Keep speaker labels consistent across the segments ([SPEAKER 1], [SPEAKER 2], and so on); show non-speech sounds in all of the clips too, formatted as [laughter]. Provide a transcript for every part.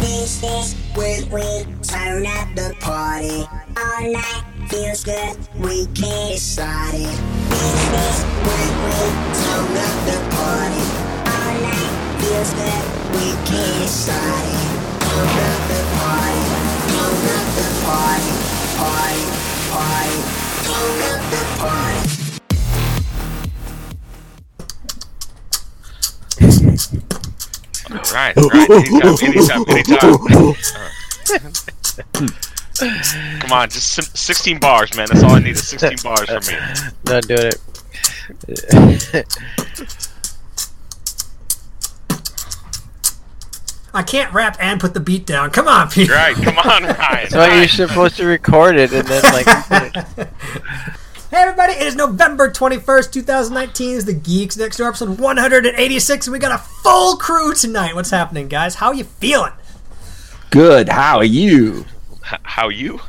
[SPEAKER 1] finish this with we turn up the party all night feels good we can decide it finish this with we turn up the party all night feels good we can decide it turn up the party turn up the party party party turn up the party
[SPEAKER 2] Right, right. Anytime, anytime, anytime. Come on, just sim- 16 bars, man. That's all I need is 16 bars from me.
[SPEAKER 3] Not doing it.
[SPEAKER 4] I can't rap and put the beat down. Come on, Peter.
[SPEAKER 2] Right, come on, Ryan.
[SPEAKER 3] so you're
[SPEAKER 2] Ryan.
[SPEAKER 3] supposed to record it and then like put it-
[SPEAKER 4] Hey, everybody. It is November 21st, 2019. It's the Geeks Next Door episode 186. And we got a full crew tonight. What's happening, guys? How you feeling?
[SPEAKER 5] Good. How are you?
[SPEAKER 2] H- How you?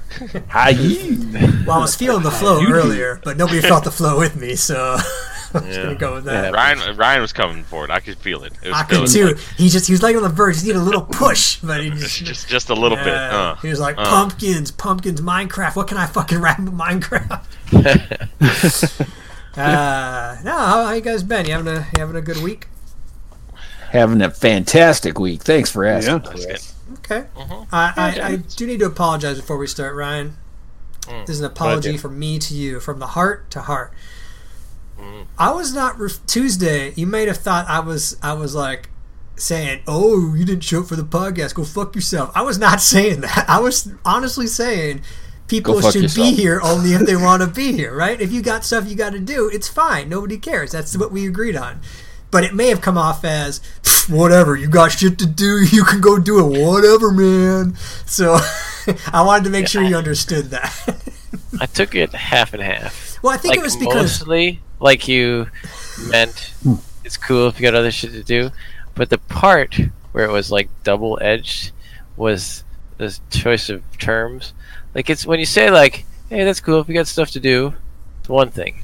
[SPEAKER 5] How you?
[SPEAKER 4] Well, I was feeling the flow earlier, but nobody felt the flow with me, so [laughs] I'm just gonna go with that.
[SPEAKER 2] Ryan Ryan was coming for it. I could feel it. It was
[SPEAKER 4] I could
[SPEAKER 2] feeling-
[SPEAKER 4] too. He just he was like on the verge. He needed a little push, but he
[SPEAKER 2] [laughs]
[SPEAKER 4] just.
[SPEAKER 2] Just, just a little bit.
[SPEAKER 4] Yeah.
[SPEAKER 2] Uh.
[SPEAKER 4] he was like
[SPEAKER 2] uh.
[SPEAKER 4] pumpkins, pumpkins, Minecraft. What can I fucking rap in
[SPEAKER 2] [laughs]
[SPEAKER 4] Minecraft? [laughs] uh, no, how, how you guys been? You having a you having a good week?
[SPEAKER 5] Having a fantastic week. Thanks for asking.
[SPEAKER 2] That's good.
[SPEAKER 4] Okay. I, I, I do need to apologize before we start, Ryan. This is an apology from me to you, from the heart to heart. I was not ref- Tuesday. You might have thought I was. I was like saying, "Oh, you didn't show up for the podcast. Go fuck yourself." I was not [laughs] saying that. I was honestly saying people
[SPEAKER 5] Go fuck
[SPEAKER 4] should
[SPEAKER 5] yourself.
[SPEAKER 4] be here only if
[SPEAKER 5] [laughs]
[SPEAKER 4] they want to be here, right? If you got stuff you got to do, it's fine. Nobody cares. That's what we agreed on. But it may have come off as "Pfft, whatever. You got shit to do. [laughs] You can go do it. Whatever, man. So [laughs] I wanted to make sure you understood that. [laughs]
[SPEAKER 3] I took it half and half.
[SPEAKER 4] well, I think
[SPEAKER 3] Like
[SPEAKER 4] it was because
[SPEAKER 3] mostly, like you meant it's cool if you got other shit to do, but the part where it was like double edged was the choice of terms. Like it's when you say like, "Hey, that's cool if you got stuff to do," it's one thing.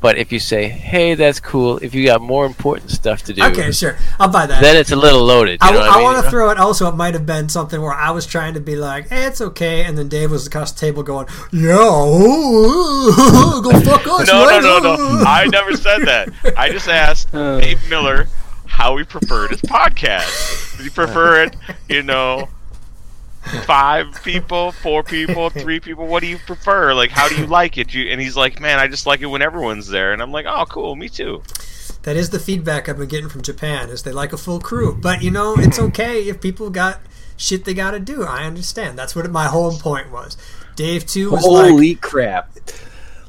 [SPEAKER 3] But if you say, "Hey, that's cool if you got more important stuff to do,"
[SPEAKER 4] okay, sure, I'll buy that.
[SPEAKER 3] then it's a little loaded. You
[SPEAKER 4] I,
[SPEAKER 3] know what I, mean?
[SPEAKER 4] want to throw it. Also, it might have been something where I was trying to be like, "Hey, it's okay," and then Dave was across the table going, "Yeah, [laughs] ooh, go fuck us."
[SPEAKER 2] No, no,
[SPEAKER 4] right?
[SPEAKER 2] no, no. I never said that. I just
[SPEAKER 3] [laughs]
[SPEAKER 2] asked
[SPEAKER 3] Oh.
[SPEAKER 2] Dave Miller how he preferred his podcast. Did he prefer it, you know, five people, four people, three people? What do you prefer? Like, how do you like it? You, and he's like, man, I just like it when everyone's there. And I'm like, oh, cool, me too.
[SPEAKER 4] that is the feedback I've been getting from Japan is they like a full crew, but you know it's okay if people got shit they got to do. I understand. That's what my whole point was. Dave too was like,
[SPEAKER 5] Holy crap.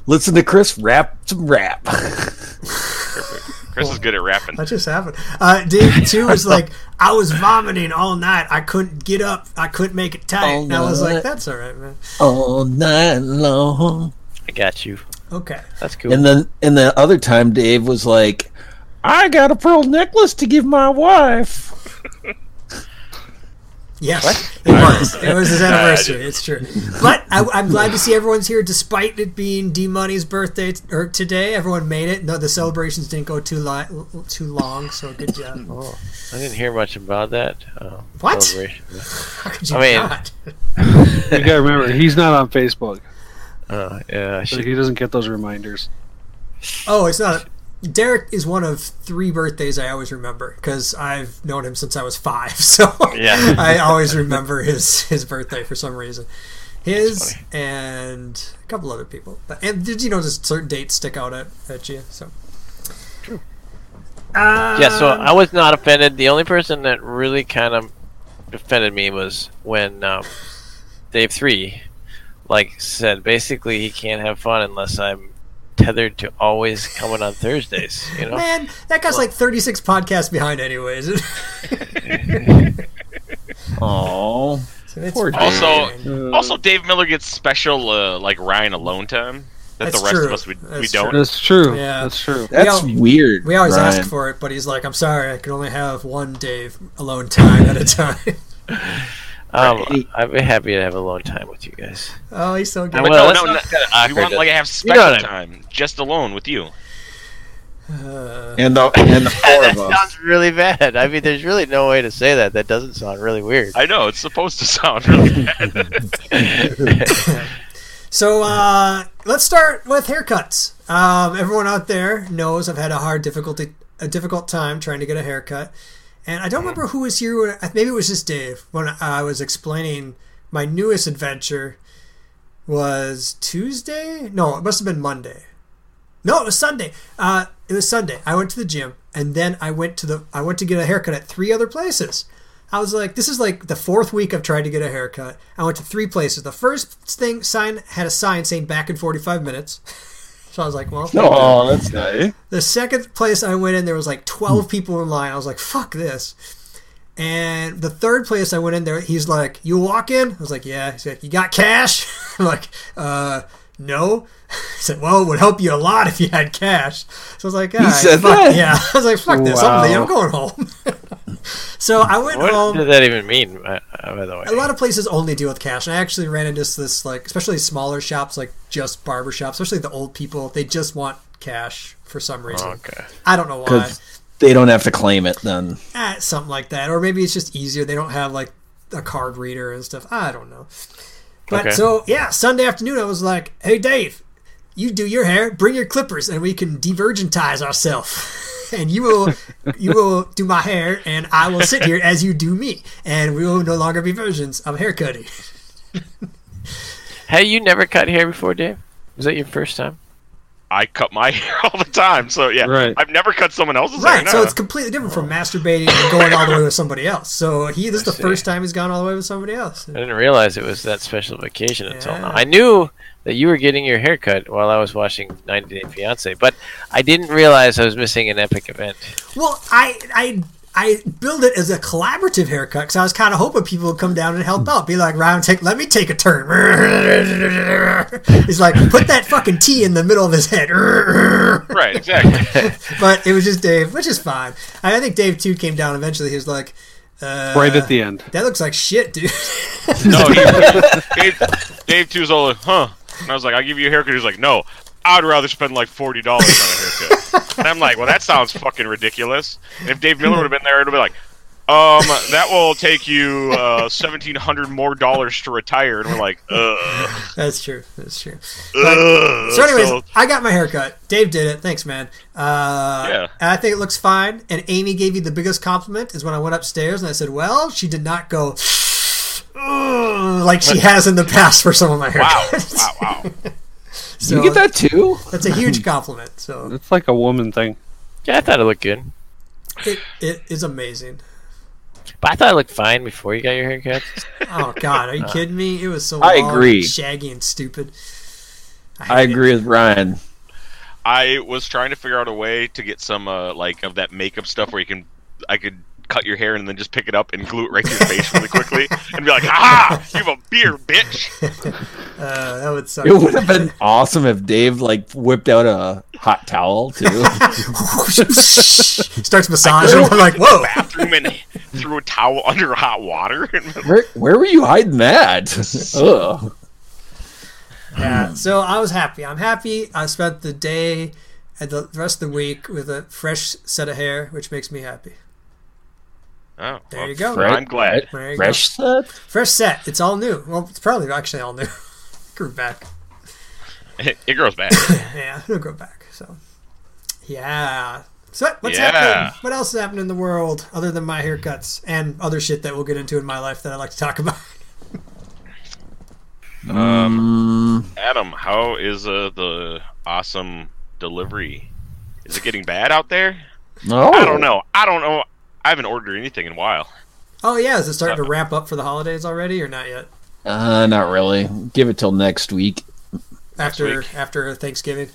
[SPEAKER 5] Listen to Chris rap some rap. [laughs]
[SPEAKER 2] Chris is good at rapping.
[SPEAKER 4] That just happened. Uh, Dave too was like, I was vomiting all night. I couldn't get up. I couldn't make it tight.
[SPEAKER 5] All
[SPEAKER 4] and I was like,
[SPEAKER 5] night.
[SPEAKER 4] that's all right, man.
[SPEAKER 5] All night long.
[SPEAKER 3] I got you.
[SPEAKER 4] Okay.
[SPEAKER 3] That's cool.
[SPEAKER 5] And then and the other time Dave was like, I got a pearl necklace to give my wife.
[SPEAKER 4] Yes, it was. It was his anniversary. It's true. But I, I'm glad to see everyone's here, despite it being D Money's birthday t- or today. Everyone made it. No, the celebrations didn't go too li- too long. So good job.
[SPEAKER 3] [laughs] Oh, I didn't hear much about that. Oh,
[SPEAKER 4] What?
[SPEAKER 3] celebration.
[SPEAKER 4] How could you
[SPEAKER 3] I mean-
[SPEAKER 4] not?
[SPEAKER 6] You gotta remember, he's not on Facebook,
[SPEAKER 3] Oh, yeah, I
[SPEAKER 6] so
[SPEAKER 3] should.
[SPEAKER 6] he doesn't get those reminders.
[SPEAKER 4] Oh, it's not. Derek is one of three birthdays I always remember because I've known him since I was five. [laughs] So
[SPEAKER 2] Yeah.
[SPEAKER 4] I always remember his his birthday for some reason. His and a couple other people, but and did you know just certain dates stick out at, at you? So Uh,
[SPEAKER 3] Yeah, so
[SPEAKER 4] Um,
[SPEAKER 3] uh, I was not offended. The only person that really kind of offended me was when um, Dave Three, like said, basically he can't have fun unless I'm tethered to always coming on Thursdays. You know,
[SPEAKER 4] Man, that guy's like 36 podcasts behind, anyways. [laughs]
[SPEAKER 5] Oh.
[SPEAKER 4] So it's
[SPEAKER 5] Poor
[SPEAKER 4] fine.
[SPEAKER 2] Also, [laughs] also, Dave Miller gets special, uh, like Ryan alone time that the
[SPEAKER 4] That's
[SPEAKER 2] rest
[SPEAKER 4] true.
[SPEAKER 2] of us we, we
[SPEAKER 4] That's
[SPEAKER 2] don't.
[SPEAKER 6] That's true.
[SPEAKER 4] Yeah.
[SPEAKER 6] That's true.
[SPEAKER 5] That's
[SPEAKER 4] We al-
[SPEAKER 5] weird.
[SPEAKER 4] we always
[SPEAKER 5] Ryan.
[SPEAKER 4] ask for it, but he's like, "I'm sorry, I can only have one Dave alone time at a time."
[SPEAKER 3] um, I'd be happy to have a long time with you guys.
[SPEAKER 4] oh, he's so
[SPEAKER 3] I
[SPEAKER 4] good.
[SPEAKER 2] But
[SPEAKER 3] will.
[SPEAKER 2] no,
[SPEAKER 3] let's
[SPEAKER 2] no,
[SPEAKER 3] not
[SPEAKER 2] no,
[SPEAKER 3] get
[SPEAKER 2] we
[SPEAKER 3] awkward.
[SPEAKER 2] want like to have
[SPEAKER 3] You know
[SPEAKER 2] special
[SPEAKER 3] what I
[SPEAKER 2] time, just alone with you.
[SPEAKER 4] Uh,
[SPEAKER 5] and the
[SPEAKER 3] [laughs]
[SPEAKER 5] and the four
[SPEAKER 3] that
[SPEAKER 5] of us.
[SPEAKER 3] sounds really bad. I mean, there's really no way to say that. That doesn't sound really weird.
[SPEAKER 2] I know it's supposed to sound really bad.
[SPEAKER 4] So uh, let's start with haircuts. Um, everyone out there knows I've had a hard difficulty a difficult time trying to get a haircut, and I don't remember who was here. When, maybe it was just Dave when I was explaining my newest adventure. Was Tuesday? No, it must have been Monday. No, it was Sunday. Uh, it was Sunday. I went to the gym, and then I went to the I went to get a haircut at three other places. I was like, this is like the fourth week I've tried to get a haircut. I went to three places. The first thing sign had a sign saying back in 45 minutes. [laughs] So I was like, well,
[SPEAKER 5] Oh, that's nice.
[SPEAKER 4] the second place I went in, there was like
[SPEAKER 5] Hmm.
[SPEAKER 4] 12 people in line. I was like, fuck this. And the third place I went in there, he's like, you walk in? I was like, yeah. He's like, you got cash? [laughs] I'm like, uh, no. [laughs] He said, well, it would help you a lot if you had cash. So I was like, all right,
[SPEAKER 5] said
[SPEAKER 4] fuck
[SPEAKER 5] that?
[SPEAKER 4] yeah. [laughs] I was like, fuck this. I'm,
[SPEAKER 5] Wow.
[SPEAKER 4] leaving. I'm going home. [laughs] so I went
[SPEAKER 3] What
[SPEAKER 4] home.
[SPEAKER 3] does that even mean? By, uh, by the way,
[SPEAKER 4] a lot of places only deal with cash. And I actually ran into this like, especially smaller shops, like just barber shops, especially the old people. They just want cash for some reason.
[SPEAKER 3] okay.
[SPEAKER 4] I don't know why.
[SPEAKER 5] Because they don't have to claim it then.
[SPEAKER 4] Eh, something like that, or maybe it's just easier. They don't have like a card reader and stuff. I don't know. But
[SPEAKER 3] Okay.
[SPEAKER 4] so yeah, Sunday afternoon, I was like, "Hey Dave, you do your hair. Bring your clippers, and we can divergentize ourselves. [laughs] and you will, you will do my hair, and I will sit here as you do me, and we will no longer be versions of haircutting."
[SPEAKER 3] Hey, you never cut hair before, Dave? Was that your first time?
[SPEAKER 2] I cut my [laughs] hair all the time, so yeah,
[SPEAKER 6] Right.
[SPEAKER 2] I've never cut someone else's hair.
[SPEAKER 4] Right, so
[SPEAKER 2] no.
[SPEAKER 4] it's completely different from masturbating and going all the way with somebody else. So he, this is the
[SPEAKER 3] see.
[SPEAKER 4] first time he's gone all the way with somebody else.
[SPEAKER 3] I didn't realize it was that special vacation until
[SPEAKER 4] Yeah.
[SPEAKER 3] now. I knew that you were getting your hair cut while I was watching 90 Day Fiance, but I didn't realize I was missing an epic event.
[SPEAKER 4] Well, I I I build it as a collaborative haircut because I was kind of hoping people would come down and help out. Be like, Ryan, take let me take a turn. He's like, put that fucking T in the middle of his head.
[SPEAKER 2] right, exactly.
[SPEAKER 4] [laughs] But it was just Dave, which is fine. I, I think Dave too came down eventually. He was like, uh,
[SPEAKER 6] right at the end.
[SPEAKER 4] That looks like shit, dude. [laughs]
[SPEAKER 2] no, he, Dave, [laughs] Dave too was all like, huh? And I was like, I'll give you a haircut. He's like, no, I'd rather spend like forty dollars on a haircut. and I'm like, well, that sounds fucking ridiculous. And if Dave Miller would have been there, it'd be like. Um, that will take you uh, seventeen hundred more dollars to retire, and we're like, ugh.
[SPEAKER 4] That's true. That's true.
[SPEAKER 2] ugh.
[SPEAKER 4] So, anyways, I got my haircut. Dave did it. Thanks, man. Uh,
[SPEAKER 2] Yeah.
[SPEAKER 4] And I think it looks fine. And Amy gave you the biggest compliment is when I went upstairs and I said, "Well, she did not go "Ugh," like she has in the past for some of my
[SPEAKER 2] wow,
[SPEAKER 4] haircuts.
[SPEAKER 2] wow,
[SPEAKER 4] [laughs]
[SPEAKER 2] wow.
[SPEAKER 4] So
[SPEAKER 5] you get that too?
[SPEAKER 4] That's a huge compliment.
[SPEAKER 5] [laughs]
[SPEAKER 4] So
[SPEAKER 6] It's like a woman thing.
[SPEAKER 3] Yeah, I thought it looked good.
[SPEAKER 4] it, it is amazing.
[SPEAKER 3] But I thought it looked fine before you got your hair cut.
[SPEAKER 4] Oh
[SPEAKER 2] [laughs]
[SPEAKER 4] God, are you
[SPEAKER 2] Uh,
[SPEAKER 4] kidding me? It was so
[SPEAKER 5] I
[SPEAKER 4] long,
[SPEAKER 5] agree.
[SPEAKER 4] shaggy and stupid.
[SPEAKER 5] I
[SPEAKER 4] hated it.
[SPEAKER 5] agree with Ryan.
[SPEAKER 2] I was trying to figure out a way to get some uh, like of that makeup stuff where you can I could cut your hair and then just pick it up and glue it right to your face really quickly and be like, "Ha! You have a beard, bitch!"
[SPEAKER 4] Uh, that would suck.
[SPEAKER 5] It would have been awesome if Dave like whipped out a hot towel
[SPEAKER 4] [laughs]
[SPEAKER 5] too.
[SPEAKER 4] Starts massaging. I'm like, whoa.
[SPEAKER 2] Bathroom and threw a towel [laughs] under hot water.
[SPEAKER 5] [laughs] where where were you hiding that? [laughs] Ugh.
[SPEAKER 2] Mm.
[SPEAKER 4] Yeah, so I was happy. I'm happy. I spent the day and the rest of the week with a fresh set of hair, which makes me happy.
[SPEAKER 2] oh,
[SPEAKER 4] There you go.
[SPEAKER 2] I'm glad.
[SPEAKER 4] There you
[SPEAKER 5] Fresh set?
[SPEAKER 4] go. Fresh set. It's all new. Well, it's probably actually all new. [laughs] grew back.
[SPEAKER 2] [laughs] It, grows back.
[SPEAKER 4] Yeah, it'll grow back. So, yeah. So what- what's
[SPEAKER 2] Yeah.
[SPEAKER 4] happening? What else is happening in the world other than my haircuts and other shit that we'll get into in my life that I like to talk [laughs] about?
[SPEAKER 2] Adam, how is uh, the awesome delivery? Is it getting bad out there?
[SPEAKER 5] No.
[SPEAKER 2] I don't know. I don't know. I haven't ordered anything in a while.
[SPEAKER 4] Oh yeah, is it starting to ramp up for the holidays already or not yet?
[SPEAKER 5] Uh, not really. Give it till next week.
[SPEAKER 4] After
[SPEAKER 2] week.
[SPEAKER 4] after Thanksgiving.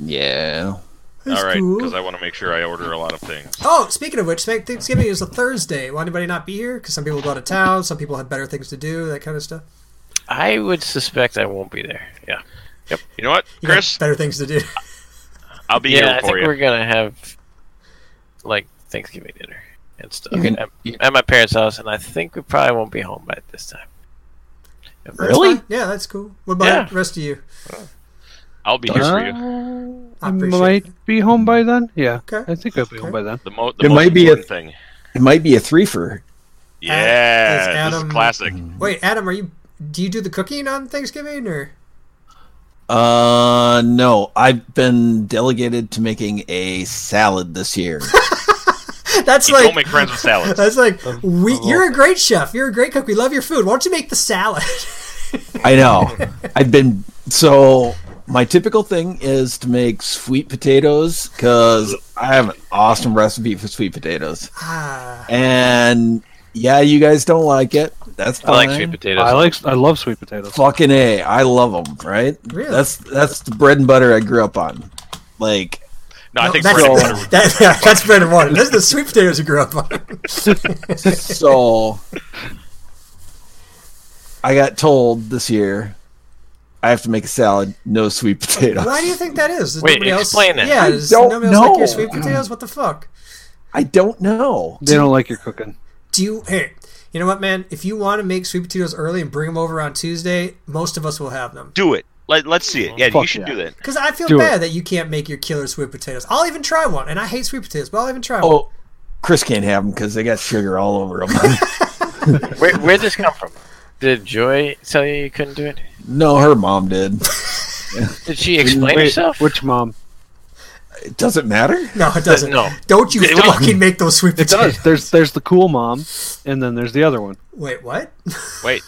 [SPEAKER 5] Yeah.
[SPEAKER 4] That's
[SPEAKER 2] All right,
[SPEAKER 4] cool.
[SPEAKER 2] because I want to make sure I order a lot of things.
[SPEAKER 4] Oh, speaking of which, thank- Thanksgiving is a Thursday. Will anybody not be here? Because some people go out of town, some people have better things to do, that kind of stuff.
[SPEAKER 3] I would suspect I won't be there. Yeah.
[SPEAKER 2] You know what,
[SPEAKER 4] You got
[SPEAKER 2] Chris?
[SPEAKER 4] better things to do. [laughs]
[SPEAKER 2] I'll be
[SPEAKER 3] Yeah,
[SPEAKER 2] here
[SPEAKER 3] I
[SPEAKER 2] for
[SPEAKER 3] think
[SPEAKER 2] you.
[SPEAKER 3] we're gonna have like Thanksgiving dinner and stuff
[SPEAKER 5] can-
[SPEAKER 3] at,
[SPEAKER 5] you-
[SPEAKER 3] at my parents' house, and I think we probably won't be home by this time.
[SPEAKER 4] That's
[SPEAKER 5] Really?
[SPEAKER 4] fine. Yeah, that's cool. What about
[SPEAKER 3] Yeah.
[SPEAKER 4] the rest of you?
[SPEAKER 2] I'll be here for you.
[SPEAKER 4] I
[SPEAKER 6] I
[SPEAKER 4] Uh, appreciate
[SPEAKER 6] might be home by then. Yeah,
[SPEAKER 4] Okay.
[SPEAKER 6] I think I'll be
[SPEAKER 4] Okay.
[SPEAKER 6] home by then.
[SPEAKER 2] The, mo- the
[SPEAKER 5] It
[SPEAKER 2] most
[SPEAKER 5] might be a-
[SPEAKER 2] important thing.
[SPEAKER 5] It might be a threefer.
[SPEAKER 2] Yeah,
[SPEAKER 4] is
[SPEAKER 2] this
[SPEAKER 4] Adam-
[SPEAKER 2] is classic.
[SPEAKER 4] Wait, Adam, are you? Do you do the cooking on Thanksgiving or? [laughs]
[SPEAKER 5] Uh, no, I've been delegated to making a salad this year.
[SPEAKER 4] That's
[SPEAKER 2] You
[SPEAKER 4] like
[SPEAKER 2] don't make friends with salads.
[SPEAKER 4] [laughs] that's like
[SPEAKER 5] Um,
[SPEAKER 4] we. You're a great chef. You're a great cook. We love your food. Why don't you make the salad? [laughs]
[SPEAKER 5] I know. I've been so. My typical thing is to make sweet potatoes because I have an awesome recipe for sweet potatoes.
[SPEAKER 4] ah,
[SPEAKER 5] And yeah, you guys don't like it. That's
[SPEAKER 3] I
[SPEAKER 5] fine.
[SPEAKER 3] like sweet potatoes.
[SPEAKER 6] I like I love sweet potatoes.
[SPEAKER 5] Fucking a, I love them. Right?
[SPEAKER 4] Really?
[SPEAKER 5] That's that's the bread and butter I grew up on. [laughs] Like
[SPEAKER 2] No, I think
[SPEAKER 4] that's,
[SPEAKER 2] bread and butter would-
[SPEAKER 4] [laughs] that- yeah, that's bread and butter. That's the sweet potatoes you grew
[SPEAKER 2] [laughs]
[SPEAKER 4] up on.
[SPEAKER 5] so I got told this year I have to make a salad, no sweet potatoes.
[SPEAKER 4] Why do you think that is? Does
[SPEAKER 3] Wait,
[SPEAKER 4] nobody else-
[SPEAKER 3] explain that.
[SPEAKER 4] Yeah,
[SPEAKER 5] I
[SPEAKER 4] does
[SPEAKER 5] don't
[SPEAKER 4] nobody else like your
[SPEAKER 5] know.
[SPEAKER 4] sweet potatoes? What the fuck?
[SPEAKER 5] I don't know.
[SPEAKER 6] They don't like your cooking.
[SPEAKER 4] Do you? Hey, you know what, man? If you want to make sweet potatoes early and bring them over on Tuesday, most of us will have them.
[SPEAKER 2] do it. Let, let's see it. Yeah, you
[SPEAKER 6] Fuck
[SPEAKER 2] should
[SPEAKER 6] yeah.
[SPEAKER 2] do that.
[SPEAKER 4] Because I feel
[SPEAKER 6] Do it.
[SPEAKER 4] bad that you can't make your killer sweet potatoes. I'll even try one, and I hate sweet potatoes, but I'll even try one.
[SPEAKER 5] Oh, Chris can't have them because they got sugar all over [laughs] them.
[SPEAKER 3] Where, where'd this come from? Did Joy tell you you couldn't do it?
[SPEAKER 5] no, her mom did.
[SPEAKER 3] Did she explain
[SPEAKER 6] Wait,
[SPEAKER 3] herself?
[SPEAKER 6] which mom?
[SPEAKER 5] It doesn't matter.
[SPEAKER 4] No, it doesn't.
[SPEAKER 3] No.
[SPEAKER 4] Don't you
[SPEAKER 3] It- wait.
[SPEAKER 4] fucking make those sweet
[SPEAKER 6] It
[SPEAKER 4] potatoes.
[SPEAKER 6] does. There's there's the cool mom, and then there's the other one.
[SPEAKER 4] Wait, what?
[SPEAKER 2] Wait,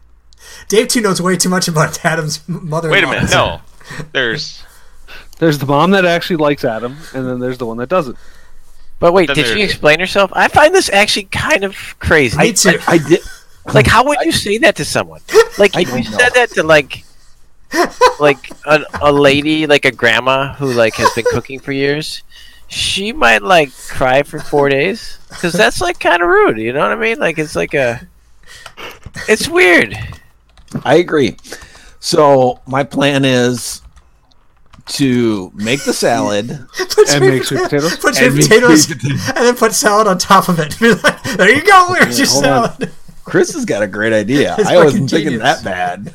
[SPEAKER 4] [laughs] Dave too knows way too much about Adam's mother.
[SPEAKER 2] wait a minute. No, there's
[SPEAKER 6] There's the mom that actually likes Adam, and then there's the one that doesn't.
[SPEAKER 3] But wait,
[SPEAKER 2] Then
[SPEAKER 3] did she
[SPEAKER 2] there's-
[SPEAKER 3] explain herself? I find this actually kind of crazy.
[SPEAKER 4] Me too.
[SPEAKER 5] I did.
[SPEAKER 3] like, how would you say that to
[SPEAKER 5] [laughs]
[SPEAKER 3] someone? Like,
[SPEAKER 5] I
[SPEAKER 3] if you
[SPEAKER 5] don't know.
[SPEAKER 3] said that to
[SPEAKER 5] [laughs]
[SPEAKER 3] like, like a, a lady, like a grandma who like has been cooking for years, she might like cry for four days because that's like kind of rude. You know what I mean? Like, it's like a, it's weird.
[SPEAKER 5] I agree. So my plan is to make the salad.
[SPEAKER 4] [laughs] Put
[SPEAKER 6] And
[SPEAKER 4] sweet
[SPEAKER 6] make sweet
[SPEAKER 4] potato-
[SPEAKER 6] potatoes?
[SPEAKER 4] Put sweet
[SPEAKER 5] And make
[SPEAKER 4] potatoes,
[SPEAKER 5] sweet potatoes.
[SPEAKER 4] and then put salad on top of it. [laughs] Be like, there you go. There's your
[SPEAKER 6] hold on.
[SPEAKER 4] salad.
[SPEAKER 5] Chris has got a great
[SPEAKER 4] [laughs]
[SPEAKER 5] idea.
[SPEAKER 4] It's
[SPEAKER 5] I wasn't
[SPEAKER 4] fucking
[SPEAKER 5] thinking
[SPEAKER 4] genius.
[SPEAKER 5] that
[SPEAKER 4] [laughs]
[SPEAKER 5] bad.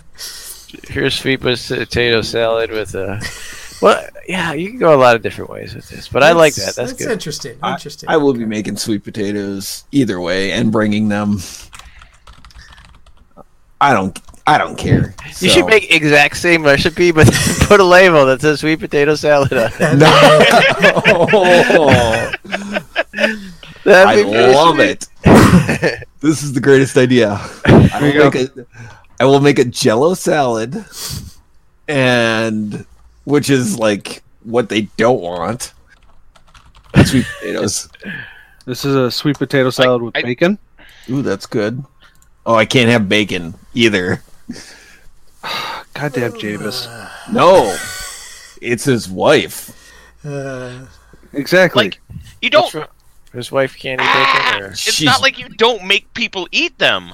[SPEAKER 3] Here's sweet potato salad with a. Well, yeah, you can go a lot of different ways with this, but I like that. That's, good.
[SPEAKER 4] interesting.
[SPEAKER 5] I-
[SPEAKER 4] Interesting.
[SPEAKER 5] I, will be making sweet potatoes either way and bringing them. I don't. I don't care.
[SPEAKER 3] You
[SPEAKER 5] So-
[SPEAKER 3] should make exact same recipe, but [laughs] put a label that says sweet potato salad on [laughs] it.
[SPEAKER 5] [laughs] No. I
[SPEAKER 3] That'd be really
[SPEAKER 5] love
[SPEAKER 3] sweet.
[SPEAKER 5] it. This is the greatest idea. I
[SPEAKER 6] There you
[SPEAKER 5] will,
[SPEAKER 6] go.
[SPEAKER 5] make a, I will make a Jello salad, and which is like what they don't want. Sweet potatoes.
[SPEAKER 6] This is a sweet potato salad with
[SPEAKER 2] I-
[SPEAKER 6] bacon.
[SPEAKER 5] Ooh, that's good. Oh, I can't have bacon either.
[SPEAKER 6] Goddamn Javis.
[SPEAKER 5] No, it's his wife.
[SPEAKER 4] Uh,
[SPEAKER 6] Exactly.
[SPEAKER 2] like you don't.
[SPEAKER 3] What's wrong? His wife can't eat bacon. Or...
[SPEAKER 2] It's
[SPEAKER 5] She's-
[SPEAKER 2] not like you don't make people eat them.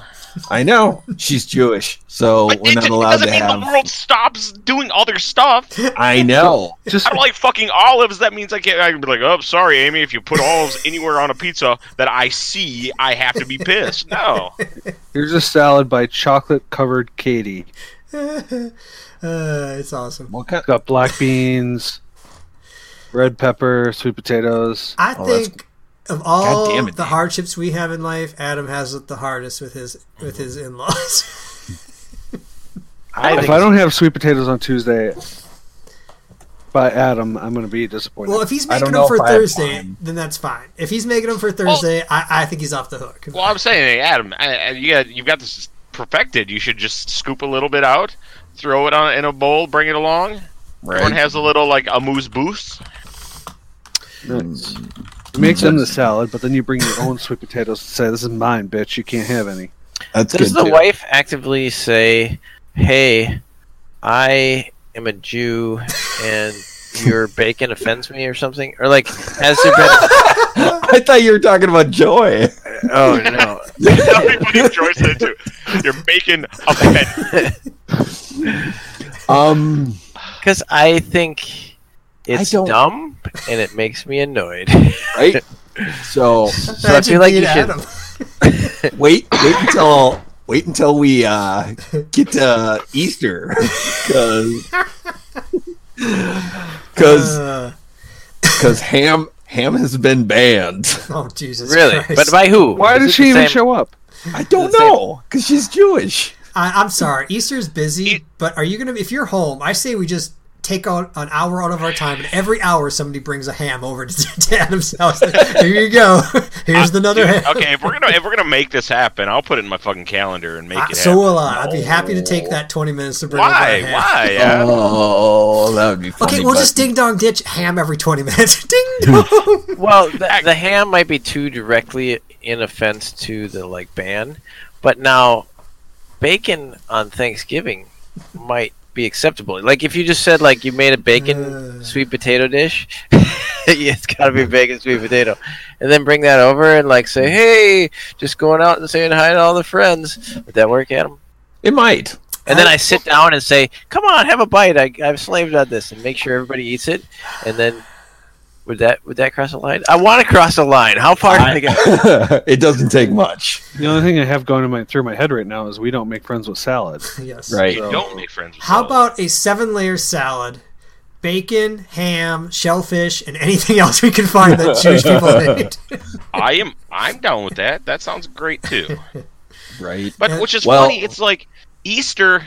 [SPEAKER 5] I know she's Jewish, so
[SPEAKER 2] But
[SPEAKER 5] we're
[SPEAKER 2] it,
[SPEAKER 5] not
[SPEAKER 2] it
[SPEAKER 5] allowed
[SPEAKER 2] doesn't
[SPEAKER 5] to
[SPEAKER 2] mean
[SPEAKER 5] have.
[SPEAKER 2] the world stops doing all their stuff.
[SPEAKER 5] I know.
[SPEAKER 6] just
[SPEAKER 2] I don't like fucking olives. That means I can't. I can be like, oh, sorry, Amy. If you put olives anywhere on a pizza that I see, I have to be pissed. No,
[SPEAKER 6] here's a salad by chocolate covered Katie.
[SPEAKER 4] [laughs] uh, it's awesome.
[SPEAKER 5] What kind?
[SPEAKER 6] It's got [laughs] black beans, red pepper, sweet potatoes.
[SPEAKER 4] I
[SPEAKER 5] Oh, that's-
[SPEAKER 4] think of all
[SPEAKER 5] damn it,
[SPEAKER 4] the
[SPEAKER 5] Dave.
[SPEAKER 4] hardships we have in life, Adam has it the hardest with his with his
[SPEAKER 5] Mm-hmm.
[SPEAKER 4] in laws.
[SPEAKER 3] I
[SPEAKER 6] if
[SPEAKER 3] think
[SPEAKER 6] I don't have sweet potatoes on Tuesday by Adam, I'm gonna be
[SPEAKER 4] [laughs]
[SPEAKER 6] disappointed.
[SPEAKER 4] well, if he's
[SPEAKER 5] I
[SPEAKER 4] making
[SPEAKER 5] don't
[SPEAKER 4] them
[SPEAKER 5] know
[SPEAKER 4] for
[SPEAKER 5] if I have
[SPEAKER 4] Thursday,
[SPEAKER 5] time.
[SPEAKER 4] then that's fine. If he's making them for Thursday, I, I think he's off the hook.
[SPEAKER 2] Well, I'm saying, Adam, I, I, you got you've got this perfected. You should just scoop a little bit out, throw it on in a bowl, bring it along. Everyone has a little like amuse boost.
[SPEAKER 6] Nice. You make them the salad, but then you bring your own sweet potatoes and say, "This is mine, bitch. You can't have any."
[SPEAKER 5] That's
[SPEAKER 3] Does
[SPEAKER 5] good,
[SPEAKER 3] the
[SPEAKER 5] too.
[SPEAKER 3] wife actively say, "Hey, I am a Jew, and [laughs] your bacon offends me," or something, or like has there [laughs] been?
[SPEAKER 5] [laughs] I thought you were talking about Joy.
[SPEAKER 3] oh no!
[SPEAKER 2] [laughs] Everybody enjoys that too. You're making a [laughs] pen.
[SPEAKER 5] [laughs] Um,
[SPEAKER 3] Because I think it's
[SPEAKER 5] don't-
[SPEAKER 3] dumb, and it makes me annoyed. [laughs]
[SPEAKER 5] right. So
[SPEAKER 3] So I feel like you
[SPEAKER 4] being
[SPEAKER 3] should.
[SPEAKER 4] Adam.
[SPEAKER 5] wait, wait until wait [laughs] until we uh, get to Easter, because
[SPEAKER 4] [laughs]
[SPEAKER 5] because
[SPEAKER 4] Uh,
[SPEAKER 5] ham ham has been banned.
[SPEAKER 4] oh Jesus!
[SPEAKER 3] Really?
[SPEAKER 4] Christ.
[SPEAKER 3] But by who?
[SPEAKER 6] Why
[SPEAKER 3] Is
[SPEAKER 6] did
[SPEAKER 3] it
[SPEAKER 6] she
[SPEAKER 3] the
[SPEAKER 6] even
[SPEAKER 3] same-
[SPEAKER 6] show up?
[SPEAKER 5] I [laughs] don't know because she's Jewish.
[SPEAKER 4] I, I'm sorry, Easter's busy.
[SPEAKER 2] It-
[SPEAKER 4] but are you gonna? If you're home, I say we just take out an hour out of our time, and every hour somebody brings a ham over to, [laughs] to Adam's house. Here you go. [laughs] Here's another ham.
[SPEAKER 2] Ah, okay, if we're gonna if we're gonna make this happen, I'll put it in my fucking calendar and make
[SPEAKER 4] I-
[SPEAKER 2] it
[SPEAKER 4] Ah, so
[SPEAKER 2] happen.
[SPEAKER 4] will I. I'd be happy to take that 20 minutes to bring over a
[SPEAKER 2] Why?
[SPEAKER 4] ham. [laughs]
[SPEAKER 2] Why? Adam?
[SPEAKER 5] Oh, that would be funny.
[SPEAKER 4] Okay, we'll
[SPEAKER 5] but-
[SPEAKER 4] just ding dong ditch ham every 20 minutes. [laughs] ding
[SPEAKER 6] [laughs]
[SPEAKER 4] dong.
[SPEAKER 3] Well, the, the ham might be too directly in offense to the like ban, but now bacon on Thanksgiving might be acceptable. Like if you just said like you made a bacon
[SPEAKER 4] Uh.
[SPEAKER 3] sweet potato dish, [laughs] yeah, it's got to be bacon sweet potato, and then bring that over and like say, hey, just going out and saying hi to all the friends. Would that work, Adam?
[SPEAKER 5] It might. [laughs]
[SPEAKER 3] And then I sit down and say, "Come on, have a bite. I, I've slaved on this," and make sure everybody eats it. And then, would that would that cross a line? I want to cross a line. How far do I go? [laughs]
[SPEAKER 5] it doesn't take much,
[SPEAKER 6] The only thing I have going in my, through my head right now is we don't make friends with salad.
[SPEAKER 4] yes.
[SPEAKER 5] right?
[SPEAKER 2] You don't make friends. With
[SPEAKER 4] How
[SPEAKER 2] those.
[SPEAKER 4] about a seven layer salad? Bacon, ham, shellfish, and anything else we can find
[SPEAKER 6] [laughs]
[SPEAKER 4] that Jewish people hate.
[SPEAKER 2] I am I'm down with that. That sounds great
[SPEAKER 4] [laughs]
[SPEAKER 2] too.
[SPEAKER 5] Right.
[SPEAKER 2] But which is
[SPEAKER 5] Well-
[SPEAKER 2] funny, it's like Easter.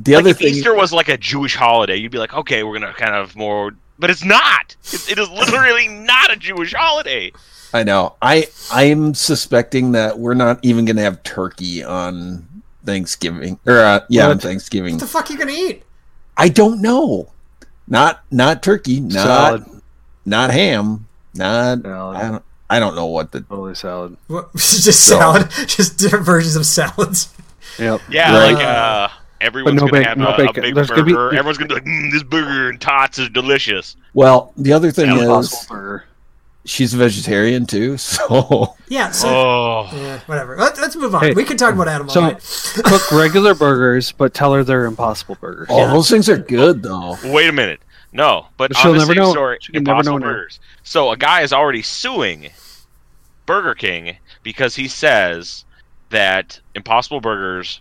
[SPEAKER 5] The
[SPEAKER 2] like
[SPEAKER 5] other
[SPEAKER 2] if
[SPEAKER 5] thing,
[SPEAKER 2] Easter was like a Jewish holiday, you'd be like, okay, we're gonna kind of more. But it's not. It's, it is literally [laughs] not a Jewish holiday.
[SPEAKER 5] I know. I I'm suspecting that we're not even going to have turkey on Thanksgiving or uh, yeah, on
[SPEAKER 6] What?
[SPEAKER 5] Thanksgiving.
[SPEAKER 4] what the fuck are you gonna eat?
[SPEAKER 5] I don't know. Not not turkey. Not
[SPEAKER 6] Salad.
[SPEAKER 5] not ham. Not
[SPEAKER 6] Salad.
[SPEAKER 5] I don't I don't know what the
[SPEAKER 6] Totally salad.
[SPEAKER 4] What, [laughs] just salad, just different versions of salads.
[SPEAKER 6] Yep.
[SPEAKER 2] Yeah,
[SPEAKER 5] Right.
[SPEAKER 2] like uh, everyone's
[SPEAKER 6] no
[SPEAKER 2] gonna
[SPEAKER 6] bacon-
[SPEAKER 2] have
[SPEAKER 6] no
[SPEAKER 2] a, a
[SPEAKER 6] bacon.
[SPEAKER 2] big
[SPEAKER 6] There's
[SPEAKER 2] burger.
[SPEAKER 6] gonna be- [laughs]
[SPEAKER 2] Everyone's gonna be like, mm, this burger and tots is delicious.
[SPEAKER 5] well. The other thing
[SPEAKER 2] That
[SPEAKER 5] is
[SPEAKER 6] Impossible burger.
[SPEAKER 5] she's a vegetarian too. [laughs] So
[SPEAKER 4] Yeah. So
[SPEAKER 2] Oh,
[SPEAKER 4] yeah, whatever. Let, let's move on.
[SPEAKER 6] Hey,
[SPEAKER 4] we can talk about animal.
[SPEAKER 6] so-
[SPEAKER 4] right?
[SPEAKER 6] Cook regular burgers, but tell her they're impossible burgers.
[SPEAKER 5] oh, those things are good though.
[SPEAKER 2] wait a minute. No, but
[SPEAKER 6] But she'll
[SPEAKER 2] on the
[SPEAKER 6] never
[SPEAKER 2] same
[SPEAKER 6] know.
[SPEAKER 2] story,
[SPEAKER 6] She can never
[SPEAKER 2] Impossible
[SPEAKER 6] know now.
[SPEAKER 2] Burgers. So a guy is already suing Burger King because he says that Impossible Burgers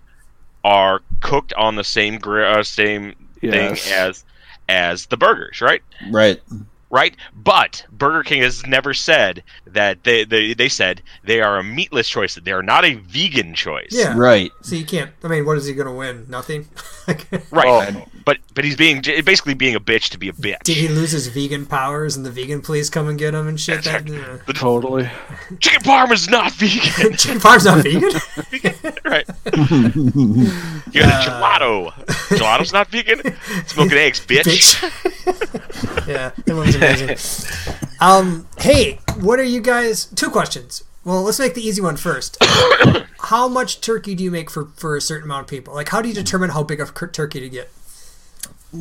[SPEAKER 2] are cooked on the same gri- uh, same
[SPEAKER 6] Yes.
[SPEAKER 2] thing as as the burgers, right?
[SPEAKER 5] Right.
[SPEAKER 2] Right? But Burger King has never said that they they, they said they are a meatless choice. That they are not a vegan choice.
[SPEAKER 4] yeah.
[SPEAKER 5] Right.
[SPEAKER 4] So you can't. I mean, what is he gonna win? Nothing. [laughs]
[SPEAKER 2] Right.
[SPEAKER 3] Oh.
[SPEAKER 2] But but he's being basically being a bitch to be a bitch.
[SPEAKER 4] Did he lose his vegan powers and the vegan police come and get him and shit? That, uh, yeah. [laughs]
[SPEAKER 6] Totally.
[SPEAKER 2] Chicken parm is not vegan.
[SPEAKER 4] Chicken parm's not vegan.
[SPEAKER 2] right. You got a gelato. Gelato's not vegan. Smoking
[SPEAKER 4] [laughs]
[SPEAKER 2] eggs, bitch.
[SPEAKER 4] yeah, that one's amazing. um, hey, what are you guys? Two questions. Well, let's make the easy one first. [coughs] how much turkey do you make for for a certain amount of people? Like, how do you determine how big of cur- turkey to get?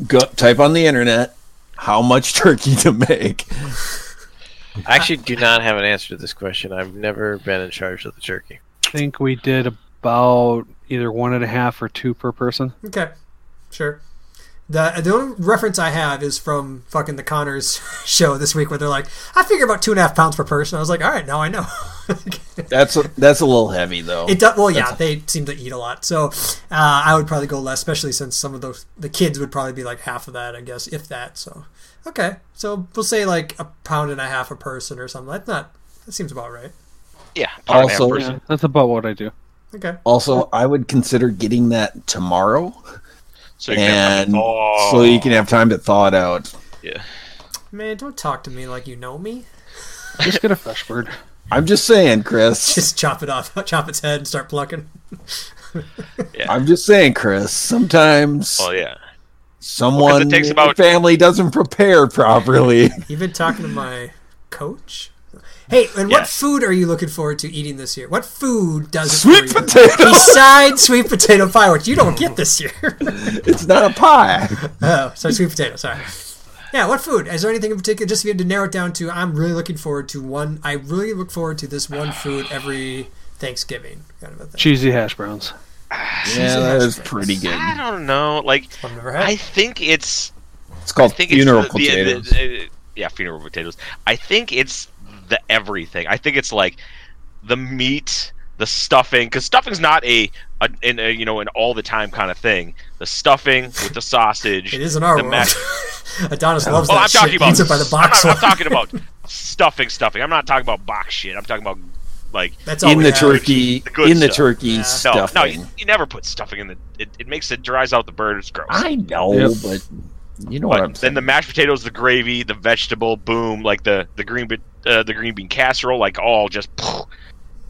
[SPEAKER 5] Go type on the internet how much [laughs] turkey to make.
[SPEAKER 3] I actually do not have an answer to this question. I've never been in charge of the turkey.
[SPEAKER 6] I think we did about either one and a half or two per person.
[SPEAKER 4] Okay, sure. The the only reference I have is from fucking the Connors [laughs] show this week where they're like, I figure about two and a half pounds per person. I was like, all right, now I know. [laughs]
[SPEAKER 5] That's a, that's a little heavy though.
[SPEAKER 4] It does. Well, yeah, they seem to eat a lot, so uh, I would probably go less, especially since some of those the kids would probably be like half of that, I guess, if that. So, okay, so we'll say like a pound and a half a person or something. That's not. That seems about right.
[SPEAKER 2] Yeah. part of that
[SPEAKER 5] Also-
[SPEAKER 2] person.
[SPEAKER 6] That's about what I do.
[SPEAKER 4] Okay.
[SPEAKER 5] Also, I would consider getting that tomorrow,
[SPEAKER 2] So you can
[SPEAKER 5] and
[SPEAKER 2] have- oh.
[SPEAKER 5] so you can have time to thaw it out.
[SPEAKER 4] Man, don't talk to me like you know me. [laughs]
[SPEAKER 6] Just get a fresh bird.
[SPEAKER 5] I'm just saying, Chris.
[SPEAKER 4] Just chop it off, [laughs] chop its head, and start plucking. [laughs]
[SPEAKER 5] I'm just saying, Chris. Sometimes
[SPEAKER 2] Oh yeah.
[SPEAKER 5] someone
[SPEAKER 2] it takes
[SPEAKER 5] in
[SPEAKER 2] about-
[SPEAKER 5] your family doesn't
[SPEAKER 2] [laughs]
[SPEAKER 5] prepare properly.
[SPEAKER 4] You've been talking to my coach. Hey, and what
[SPEAKER 2] Yes.
[SPEAKER 4] food are you looking forward to eating this year? What food does it
[SPEAKER 5] [laughs] Sweet
[SPEAKER 4] for you?
[SPEAKER 5] potatoes.
[SPEAKER 4] Besides sweet potato pie, which you don't get this year. [laughs]
[SPEAKER 5] It's not a
[SPEAKER 2] [laughs]
[SPEAKER 5] pie.
[SPEAKER 4] Oh, sorry, sweet potato. Sorry. Yeah, what food? Is there anything in particular? Just if you had to narrow it down to, I'm really looking forward to one. I really look forward to this one food every Thanksgiving, kind of a thing.
[SPEAKER 6] Cheesy hash browns.
[SPEAKER 5] yeah, that is pretty good.
[SPEAKER 2] I don't know. Like
[SPEAKER 4] I've never had.
[SPEAKER 2] I think it's
[SPEAKER 5] It's called
[SPEAKER 2] I think
[SPEAKER 5] funeral
[SPEAKER 2] it's the- the- the-
[SPEAKER 5] potatoes.
[SPEAKER 2] uh, yeah, funeral potatoes. I think it's the everything. I think it's like the meat, the stuffing, because stuffing's not a, a, in a you know an all the time kind of thing. The stuffing with the sausage.
[SPEAKER 4] it is in our [laughs]
[SPEAKER 2] the
[SPEAKER 4] world.
[SPEAKER 2] mac-
[SPEAKER 4] Adonis loves
[SPEAKER 2] Well, Oh,
[SPEAKER 4] that
[SPEAKER 2] I'm
[SPEAKER 4] shit.
[SPEAKER 2] talking about
[SPEAKER 4] Eats it by the
[SPEAKER 2] [laughs]
[SPEAKER 4] box.
[SPEAKER 2] I'm, I'm talking about stuffing, stuffing. I'm not talking about box shit. I'm talking about like
[SPEAKER 4] That's all
[SPEAKER 5] in
[SPEAKER 4] we
[SPEAKER 5] the
[SPEAKER 4] have.
[SPEAKER 5] turkey,
[SPEAKER 2] The good
[SPEAKER 5] in the
[SPEAKER 2] stuff.
[SPEAKER 5] turkey
[SPEAKER 4] Yeah. No, no,
[SPEAKER 2] no, no,
[SPEAKER 5] stuffing.
[SPEAKER 2] you, you never put stuffing in the. It, it makes it dries out the bird. It's gross.
[SPEAKER 5] I know,
[SPEAKER 6] Yep.
[SPEAKER 5] but you know what I'm
[SPEAKER 2] But
[SPEAKER 5] saying.
[SPEAKER 2] then the mashed potatoes, the gravy, the vegetable, boom, like the the green be- uh, the green bean casserole, like all just poof,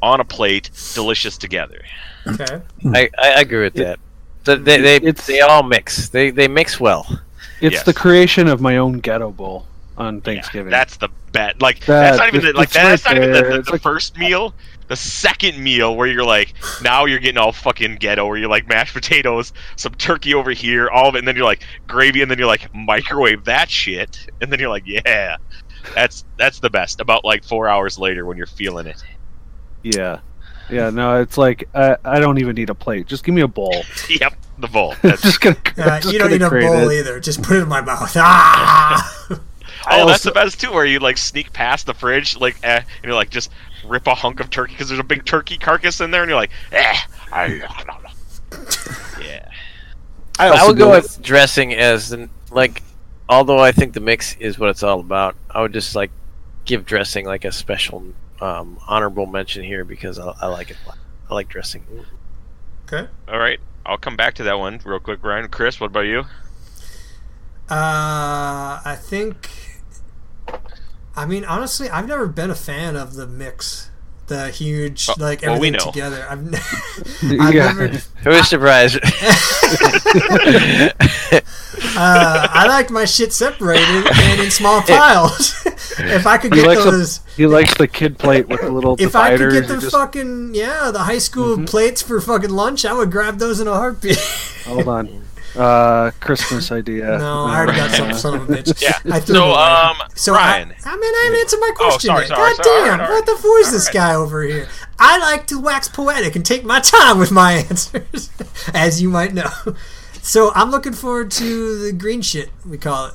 [SPEAKER 2] on a plate, delicious together.
[SPEAKER 4] Okay.
[SPEAKER 5] [laughs]
[SPEAKER 3] I, I agree with that. But they they,
[SPEAKER 6] It's-
[SPEAKER 3] they all mix. They they mix well.
[SPEAKER 6] It's
[SPEAKER 2] Yes.
[SPEAKER 6] the creation of my own ghetto bowl on
[SPEAKER 2] Yeah,
[SPEAKER 6] Thanksgiving.
[SPEAKER 2] that's the bet. Like that's
[SPEAKER 6] That-
[SPEAKER 2] not even the,
[SPEAKER 6] it's-
[SPEAKER 2] like
[SPEAKER 6] it's right
[SPEAKER 2] that's not even
[SPEAKER 6] there.
[SPEAKER 2] the, the,
[SPEAKER 6] It's
[SPEAKER 2] the
[SPEAKER 6] like-
[SPEAKER 2] first meal. The second meal where you're like, now you're getting all fucking ghetto, where you're like mashed potatoes, some turkey over here, all of it, and then you're like gravy, and then you're like microwave that shit, and then you're like, yeah, that's that's the best. About like four hours later when you're feeling it. [laughs]
[SPEAKER 6] yeah, yeah. No, it's like I, I don't even need a plate. Just give me a bowl.
[SPEAKER 2] Yep, the bowl. [laughs] That's,
[SPEAKER 6] just gonna.
[SPEAKER 4] Uh,
[SPEAKER 6] [laughs] just
[SPEAKER 4] you don't
[SPEAKER 6] gonna
[SPEAKER 4] need a
[SPEAKER 6] create
[SPEAKER 4] bowl
[SPEAKER 6] it.
[SPEAKER 4] either. Just put it in my mouth. [laughs] Ah!
[SPEAKER 5] [laughs]
[SPEAKER 2] oh, that's the best too, where you like sneak past the fridge, like, eh, and you're like just rip a hunk of turkey because there's a big turkey carcass in there, and you're like, eh, I, I don't know. Yeah.
[SPEAKER 5] I,
[SPEAKER 3] I
[SPEAKER 5] also
[SPEAKER 3] would go
[SPEAKER 5] don't-
[SPEAKER 3] with dressing as the, like, although I think the mix is what it's all about. I would just like give dressing like a special um, honorable mention here because I, I like it. a lot. I like dressing.
[SPEAKER 4] okay.
[SPEAKER 2] All right, I'll come back to that one real quick, Ryan. Chris, what about you?
[SPEAKER 4] Uh, I think. I mean, honestly, I've never been a fan of the mix, the huge
[SPEAKER 2] Well-
[SPEAKER 4] like
[SPEAKER 2] Oh, well,
[SPEAKER 4] everything
[SPEAKER 2] we know.
[SPEAKER 4] together. I've, ne-
[SPEAKER 6] [laughs]
[SPEAKER 4] I've
[SPEAKER 6] Yeah.
[SPEAKER 4] never.
[SPEAKER 3] Who is surprised?
[SPEAKER 4] Uh, I liked my shit separated and in
[SPEAKER 2] [laughs]
[SPEAKER 4] small piles. if I could
[SPEAKER 6] He
[SPEAKER 4] get
[SPEAKER 6] likes,
[SPEAKER 4] those.
[SPEAKER 6] a, he likes the kid plate with the little
[SPEAKER 4] If I could
[SPEAKER 6] dividers.
[SPEAKER 4] get the
[SPEAKER 6] You just- Mm-hmm.
[SPEAKER 4] fucking yeah, the high school plates for fucking lunch, I would grab those in a heartbeat. [laughs]
[SPEAKER 6] Hold on. Uh, Christmas idea.
[SPEAKER 4] no, I already got some
[SPEAKER 6] Uh,
[SPEAKER 4] son of a bitch.
[SPEAKER 2] Yeah.
[SPEAKER 4] I threw them
[SPEAKER 2] So,
[SPEAKER 4] away.
[SPEAKER 2] um,
[SPEAKER 4] So
[SPEAKER 2] Ryan. Oh,
[SPEAKER 4] I, I mean, I answered my question.
[SPEAKER 2] sorry,
[SPEAKER 4] yet.
[SPEAKER 2] sorry,
[SPEAKER 4] God
[SPEAKER 2] sorry,
[SPEAKER 4] damn!
[SPEAKER 2] alright,
[SPEAKER 4] What the fool is this guy over here? I like to wax poetic and take my time with my [laughs] answers, as you might know. So I'm looking forward to the green shit we call it,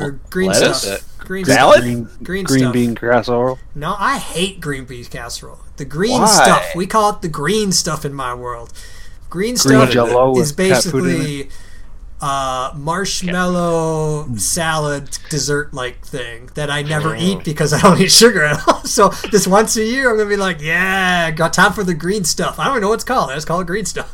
[SPEAKER 4] or green
[SPEAKER 5] lettuce?
[SPEAKER 4] stuff. Green
[SPEAKER 5] Salad?
[SPEAKER 4] stuff.
[SPEAKER 6] green,
[SPEAKER 4] Green
[SPEAKER 6] green,
[SPEAKER 4] stuff.
[SPEAKER 6] bean casserole.
[SPEAKER 4] No, I hate green bean casserole. The green
[SPEAKER 5] Why?
[SPEAKER 4] stuff. We call it the green stuff in my world. Green, stuff
[SPEAKER 6] Jell-O
[SPEAKER 4] is
[SPEAKER 6] with cat food in it?
[SPEAKER 4] basically uh, marshmallow salad dessert like thing that I never
[SPEAKER 6] Mm.
[SPEAKER 4] eat because I don't eat sugar at all. [laughs] So this once a year, I'm gonna be like, yeah, got time for the green stuff. I don't even know what it's called. I just call it green stuff.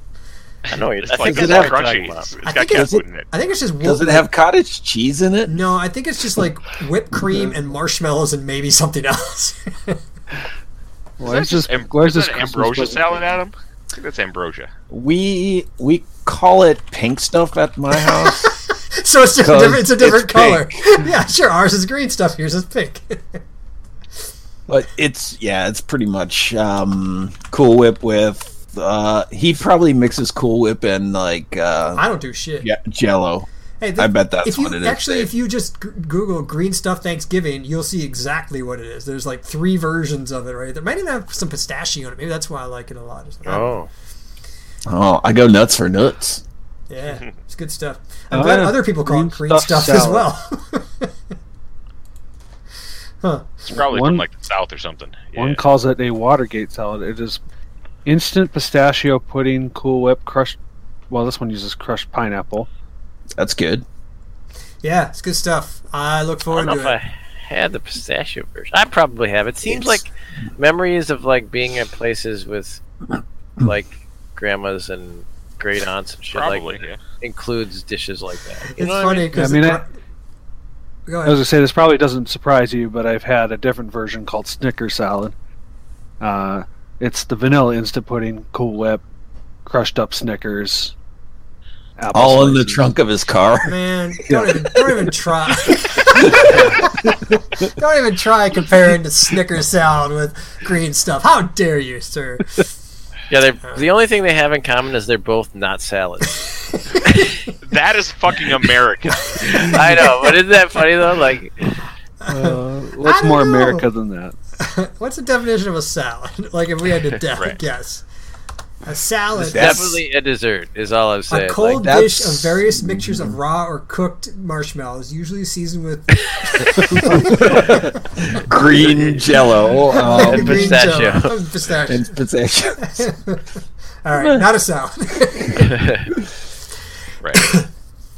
[SPEAKER 4] [laughs]
[SPEAKER 3] I know you're
[SPEAKER 2] It's
[SPEAKER 3] I
[SPEAKER 2] like
[SPEAKER 3] think
[SPEAKER 2] it's
[SPEAKER 3] I know what you're
[SPEAKER 2] crunchy.
[SPEAKER 3] talking
[SPEAKER 2] It's,
[SPEAKER 3] about.
[SPEAKER 2] it's
[SPEAKER 4] I
[SPEAKER 2] got cat
[SPEAKER 4] think it's-
[SPEAKER 2] food in it.
[SPEAKER 4] I think it's just
[SPEAKER 5] Does it have cottage cheese in it?
[SPEAKER 4] no. I think it's just like whipped cream and marshmallows and maybe something else. [laughs]
[SPEAKER 2] Is
[SPEAKER 6] Where's this?
[SPEAKER 2] that am-
[SPEAKER 6] Where's
[SPEAKER 2] isn't
[SPEAKER 6] this
[SPEAKER 2] that
[SPEAKER 6] Christmas
[SPEAKER 2] ambrosia
[SPEAKER 6] present?
[SPEAKER 2] salad, Adam? I think that's ambrosia.
[SPEAKER 5] We we call it pink stuff at
[SPEAKER 2] [laughs]
[SPEAKER 5] my house.
[SPEAKER 4] So it's just a
[SPEAKER 5] [laughs] 'Cause
[SPEAKER 4] different, it's a different
[SPEAKER 5] it's
[SPEAKER 4] color. [laughs] yeah, sure. Ours is green stuff. Yours is pink. [laughs]
[SPEAKER 5] But it's yeah, it's pretty much um, Cool Whip with. Uh, he probably mixes Cool Whip and like uh,
[SPEAKER 4] I don't do shit.
[SPEAKER 5] j- Jello.
[SPEAKER 4] Hey,
[SPEAKER 5] I bet that's
[SPEAKER 4] if you,
[SPEAKER 5] what it is,
[SPEAKER 4] Actually,
[SPEAKER 5] Dave.
[SPEAKER 4] if you just g- Google green stuff Thanksgiving, you'll see exactly what it is. There's like three versions of it, right? There might even have some pistachio in it. Maybe that's why I like it a lot. or something.
[SPEAKER 3] Oh,
[SPEAKER 5] Oh, I go nuts for nuts.
[SPEAKER 4] Yeah,
[SPEAKER 3] [laughs]
[SPEAKER 4] it's good stuff. I'm
[SPEAKER 6] Oh,
[SPEAKER 4] glad
[SPEAKER 6] yeah.
[SPEAKER 4] other people call
[SPEAKER 6] Green
[SPEAKER 4] it green stuff,
[SPEAKER 6] stuff
[SPEAKER 4] as
[SPEAKER 6] salad.
[SPEAKER 4] well. [laughs]
[SPEAKER 2] It's probably
[SPEAKER 6] One-
[SPEAKER 2] from like the south or something. Yeah.
[SPEAKER 6] One calls it a Watergate salad. It is instant pistachio pudding, Cool Whip, crushed. Well, this one uses crushed pineapple.
[SPEAKER 5] That's good.
[SPEAKER 4] yeah, it's good stuff. I
[SPEAKER 3] I
[SPEAKER 4] look
[SPEAKER 3] don't
[SPEAKER 4] forward
[SPEAKER 3] know
[SPEAKER 4] to
[SPEAKER 3] if I
[SPEAKER 4] it.
[SPEAKER 3] had the pistachio version. I probably have. It seems
[SPEAKER 5] It's-
[SPEAKER 3] like memories of like being at places with like grandmas and great aunts and shit
[SPEAKER 2] probably.
[SPEAKER 3] like
[SPEAKER 2] yeah.
[SPEAKER 3] includes dishes like that.
[SPEAKER 4] It's funny
[SPEAKER 6] I
[SPEAKER 4] because
[SPEAKER 6] mean, I,
[SPEAKER 4] go
[SPEAKER 6] I was
[SPEAKER 4] ahead.
[SPEAKER 6] gonna say this probably doesn't surprise you, but I've had a different version called Snicker salad. Uh, it's the vanilla instant pudding, Cool Whip, crushed up Snickers, apple
[SPEAKER 5] All in the
[SPEAKER 6] slices.
[SPEAKER 5] trunk of his car. [laughs]
[SPEAKER 2] [laughs]
[SPEAKER 4] Man, don't even don't even try. don't even try comparing the Snickers salad with green stuff. How dare you, sir? [laughs]
[SPEAKER 3] Yeah,
[SPEAKER 4] Uh-huh.
[SPEAKER 3] they're, the only thing they have in common is they're both not salads.
[SPEAKER 2] That is fucking American.
[SPEAKER 3] I know, but isn't that funny though? Like,
[SPEAKER 4] [laughs]
[SPEAKER 6] Uh,
[SPEAKER 4] I
[SPEAKER 6] what's
[SPEAKER 4] don't
[SPEAKER 6] more
[SPEAKER 4] know.
[SPEAKER 6] America than that?
[SPEAKER 4] What's the definition of a salad? [laughs] Like if
[SPEAKER 2] [laughs]
[SPEAKER 4] we had to de-
[SPEAKER 2] Right.
[SPEAKER 4] guess, a salad.
[SPEAKER 5] That's-
[SPEAKER 3] definitely a dessert is all I'm
[SPEAKER 4] a
[SPEAKER 3] saying.
[SPEAKER 4] cold
[SPEAKER 5] that's-
[SPEAKER 4] dish of various mixtures of raw or cooked marshmallows, usually seasoned with
[SPEAKER 5] Green
[SPEAKER 2] [laughs]
[SPEAKER 5] Jello um,
[SPEAKER 3] And
[SPEAKER 4] green
[SPEAKER 3] pistachio.
[SPEAKER 4] jello. Pistachio.
[SPEAKER 5] and pistachio.
[SPEAKER 4] [laughs] All right, not a salad.
[SPEAKER 2] [laughs] right.
[SPEAKER 4] All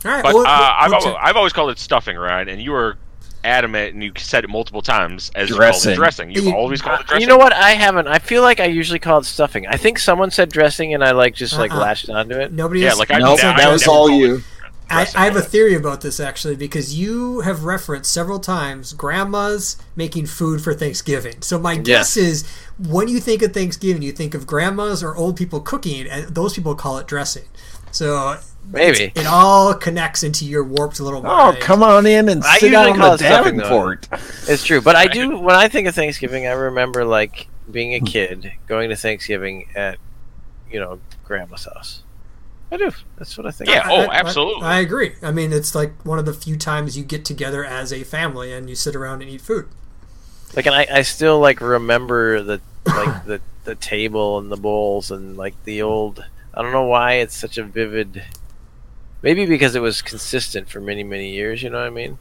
[SPEAKER 4] right.
[SPEAKER 2] But uh,
[SPEAKER 4] well,
[SPEAKER 2] I've,
[SPEAKER 4] we'll
[SPEAKER 2] al-
[SPEAKER 4] check-
[SPEAKER 2] I've always called it stuffing, Ryan, and you were adamant and you said it multiple times as
[SPEAKER 5] Dressing.
[SPEAKER 2] you called it dressing. You've
[SPEAKER 4] You-
[SPEAKER 2] always called it dressing.
[SPEAKER 3] You know what? I haven't. I feel like I usually call it stuffing. I think someone said dressing, and I like just like
[SPEAKER 4] Uh-uh.
[SPEAKER 3] latched onto it.
[SPEAKER 4] Nobody
[SPEAKER 2] Yeah,
[SPEAKER 4] else.
[SPEAKER 2] like, I-
[SPEAKER 5] Nope,
[SPEAKER 2] Yeah,
[SPEAKER 5] that was
[SPEAKER 2] never
[SPEAKER 5] all
[SPEAKER 2] call it
[SPEAKER 5] you.
[SPEAKER 4] I,
[SPEAKER 2] dressing
[SPEAKER 4] I have a
[SPEAKER 2] it.
[SPEAKER 4] theory about this actually because you have referenced several times grandmas making food for Thanksgiving. So my guess is when you think of Thanksgiving, you think of grandmas or old people cooking, and those people call it dressing. So
[SPEAKER 3] Maybe.
[SPEAKER 4] it all connects into your warped little
[SPEAKER 5] Oh,
[SPEAKER 4] mind.
[SPEAKER 5] come on in and
[SPEAKER 3] I
[SPEAKER 5] sit down
[SPEAKER 3] usually
[SPEAKER 5] on
[SPEAKER 3] call
[SPEAKER 5] the
[SPEAKER 3] it stuffing, though.
[SPEAKER 5] Davenport.
[SPEAKER 3] It's true, but I do. When I think of Thanksgiving, I remember like being a kid going to Thanksgiving at, you know, grandma's house. I do. That's what I think.
[SPEAKER 2] Yeah.
[SPEAKER 3] of.
[SPEAKER 2] Oh,
[SPEAKER 4] I- I-
[SPEAKER 2] absolutely.
[SPEAKER 4] I, agree. I mean, it's like one of the few times you get together as a family and you sit around and eat food.
[SPEAKER 3] Like, and I, I still like remember the like the the table and the bowls and like the old. I don't know why it's such a vivid. Maybe because it was consistent for many many years. You know what I mean?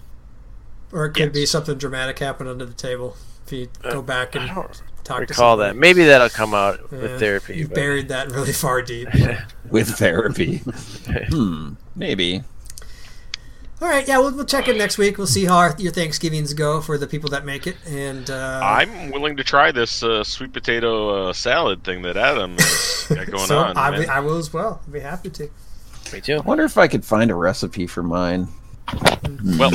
[SPEAKER 4] Or it could be
[SPEAKER 2] Yes.
[SPEAKER 4] something dramatic happened under the table. If you go back and
[SPEAKER 3] Uh, I don't
[SPEAKER 4] talk to
[SPEAKER 3] recall
[SPEAKER 4] somebody.
[SPEAKER 3] that. Maybe that'll come out
[SPEAKER 4] Yeah,
[SPEAKER 3] with therapy.
[SPEAKER 4] You
[SPEAKER 3] but- [laughs]
[SPEAKER 4] buried that really far deep.
[SPEAKER 5] with therapy. hmm, maybe.
[SPEAKER 4] All right, yeah, we'll, we'll check in next week. We'll see how our, your Thanksgivings go for the people that make it. And uh,
[SPEAKER 2] I'm willing to try this uh, sweet potato uh, salad thing that Adam has
[SPEAKER 6] [laughs]
[SPEAKER 2] got going
[SPEAKER 4] so
[SPEAKER 2] on.
[SPEAKER 4] I,
[SPEAKER 2] man.
[SPEAKER 4] will- I will as well. I'll be happy to.
[SPEAKER 3] Me too.
[SPEAKER 5] I wonder if I could find a recipe for mine.
[SPEAKER 6] [laughs]
[SPEAKER 2] well,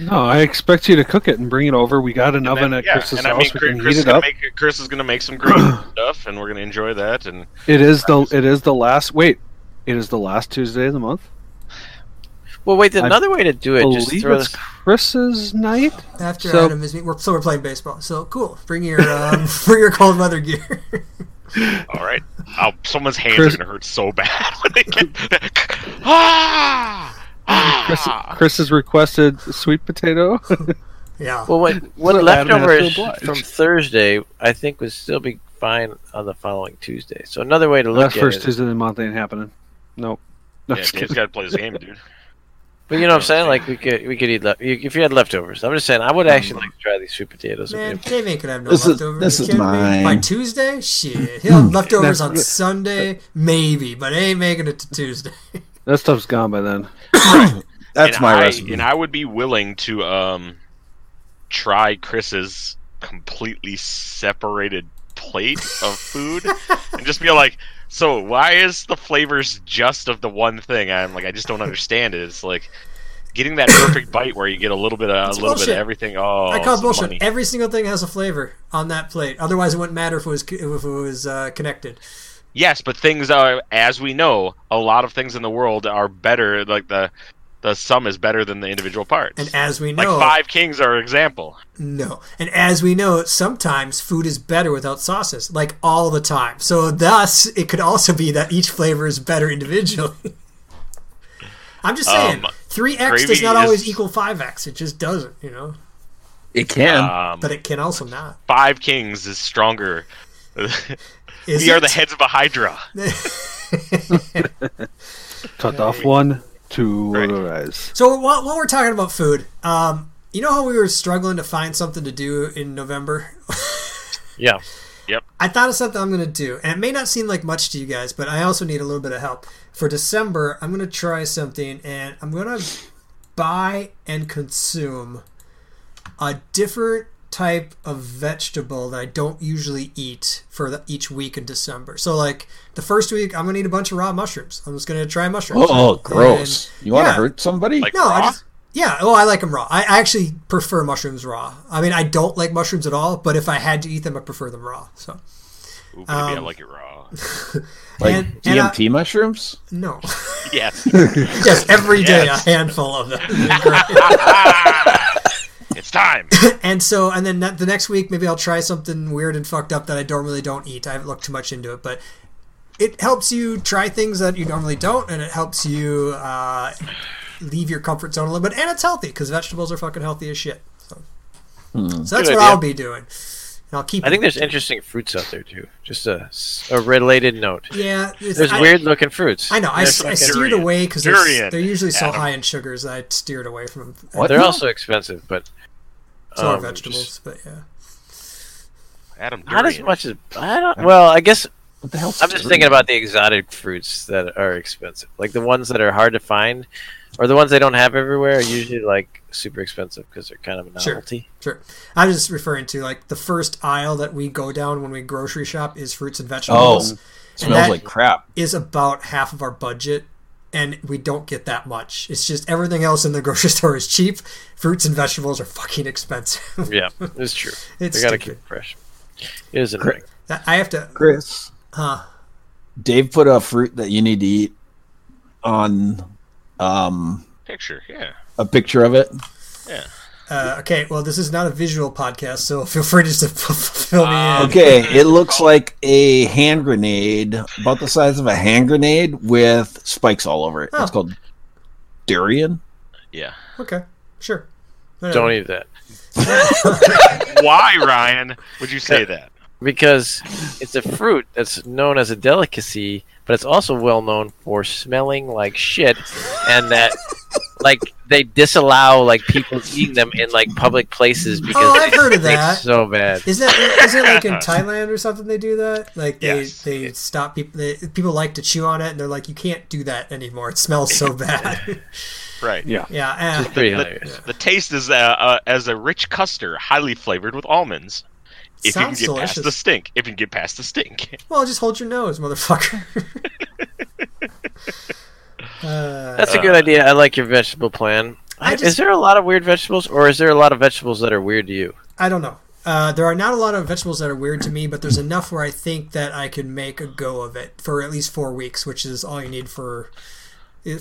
[SPEAKER 6] No, I expect you to cook it and bring it over. We got an oven
[SPEAKER 2] then,
[SPEAKER 6] at
[SPEAKER 2] yeah,
[SPEAKER 6] Chris's
[SPEAKER 2] and I
[SPEAKER 6] house.
[SPEAKER 2] mean,
[SPEAKER 6] we
[SPEAKER 2] Chris,
[SPEAKER 6] can
[SPEAKER 2] Chris
[SPEAKER 6] heat
[SPEAKER 2] is
[SPEAKER 6] it
[SPEAKER 2] gonna
[SPEAKER 6] up.
[SPEAKER 2] make Chris is gonna make some
[SPEAKER 6] [clears throat]
[SPEAKER 2] great stuff, and we're gonna enjoy that. And
[SPEAKER 6] It is the it is the last. Wait, it is the last Tuesday of the month.
[SPEAKER 3] Well, wait.
[SPEAKER 6] I
[SPEAKER 3] Another way to do it, just
[SPEAKER 6] Believe
[SPEAKER 3] throw
[SPEAKER 6] it's
[SPEAKER 3] this
[SPEAKER 6] Chris's night.
[SPEAKER 4] After
[SPEAKER 6] So-
[SPEAKER 4] Adam is me, we're, so we're playing baseball. So cool. Bring your um, [laughs] bring your cold weather gear. [laughs]
[SPEAKER 2] all right, I'll, someone's hands
[SPEAKER 6] Chris-
[SPEAKER 2] are gonna hurt so [laughs] bad when they get. [laughs] ah!
[SPEAKER 6] Chris,
[SPEAKER 2] Ah!
[SPEAKER 6] Chris has requested sweet potato.
[SPEAKER 4] yeah.
[SPEAKER 3] Well, what what
[SPEAKER 6] So Adam has to
[SPEAKER 3] leftovers
[SPEAKER 6] oblige.
[SPEAKER 3] from Thursday, I think, would still be fine on the following Tuesday. So another way to look
[SPEAKER 6] [laughs] Last
[SPEAKER 3] at
[SPEAKER 6] first
[SPEAKER 3] it,
[SPEAKER 6] Tuesday of the month ain't happening. Nope. No,
[SPEAKER 2] Yeah,
[SPEAKER 6] just
[SPEAKER 2] Dave's
[SPEAKER 6] kidding.
[SPEAKER 2] got to play this game, dude.
[SPEAKER 3] but you know what I'm saying? Like we could we could eat le- you- if you had leftovers. I'm just saying I would actually like to try these sweet potatoes.
[SPEAKER 4] Man,
[SPEAKER 3] If you-
[SPEAKER 4] Dave ain't gonna have no
[SPEAKER 5] This is-
[SPEAKER 4] leftovers.
[SPEAKER 5] this
[SPEAKER 4] You
[SPEAKER 5] is
[SPEAKER 4] kidding me?
[SPEAKER 5] mine.
[SPEAKER 4] By Tuesday,
[SPEAKER 5] [laughs]
[SPEAKER 4] shit, he'll have leftovers on
[SPEAKER 6] That's-
[SPEAKER 4] Sunday, maybe, but ain't making it to Tuesday. [laughs]
[SPEAKER 6] that stuff's gone by then.
[SPEAKER 5] That's
[SPEAKER 2] and
[SPEAKER 5] my
[SPEAKER 2] I,
[SPEAKER 5] recipe.
[SPEAKER 2] And I would be willing to um, try Chris's completely separated plate of
[SPEAKER 4] [laughs]
[SPEAKER 2] food and just be like, so why is the flavors just of the one thing? I'm like, I just don't understand it. It's like getting that
[SPEAKER 4] [coughs]
[SPEAKER 2] perfect bite where you get a little bit of
[SPEAKER 4] It's
[SPEAKER 2] a little bit
[SPEAKER 4] bullshit.
[SPEAKER 2] of everything. Oh,
[SPEAKER 4] I call
[SPEAKER 2] it's
[SPEAKER 4] bullshit.
[SPEAKER 2] money.
[SPEAKER 4] Every single thing has a flavor on that plate. Otherwise, it wouldn't matter if it was if it was uh, connected.
[SPEAKER 2] Yes, but things are, as we know, a lot of things in the world are better. Like the the sum is better than the individual parts.
[SPEAKER 4] And as we
[SPEAKER 2] like
[SPEAKER 4] know,
[SPEAKER 2] Five Kings are an example.
[SPEAKER 4] No. And as we know, sometimes food is better without sauces, like all the time. So thus, it could also be that each flavor is better individually. [laughs] I'm just saying,
[SPEAKER 2] Um,
[SPEAKER 4] 3x does
[SPEAKER 2] gravy
[SPEAKER 4] not always
[SPEAKER 2] is-
[SPEAKER 4] equal 5x. It just doesn't, you know?
[SPEAKER 5] it can.
[SPEAKER 3] uh,
[SPEAKER 2] Um,
[SPEAKER 4] But it can also not.
[SPEAKER 2] Five Kings is stronger.
[SPEAKER 4] Is
[SPEAKER 2] we are
[SPEAKER 4] it?
[SPEAKER 2] the heads of a Hydra.
[SPEAKER 6] Cut off one, two
[SPEAKER 2] Right.
[SPEAKER 6] rise.
[SPEAKER 4] [laughs] So while, while we're talking about food, um, you know how we were struggling to find something to do in November?
[SPEAKER 3] yeah,
[SPEAKER 4] I thought of something I'm going to do, and it may not seem like much to you guys, but I also need a little bit of help. For December, I'm going to try something, and I'm going to buy and consume a different type of vegetable that I don't usually eat for the, each week in December. So, like, the first week, I'm going to eat a bunch of raw mushrooms. I'm just going to try mushrooms.
[SPEAKER 5] oh, gross.
[SPEAKER 4] And-
[SPEAKER 5] You want to
[SPEAKER 4] yeah.
[SPEAKER 5] hurt somebody?
[SPEAKER 2] Like
[SPEAKER 4] No, I
[SPEAKER 2] raw?
[SPEAKER 4] just yeah. Well, I like them raw. I, I actually prefer mushrooms raw. I mean, I don't like mushrooms at all, but if I had to eat them, I prefer them raw. So
[SPEAKER 2] Ooh, baby,
[SPEAKER 4] Um,
[SPEAKER 2] I like it raw.
[SPEAKER 5] like
[SPEAKER 4] and- and
[SPEAKER 5] DMT mushrooms?
[SPEAKER 4] no.
[SPEAKER 2] yes.
[SPEAKER 4] Yes, every day
[SPEAKER 2] Yes.
[SPEAKER 4] a handful of them.
[SPEAKER 3] [laughs]
[SPEAKER 2] it's
[SPEAKER 4] [laughs]
[SPEAKER 2] time.
[SPEAKER 4] and so, and then that- the next week, maybe I'll try something weird and fucked up that I normally don't eat. I haven't looked too much into it, but it helps you try things that you normally don't, and it helps you uh, leave your comfort zone a little bit. And it's healthy because vegetables are fucking healthy as shit. So, so that's
[SPEAKER 3] Good
[SPEAKER 4] what
[SPEAKER 3] idea.
[SPEAKER 4] I'll be doing. And I'll keep.
[SPEAKER 3] I think there's interesting fruits out there too. Just a s- a related note.
[SPEAKER 4] yeah. it's-
[SPEAKER 3] There's
[SPEAKER 4] I-
[SPEAKER 3] weird looking fruits.
[SPEAKER 4] I know. I,
[SPEAKER 3] They're
[SPEAKER 4] s- I
[SPEAKER 3] fucking-
[SPEAKER 4] steered
[SPEAKER 2] Durian.
[SPEAKER 4] away because
[SPEAKER 2] Durian,
[SPEAKER 4] they're, they're usually so
[SPEAKER 2] Adam.
[SPEAKER 4] high in sugars that I steered away from them.
[SPEAKER 5] What?
[SPEAKER 3] They're
[SPEAKER 5] No.
[SPEAKER 3] also expensive, but
[SPEAKER 4] So are
[SPEAKER 3] um,
[SPEAKER 4] vegetables,
[SPEAKER 3] just
[SPEAKER 4] but yeah.
[SPEAKER 2] Adam
[SPEAKER 3] Not as
[SPEAKER 2] Durian.
[SPEAKER 3] much as I don't. Well, I guess
[SPEAKER 5] What the hell?
[SPEAKER 3] I'm just thinking about the exotic fruits that are expensive, like the ones that are hard to find, or the ones they don't have everywhere are usually like super expensive because they're kind of a
[SPEAKER 4] Sure.
[SPEAKER 3] novelty.
[SPEAKER 4] Sure. I was just referring to like the first aisle that we go down when we grocery shop is fruits and
[SPEAKER 5] Oh,
[SPEAKER 4] vegetables. and
[SPEAKER 5] smells
[SPEAKER 4] that
[SPEAKER 5] like crap.
[SPEAKER 4] is about half of our budget, and we don't get that much. It's just everything else in the [laughs] grocery store is cheap. Fruits and vegetables are fucking expensive. [laughs]
[SPEAKER 3] Yeah, it's true.
[SPEAKER 4] It's
[SPEAKER 3] they gotta
[SPEAKER 4] stupid.
[SPEAKER 3] keep it fresh. It is annoying.
[SPEAKER 4] That- I have to.
[SPEAKER 5] Chris,
[SPEAKER 4] Huh.
[SPEAKER 5] Dave put a fruit that you need to eat on um,
[SPEAKER 2] Picture, yeah.
[SPEAKER 5] a picture of it.
[SPEAKER 4] Uh, okay, well, this is not a visual podcast, so [laughs] feel free just [laughs] to fill me in.
[SPEAKER 5] Ah, Okay, it looks like a hand grenade, about the size of a hand grenade with spikes all over it. It's
[SPEAKER 4] Oh.
[SPEAKER 5] called durian.
[SPEAKER 2] Yeah.
[SPEAKER 4] Okay, sure.
[SPEAKER 3] Don't eat that
[SPEAKER 2] Why, Ryan, would you say that?
[SPEAKER 3] because it's a fruit that's known as a delicacy, but it's also well known for smelling like shit, and that like they disallow like people eating them in like public places because
[SPEAKER 4] [laughs] Oh, I've heard of
[SPEAKER 3] it's
[SPEAKER 4] that.
[SPEAKER 3] so bad.
[SPEAKER 4] Is that is it
[SPEAKER 2] [laughs]
[SPEAKER 4] like in Thailand or something? They do that. Like they
[SPEAKER 2] Yes.
[SPEAKER 4] they stop people. They, people like to chew on it, and they're like, you can't do that anymore. It smells
[SPEAKER 2] [laughs]
[SPEAKER 4] so bad.
[SPEAKER 2] Right.
[SPEAKER 6] Yeah.
[SPEAKER 4] yeah. eh.
[SPEAKER 3] Pretty
[SPEAKER 2] The-
[SPEAKER 3] hilarious.
[SPEAKER 2] The taste is uh, uh, as a rich custard, highly flavored with almonds. If
[SPEAKER 4] Sounds
[SPEAKER 2] you can get
[SPEAKER 4] delicious.
[SPEAKER 2] past the stink, if you can get past the stink,
[SPEAKER 4] Well, just hold your nose, motherfucker. [laughs] uh,
[SPEAKER 3] That's a good idea. I like your vegetable plan.
[SPEAKER 4] I
[SPEAKER 3] is
[SPEAKER 4] just-
[SPEAKER 3] there a lot of weird vegetables, or is there a lot of vegetables that are weird to you?
[SPEAKER 4] I don't know. Uh, there are not a lot of vegetables that are weird to me, but there's enough where I think that I can make a go of it for at least four weeks, which is all you need for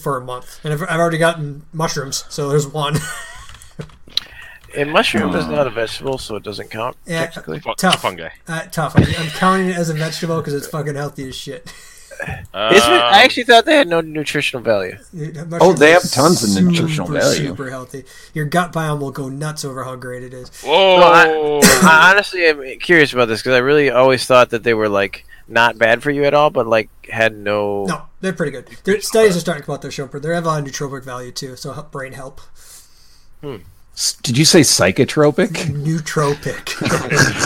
[SPEAKER 4] for a month. And I've, I've already gotten mushrooms, so there's one. [laughs]
[SPEAKER 3] A mushroom is not a vegetable, so it doesn't count.
[SPEAKER 4] Yeah.
[SPEAKER 3] Technically,
[SPEAKER 2] fu-
[SPEAKER 4] Tough.
[SPEAKER 2] fungi.
[SPEAKER 4] Uh, tough. I'm, I'm counting it as a vegetable because it's fucking healthy as shit. [laughs]
[SPEAKER 3] Isn't it- I
[SPEAKER 2] Um,
[SPEAKER 3] actually thought they had no nutritional value.
[SPEAKER 4] Mushrooms
[SPEAKER 5] Oh, they
[SPEAKER 4] are
[SPEAKER 5] have tons of nutritional
[SPEAKER 4] super,
[SPEAKER 5] value.
[SPEAKER 4] Super healthy. Your gut biome will go nuts over how great it is.
[SPEAKER 2] Whoa!
[SPEAKER 3] I honestly am curious about this because I really always thought that they were like not bad for you at all, but like had no.
[SPEAKER 2] Oh.
[SPEAKER 4] No, they're pretty good. Their studies are starting to come out there, Chopper. They have a lot of nootropic value too, so help, brain
[SPEAKER 2] [laughs]
[SPEAKER 4] help.
[SPEAKER 5] S- Did you say psychotropic?
[SPEAKER 2] [laughs]
[SPEAKER 4] Nootropic.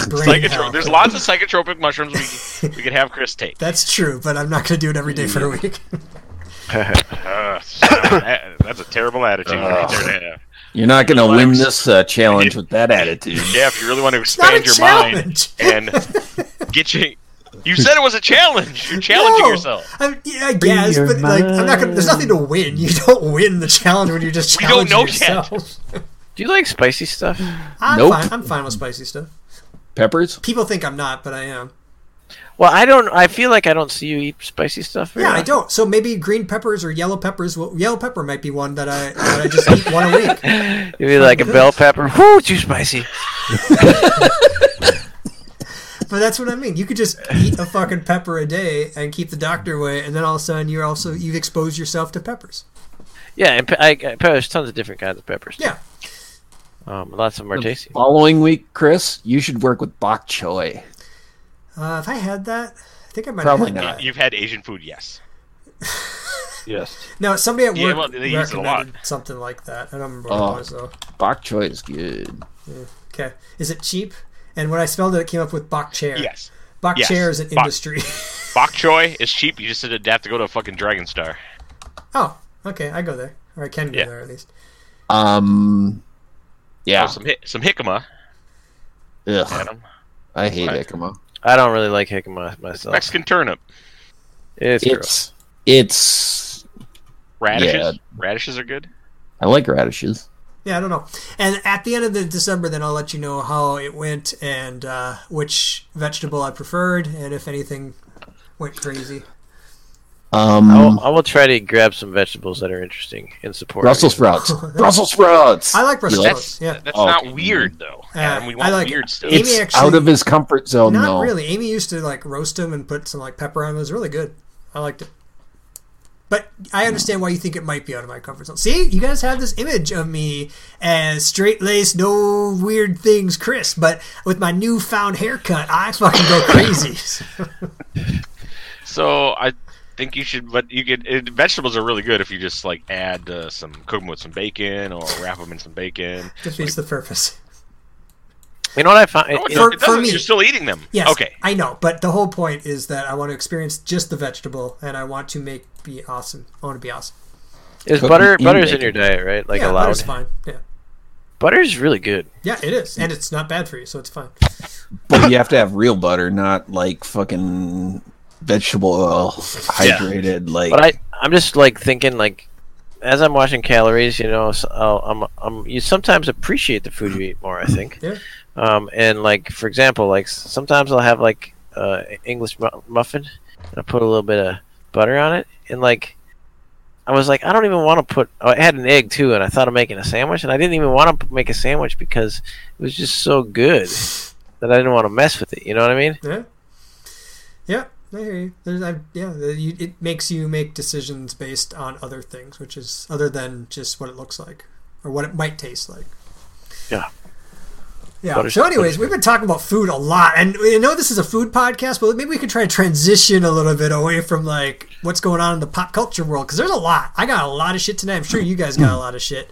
[SPEAKER 4] brain
[SPEAKER 2] Psychotro-
[SPEAKER 4] help.
[SPEAKER 2] There's lots of psychotropic mushrooms
[SPEAKER 4] [laughs]
[SPEAKER 2] we, we could have Chris take.
[SPEAKER 4] That's true, but I'm not going to do it every day for a week. [laughs]
[SPEAKER 2] Uh, so that- that's a terrible attitude. right there to have.
[SPEAKER 5] You're not going to win this uh, challenge with that attitude.
[SPEAKER 2] Yeah, if you really want to
[SPEAKER 4] not a
[SPEAKER 2] expand your mind
[SPEAKER 4] challenge.
[SPEAKER 2] and get you. You said it was a challenge. You're challenging
[SPEAKER 4] No.
[SPEAKER 2] yourself.
[SPEAKER 4] [laughs] I, yeah, I guess,
[SPEAKER 6] your
[SPEAKER 4] but like, I'm not gonna. There's nothing to win. You don't win the challenge when you're just
[SPEAKER 2] We don't
[SPEAKER 4] challenging
[SPEAKER 2] know yet.
[SPEAKER 4] yourself. [laughs]
[SPEAKER 3] Do you like spicy stuff?
[SPEAKER 4] I'm
[SPEAKER 5] Nope.
[SPEAKER 4] fine. I'm fine with spicy stuff.
[SPEAKER 5] Peppers?
[SPEAKER 4] People think I'm not, but I am.
[SPEAKER 3] Well, I don't. I feel like I don't see you eat spicy stuff. very
[SPEAKER 4] Yeah, I
[SPEAKER 3] often.
[SPEAKER 4] don't. So maybe green peppers or yellow peppers. Well, yellow pepper might be one that I, that I just eat one a
[SPEAKER 5] [laughs]
[SPEAKER 4] week.
[SPEAKER 3] [laughs] You'd be like a bell pepper. Whoo, too spicy.
[SPEAKER 4] But that's what I mean. You could just eat a fucking pepper a day and keep the doctor away, and then all of a sudden you're also you've exposed yourself to peppers.
[SPEAKER 3] Yeah, and pe- I, I, there's tons of different kinds of peppers.
[SPEAKER 4] Yeah.
[SPEAKER 3] Um, lots of them are tasty.
[SPEAKER 5] Following week, Chris, you should work with bok choy.
[SPEAKER 4] Uh, if I had that, I think I might
[SPEAKER 5] Probably
[SPEAKER 4] have
[SPEAKER 5] not.
[SPEAKER 2] You've had Asian food, yes.
[SPEAKER 6] Yes.
[SPEAKER 4] No, somebody at work
[SPEAKER 2] Yeah, well, they use it a lot.
[SPEAKER 4] recommended something like that. I don't remember what
[SPEAKER 5] Oh.
[SPEAKER 4] it was though.
[SPEAKER 5] Bok choy is good.
[SPEAKER 4] Okay, is it cheap? And when I spelled it, it came up with bok chair.
[SPEAKER 2] Yes.
[SPEAKER 4] bok
[SPEAKER 2] Yes.
[SPEAKER 4] chair is an
[SPEAKER 2] Bok-
[SPEAKER 4] industry. [laughs]
[SPEAKER 2] Bok choy is cheap. You just didn't have to go to a fucking Dragon Star.
[SPEAKER 4] oh, okay, I go there, or I can go
[SPEAKER 2] Yeah.
[SPEAKER 4] there at least.
[SPEAKER 5] Um, yeah.
[SPEAKER 2] Oh, some hi- some jicama.
[SPEAKER 5] Ugh,
[SPEAKER 2] Adam.
[SPEAKER 5] I hate jicama.
[SPEAKER 3] I don't really like jicama myself.
[SPEAKER 2] Mexican turnip.
[SPEAKER 3] It's, gross.
[SPEAKER 5] It's it's.
[SPEAKER 2] Radishes.
[SPEAKER 5] Yeah.
[SPEAKER 2] Radishes are good.
[SPEAKER 5] I like radishes.
[SPEAKER 4] Yeah, I don't know. And at the end of the December, then I'll let you know how it went and uh, which vegetable I preferred, and if anything went crazy.
[SPEAKER 5] Um,
[SPEAKER 3] I
[SPEAKER 4] Oh,
[SPEAKER 3] will, I will try to grab some vegetables that are interesting and support.
[SPEAKER 5] Brussels sprouts.
[SPEAKER 4] [laughs]
[SPEAKER 5] Brussels sprouts.
[SPEAKER 4] I like Brussels
[SPEAKER 5] Yes.
[SPEAKER 4] sprouts. Yeah,
[SPEAKER 2] That's
[SPEAKER 5] Oh,
[SPEAKER 2] not
[SPEAKER 5] okay.
[SPEAKER 2] weird though. Adam, we
[SPEAKER 4] I
[SPEAKER 2] want
[SPEAKER 4] like
[SPEAKER 2] weird
[SPEAKER 4] it.
[SPEAKER 2] stuff.
[SPEAKER 4] Amy
[SPEAKER 5] It's
[SPEAKER 4] actually-
[SPEAKER 5] out of his comfort zone.
[SPEAKER 4] not
[SPEAKER 5] though.
[SPEAKER 4] really. Amy used to like roast them and put some like pepper on them. It was really good. I liked it. But I understand why you think it might be out of my comfort zone. See, you guys have this image of me as straight laced, no weird things, Chris. But with my newfound haircut, I fucking go crazy. [laughs]
[SPEAKER 2] So I think you should. But you could. It, vegetables are really good if you just like add uh, some cook them with some bacon or wrap them in some bacon.
[SPEAKER 4] Defeats the purpose.
[SPEAKER 3] You know what I find?
[SPEAKER 2] No, Oh, it,
[SPEAKER 3] you know,
[SPEAKER 2] doesn't-
[SPEAKER 4] For-
[SPEAKER 2] it doesn't.
[SPEAKER 4] for me.
[SPEAKER 2] You're still eating them.
[SPEAKER 4] Yes.
[SPEAKER 2] Okay.
[SPEAKER 4] I know, but the whole point is that I want to experience just the vegetable, and I want to make be awesome. I want to be awesome.
[SPEAKER 3] is
[SPEAKER 5] Cooking
[SPEAKER 3] butter
[SPEAKER 5] and
[SPEAKER 3] butter's in
[SPEAKER 5] baking.
[SPEAKER 3] your diet, right? Like
[SPEAKER 4] yeah,
[SPEAKER 3] allowed.
[SPEAKER 4] butter's fine. Yeah,
[SPEAKER 3] Butter's really good.
[SPEAKER 4] yeah, it is, and it's not bad for you, so it's fine.
[SPEAKER 5] But you have to have real butter, not like fucking vegetable oil hydrated. Like,
[SPEAKER 3] But I, I'm just like thinking, like, as I'm watching calories, you know, so I'll- I'm, I'm, you sometimes appreciate the food you eat more. I think.
[SPEAKER 4] Yeah.
[SPEAKER 3] Um, and like for example, like s- sometimes I'll have like uh English mu- muffin, and I put a little bit of butter on it, and like. I was like, I don't even want to put. Oh, I had an egg too, and I thought of making a sandwich, and I didn't even want to make a sandwich because it was just so good that I didn't want to mess with it. You know what I mean?
[SPEAKER 4] Yeah, yeah, I hear you. There's, I, yeah, the- you, it makes you make decisions based on other things, which is other than just what it looks like or what it might taste like.
[SPEAKER 3] Yeah.
[SPEAKER 4] Yeah.
[SPEAKER 3] Butter's-
[SPEAKER 4] so, anyways,
[SPEAKER 3] butter's-
[SPEAKER 4] we've been talking about food a lot, and we know this is a food podcast, but maybe we could try and transition a little bit away from like what's going on in the pop culture world because there's a lot. I got a lot of shit tonight. I'm sure you guys got a lot of shit.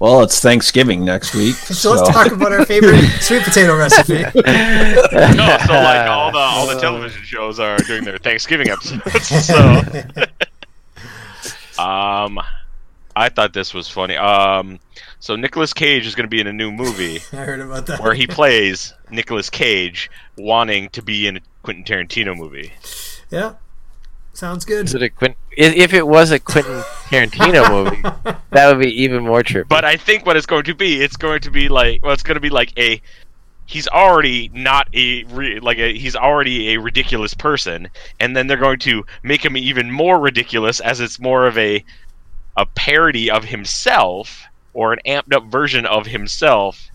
[SPEAKER 5] well, it's Thanksgiving next
[SPEAKER 4] [laughs]
[SPEAKER 5] week.
[SPEAKER 4] So let's talk about our favorite sweet potato recipe.
[SPEAKER 2] No, so like all the all the television shows are doing their Thanksgiving episodes. So, [laughs] um, I thought this was funny. Um, so Nicolas Cage is going to be in a new movie
[SPEAKER 4] I heard about that.
[SPEAKER 2] where he plays Nicolas Cage wanting to be in a Quentin Tarantino movie.
[SPEAKER 4] Yeah. Sounds good.
[SPEAKER 3] Is it a Quentin? If it was a Quentin Tarantino movie, that would be even more trippy.
[SPEAKER 2] But I think what it's going to be, it's going to be like, well, it's going to be like a. He's already not a re, like a, he's already a ridiculous person, and then they're going to make him even more ridiculous as it's more of a a parody of himself or an amped up version of himself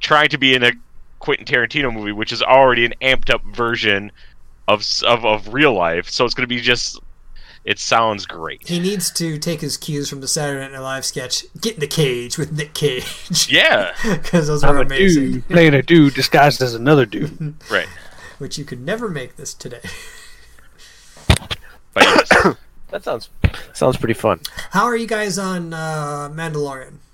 [SPEAKER 2] trying to be in a Quentin Tarantino movie, which is already an amped up version of s- of, of real life. So it's going to be just. It sounds great.
[SPEAKER 4] He needs to take his cues from the Saturday Night Live sketch "Get in the Cage" with Nick Cage [laughs]
[SPEAKER 2] Yeah.
[SPEAKER 4] because those
[SPEAKER 6] I'm
[SPEAKER 4] were
[SPEAKER 6] a
[SPEAKER 4] amazing.
[SPEAKER 6] dude playing a dude disguised as another dude.
[SPEAKER 2] Right.
[SPEAKER 4] Which you could never make this today. [laughs]
[SPEAKER 2] But yes.
[SPEAKER 3] that sounds sounds pretty fun.
[SPEAKER 4] How are you guys on uh, Mandalorian?
[SPEAKER 6] [laughs]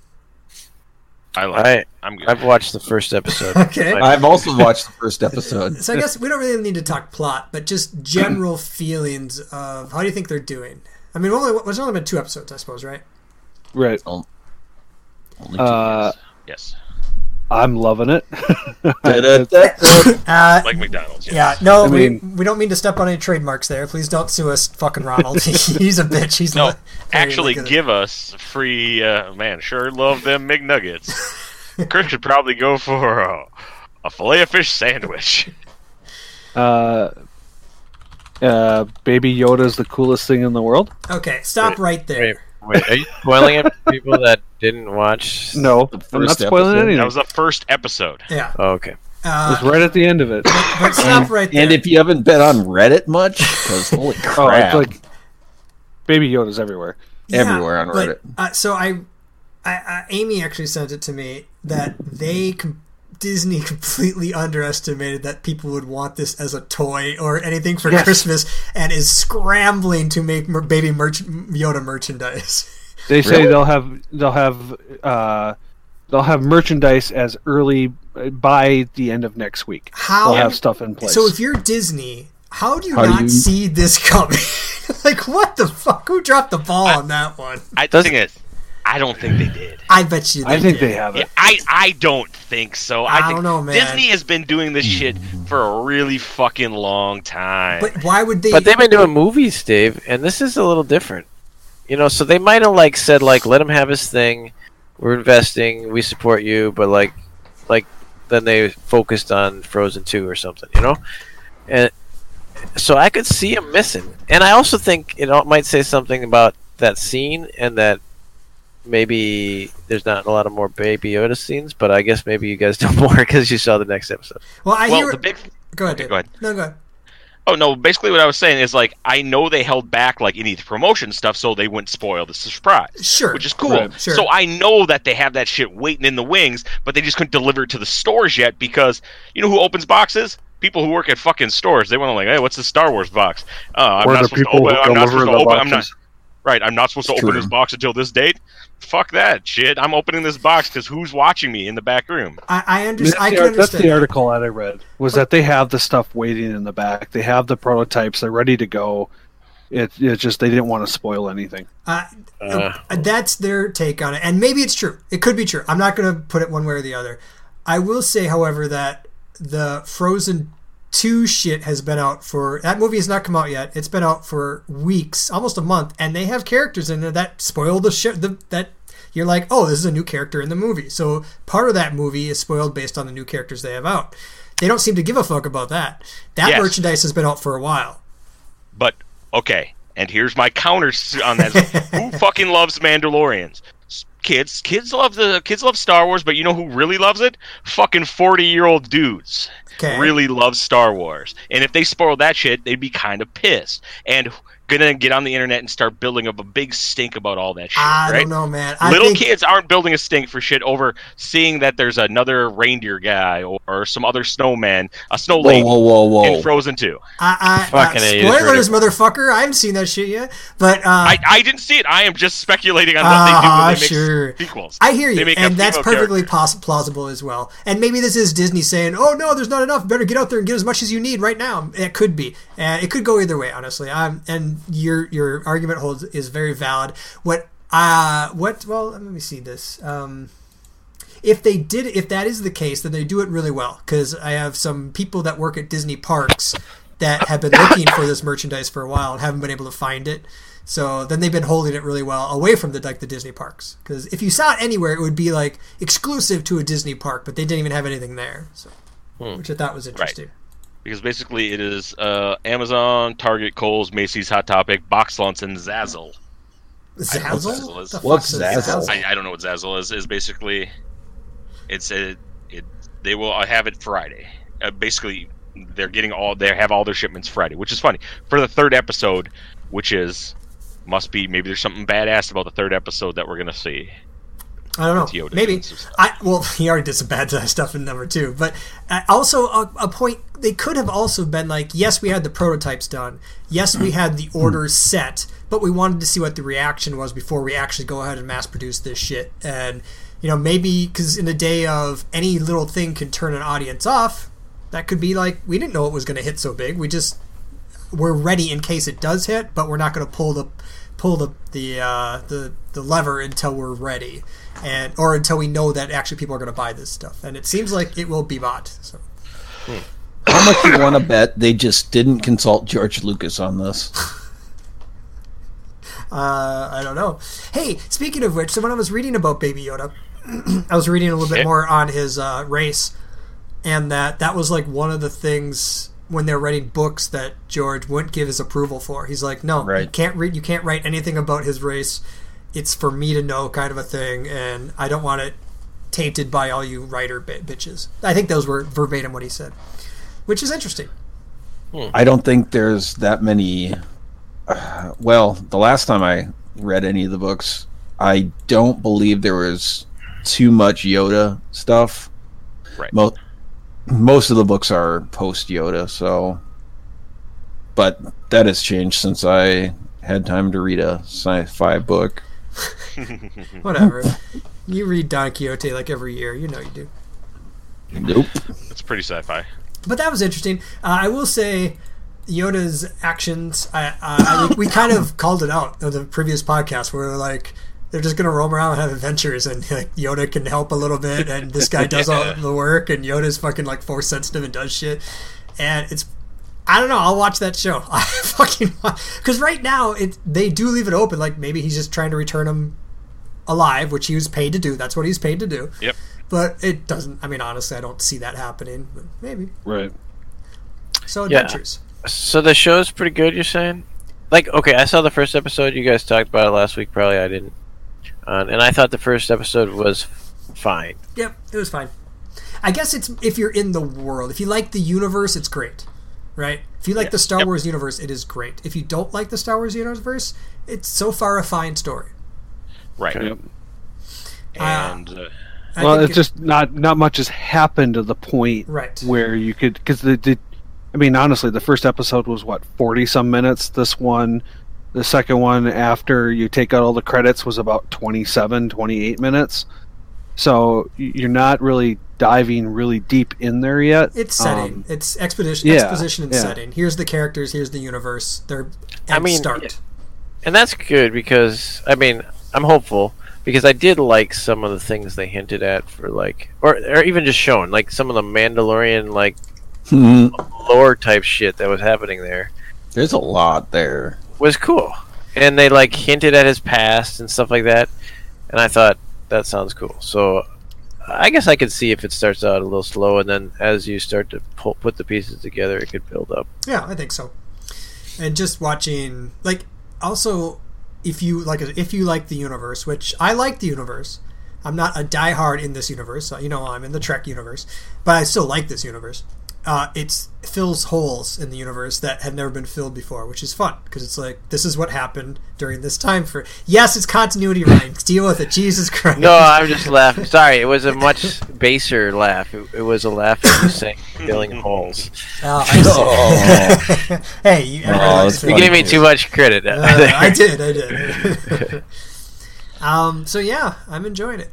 [SPEAKER 2] I like.
[SPEAKER 3] I
[SPEAKER 2] I'm good.
[SPEAKER 3] I've watched the first episode.
[SPEAKER 4] Okay.
[SPEAKER 3] Like,
[SPEAKER 5] [laughs] I've also watched the first episode. [laughs]
[SPEAKER 4] So I guess we don't really need to talk plot, but just general [clears throat] feelings of how do you think they're doing? I mean, only there's only been two episodes, I suppose, right?
[SPEAKER 6] Right.
[SPEAKER 5] Only two
[SPEAKER 6] Uh,
[SPEAKER 2] yes.
[SPEAKER 6] I'm loving it. [laughs]
[SPEAKER 5] [laughs] minutes. Da-da-da-da.
[SPEAKER 4] Uh,
[SPEAKER 2] Like McDonald's. Yes.
[SPEAKER 4] yeah. No,
[SPEAKER 6] I
[SPEAKER 4] we,
[SPEAKER 6] mean-
[SPEAKER 4] we don't mean to step on any trademarks there. Please don't sue us, fucking
[SPEAKER 6] [laughs]
[SPEAKER 4] Ronald. He's a bitch. He's
[SPEAKER 2] No,
[SPEAKER 4] li-
[SPEAKER 2] actually,
[SPEAKER 4] Look at it.
[SPEAKER 2] give us free. Uh, man, sure love them
[SPEAKER 4] [laughs]
[SPEAKER 2] McNuggets. Chris should probably go for a, a fillet of fish sandwich.
[SPEAKER 6] uh, uh, Baby Yoda's the coolest thing in the world.
[SPEAKER 4] Okay, stop right there.
[SPEAKER 3] wait, wait, are you spoiling it for people that didn't watch?
[SPEAKER 6] No, I'm not
[SPEAKER 5] first
[SPEAKER 6] spoiling
[SPEAKER 5] episode.
[SPEAKER 2] That
[SPEAKER 6] anything.
[SPEAKER 2] was the first episode.
[SPEAKER 4] Yeah.
[SPEAKER 3] Oh, okay.
[SPEAKER 4] Uh,
[SPEAKER 6] It's right at the end of it.
[SPEAKER 4] but [laughs] stop right there.
[SPEAKER 5] And if you haven't been on Reddit much, [laughs] because holy
[SPEAKER 6] Oh,
[SPEAKER 5] crap,
[SPEAKER 6] it's like Baby Yoda's everywhere.
[SPEAKER 5] everywhere on
[SPEAKER 4] but,
[SPEAKER 5] Reddit.
[SPEAKER 4] uh, so I, I, I, Amy actually sent it to me that they com- Disney [laughs] completely underestimated that people would want this as a toy or anything for Christmas, and is scrambling to make mer- baby merch- Yoda merchandise.
[SPEAKER 6] They say
[SPEAKER 5] Really?
[SPEAKER 6] they'll have they'll have uh, they'll have merchandise as early uh, by the end of next week.
[SPEAKER 4] How?
[SPEAKER 6] They'll have stuff in place.
[SPEAKER 4] so if you're Disney, how do you
[SPEAKER 5] How do
[SPEAKER 4] not
[SPEAKER 5] you-
[SPEAKER 4] see this coming? [laughs] like what the fuck? Who dropped the ball on that one?
[SPEAKER 2] I
[SPEAKER 3] Does-
[SPEAKER 2] think it's. I don't think they did.
[SPEAKER 4] I bet you. They
[SPEAKER 6] I think
[SPEAKER 4] did.
[SPEAKER 6] they have it.
[SPEAKER 2] Yeah, I, I don't think so. I,
[SPEAKER 4] I
[SPEAKER 2] think
[SPEAKER 4] don't know, man.
[SPEAKER 2] Disney has been doing this shit for a really fucking long time.
[SPEAKER 4] But why would they?
[SPEAKER 3] But they've been doing movies, Dave, and this is a little different. You know, so they might have like said like, let him have his thing. We're investing. We support you, but like, like then they focused on Frozen Two or something. You know, and so I could see him missing. And I also think it all- might say something about that scene and that. Maybe there's not a lot of more Baby Yoda scenes, but I guess maybe you guys [laughs] know more because you saw the next episode.
[SPEAKER 4] well, I
[SPEAKER 2] well,
[SPEAKER 4] hear.
[SPEAKER 2] the big
[SPEAKER 4] go ahead.
[SPEAKER 2] okay,
[SPEAKER 4] Dave.
[SPEAKER 2] go ahead.
[SPEAKER 4] No, go ahead.
[SPEAKER 2] Oh no! Basically, what I was saying is like I know they held back like any of the promotion stuff, so they wouldn't spoil the surprise,
[SPEAKER 4] Sure.
[SPEAKER 2] which is cool.
[SPEAKER 4] Right. Sure.
[SPEAKER 2] So I know that they have that shit waiting in the wings, but they just couldn't deliver it to the stores yet because you know who opens boxes? People who work at fucking stores. They want to like, hey, what's the Star Wars box? Uh, I'm
[SPEAKER 6] Or
[SPEAKER 2] not
[SPEAKER 6] the
[SPEAKER 2] supposed to
[SPEAKER 6] people
[SPEAKER 2] open.
[SPEAKER 6] who
[SPEAKER 2] I'm not
[SPEAKER 6] deliver
[SPEAKER 2] supposed to
[SPEAKER 6] the
[SPEAKER 2] open. I'm not.
[SPEAKER 6] boxes.
[SPEAKER 2] Right, I'm not supposed to open
[SPEAKER 5] True.
[SPEAKER 2] this box until this date. Fuck that shit. I'm opening this box because who's watching me in the back room?
[SPEAKER 4] I, I, under- I
[SPEAKER 6] the
[SPEAKER 4] can
[SPEAKER 6] ar- that's
[SPEAKER 4] understand.
[SPEAKER 6] the article that I read. Was that they have the stuff waiting in the back? They have the prototypes. They're ready to go. It, it's just they didn't want to spoil anything.
[SPEAKER 4] I-
[SPEAKER 3] Uh,
[SPEAKER 4] Uh, that's their take on it and maybe it's true it could be true i'm not going to put it one way or the other i will say however that the frozen 2 shit has been out for that movie has not come out yet it's been out for weeks almost a month and they have characters in there that spoil the shit the, that you're like oh this is a new character in the movie so part of that movie is spoiled based on the new characters they have out they don't seem to give a fuck about that that
[SPEAKER 2] Yes.
[SPEAKER 4] merchandise has been out for a while
[SPEAKER 2] But okay, and here's my counter s- on that:
[SPEAKER 4] [laughs]
[SPEAKER 2] Who fucking loves Mandalorians? S- Kids, kids love the kids love Star Wars, but you know who really loves it? Fucking forty year old dudes
[SPEAKER 4] okay
[SPEAKER 2] really love Star Wars, and if they spoiled that shit, they'd be kind of pissed and gonna get on the internet and start building up a big stink about all that shit.
[SPEAKER 4] i
[SPEAKER 2] right?
[SPEAKER 4] don't know man I
[SPEAKER 2] Little
[SPEAKER 4] think-
[SPEAKER 2] kids aren't building a stink for shit over seeing that there's another reindeer guy or, or some other snowman, a snow
[SPEAKER 5] Whoa,
[SPEAKER 2] lady
[SPEAKER 5] whoa, whoa, whoa!
[SPEAKER 2] in Frozen 2.
[SPEAKER 4] I, I,
[SPEAKER 3] Fucking
[SPEAKER 4] uh,
[SPEAKER 3] idiot,
[SPEAKER 4] spoilers, motherfucker. I haven't seen that shit yet. But uh,
[SPEAKER 2] I,
[SPEAKER 4] I,
[SPEAKER 2] I didn't see it. I am just speculating on what
[SPEAKER 4] Ah,
[SPEAKER 2] they do when they
[SPEAKER 4] sure.
[SPEAKER 2] make sequels.
[SPEAKER 4] hear
[SPEAKER 2] They
[SPEAKER 4] you,
[SPEAKER 2] make a
[SPEAKER 4] and that's
[SPEAKER 2] female
[SPEAKER 4] perfectly
[SPEAKER 2] character.
[SPEAKER 4] poss- plausible as well. And maybe this is Disney saying, "Oh no, there's not enough. Better get out there and get as much as you need right now." It could be, and it could go either way, honestly. Um, and your your argument holds is very valid. What uh what? Well, let me see this. Um, if they did if that is the case then they do it really well because i have some people that work at disney parks that have been looking for this merchandise for a while and haven't been able to find it so then they've been holding it really well away from the like the disney parks because if you saw it anywhere it would be like exclusive to a disney park but they didn't even have anything there so
[SPEAKER 2] Hmm.
[SPEAKER 4] which i thought was interesting
[SPEAKER 2] Because basically it is uh, Amazon, Target, Kohl's, Macy's, Hot Topic, Box Lunch, and Zazzle. Zazzle
[SPEAKER 4] zazzle
[SPEAKER 2] is.
[SPEAKER 4] The fuck's
[SPEAKER 5] What's
[SPEAKER 4] a
[SPEAKER 5] Zazzle?
[SPEAKER 2] I, I don't know what Zazzle is. Is basically, it's a, it. They will have it Friday. Uh, basically, they're getting all they have all their shipments Friday, which is funny for the third episode, which is must be maybe there's something badass about the third episode that we're gonna see.
[SPEAKER 4] I don't know.
[SPEAKER 2] Yoda
[SPEAKER 4] Maybe.
[SPEAKER 2] doing some stuff.
[SPEAKER 4] I well, [laughs] he already did some bad stuff in number two, but uh, also a, a point they could have also been like, yes, we had the prototypes done, yes, we had the orders set, but we wanted to see what the reaction was before we actually go ahead and mass produce this shit. And you know, maybe because in a day of any little thing can turn an audience off, that could be like we didn't know it was going to hit so big. We just we're ready in case it does hit, but we're not going to pull the pull the the, uh, the the lever until we're ready, and or until we know that actually people are going to buy this stuff. And it seems like it will be bought. So
[SPEAKER 5] How much you want to bet they just didn't consult George Lucas on this?
[SPEAKER 4] uh, I don't know. Hey, speaking of which, so when I was reading about Baby Yoda, [clears throat] I was reading a little bit
[SPEAKER 2] Okay.
[SPEAKER 4] more on his uh, race, and that that was like one of the things when they're writing books that George wouldn't give his approval for. He's like, no, you
[SPEAKER 5] Right.
[SPEAKER 4] can't read, you can't write anything about his race. It's for me to know, kind of a thing, and I don't want it tainted by all you writer bi- bitches. I think those were verbatim what he said, which is interesting.
[SPEAKER 5] I don't think there's that many. [sighs] Uh, well, the last time I read any of the books, I don't believe there was too much Yoda stuff.
[SPEAKER 2] Right.
[SPEAKER 5] Most most of the books are post Yoda, so. But that has changed since I had time to read a sci-fi book.
[SPEAKER 4] Whatever. you read Don Quixote like every year, you know you do.
[SPEAKER 5] Nope.
[SPEAKER 2] It's pretty sci-fi.
[SPEAKER 4] but that was interesting. Uh, I will say, Yoda's actions. I, uh, I, I we kind of called it out in the previous podcast where we're like they're just gonna roam around and have adventures, and like Yoda can help a little bit, and this guy does all the work, and Yoda's fucking like force sensitive and does shit, and it's. I don't know. I'll watch that show. [laughs] I fucking because right now it they do leave it open. Like maybe he's just trying to return him alive, which he was paid to do. That's what he's paid to do.
[SPEAKER 2] Yep.
[SPEAKER 4] But it doesn't. I mean, honestly, I don't see that happening. But maybe.
[SPEAKER 6] Right.
[SPEAKER 4] So
[SPEAKER 3] Yeah.
[SPEAKER 4] adventures.
[SPEAKER 3] so the show's pretty good. You're saying? Like, okay, I saw the first episode. You guys talked about it last week. Probably I didn't. Um, and I thought the first episode was fine.
[SPEAKER 4] Yep, it was fine. I guess it's if you're in the world. If you like the universe, it's great, right? If you like the Star
[SPEAKER 2] Yep.
[SPEAKER 4] Wars universe, it is great. If you don't like the Star Wars universe, it's so far a fine story.
[SPEAKER 2] Right.
[SPEAKER 6] Yep.
[SPEAKER 4] Ah.
[SPEAKER 2] And uh,
[SPEAKER 4] I
[SPEAKER 6] well,
[SPEAKER 4] think
[SPEAKER 6] it's just not not much has happened to the point
[SPEAKER 4] right.
[SPEAKER 6] where you could because the, the I mean honestly the first episode was what 40 some minutes this one The second one after you take out all the credits was about 27, 28 minutes. So y- you're not really diving really deep in there yet.
[SPEAKER 4] It's
[SPEAKER 6] Um,
[SPEAKER 4] setting. it's expedition,
[SPEAKER 6] yeah,
[SPEAKER 4] exposition, and
[SPEAKER 6] yeah.
[SPEAKER 4] setting. Here's the characters. Here's the universe. They're
[SPEAKER 3] I
[SPEAKER 4] at
[SPEAKER 3] mean,
[SPEAKER 4] start.
[SPEAKER 3] yeah. And that's good because I mean I'm hopeful because I did like some of the things they hinted at for like or or even just shown like some of the Mandalorian like
[SPEAKER 5] Hmm,
[SPEAKER 3] lore type shit that was happening there
[SPEAKER 5] There's a lot there.
[SPEAKER 3] was cool. And they like hinted at his past and stuff like that and I thought that sounds cool. So I guess I could see if it starts out a little slow and then as you start to pull, put the pieces together it could build up.
[SPEAKER 4] Yeah, I think so. And just watching, like, also, if you like, if you like the universe, which I like the universe, I'm not a diehard in this universe. So, you know, I'm in the Trek universe, but I still like this universe. Uh, it fills holes in the universe that have never been filled before, which is fun because it's like this is what happened during this time. For yes, it's continuity, Ryan. Deal with it, Jesus
[SPEAKER 3] [laughs]
[SPEAKER 4] Christ.
[SPEAKER 3] No, I'm just laughing. Sorry, it was a much baser laugh. It, it was a laugh that was saying filling
[SPEAKER 4] [laughs]
[SPEAKER 3] holes.
[SPEAKER 4] [laughs] Oh, I
[SPEAKER 3] [laughs]
[SPEAKER 4] see. [laughs] hey, you, everybody
[SPEAKER 5] Oh,
[SPEAKER 4] likes
[SPEAKER 5] that's
[SPEAKER 4] to-
[SPEAKER 3] You gave me too much credit. [laughs]
[SPEAKER 4] Uh, I did, I did. um, so yeah, I'm enjoying it.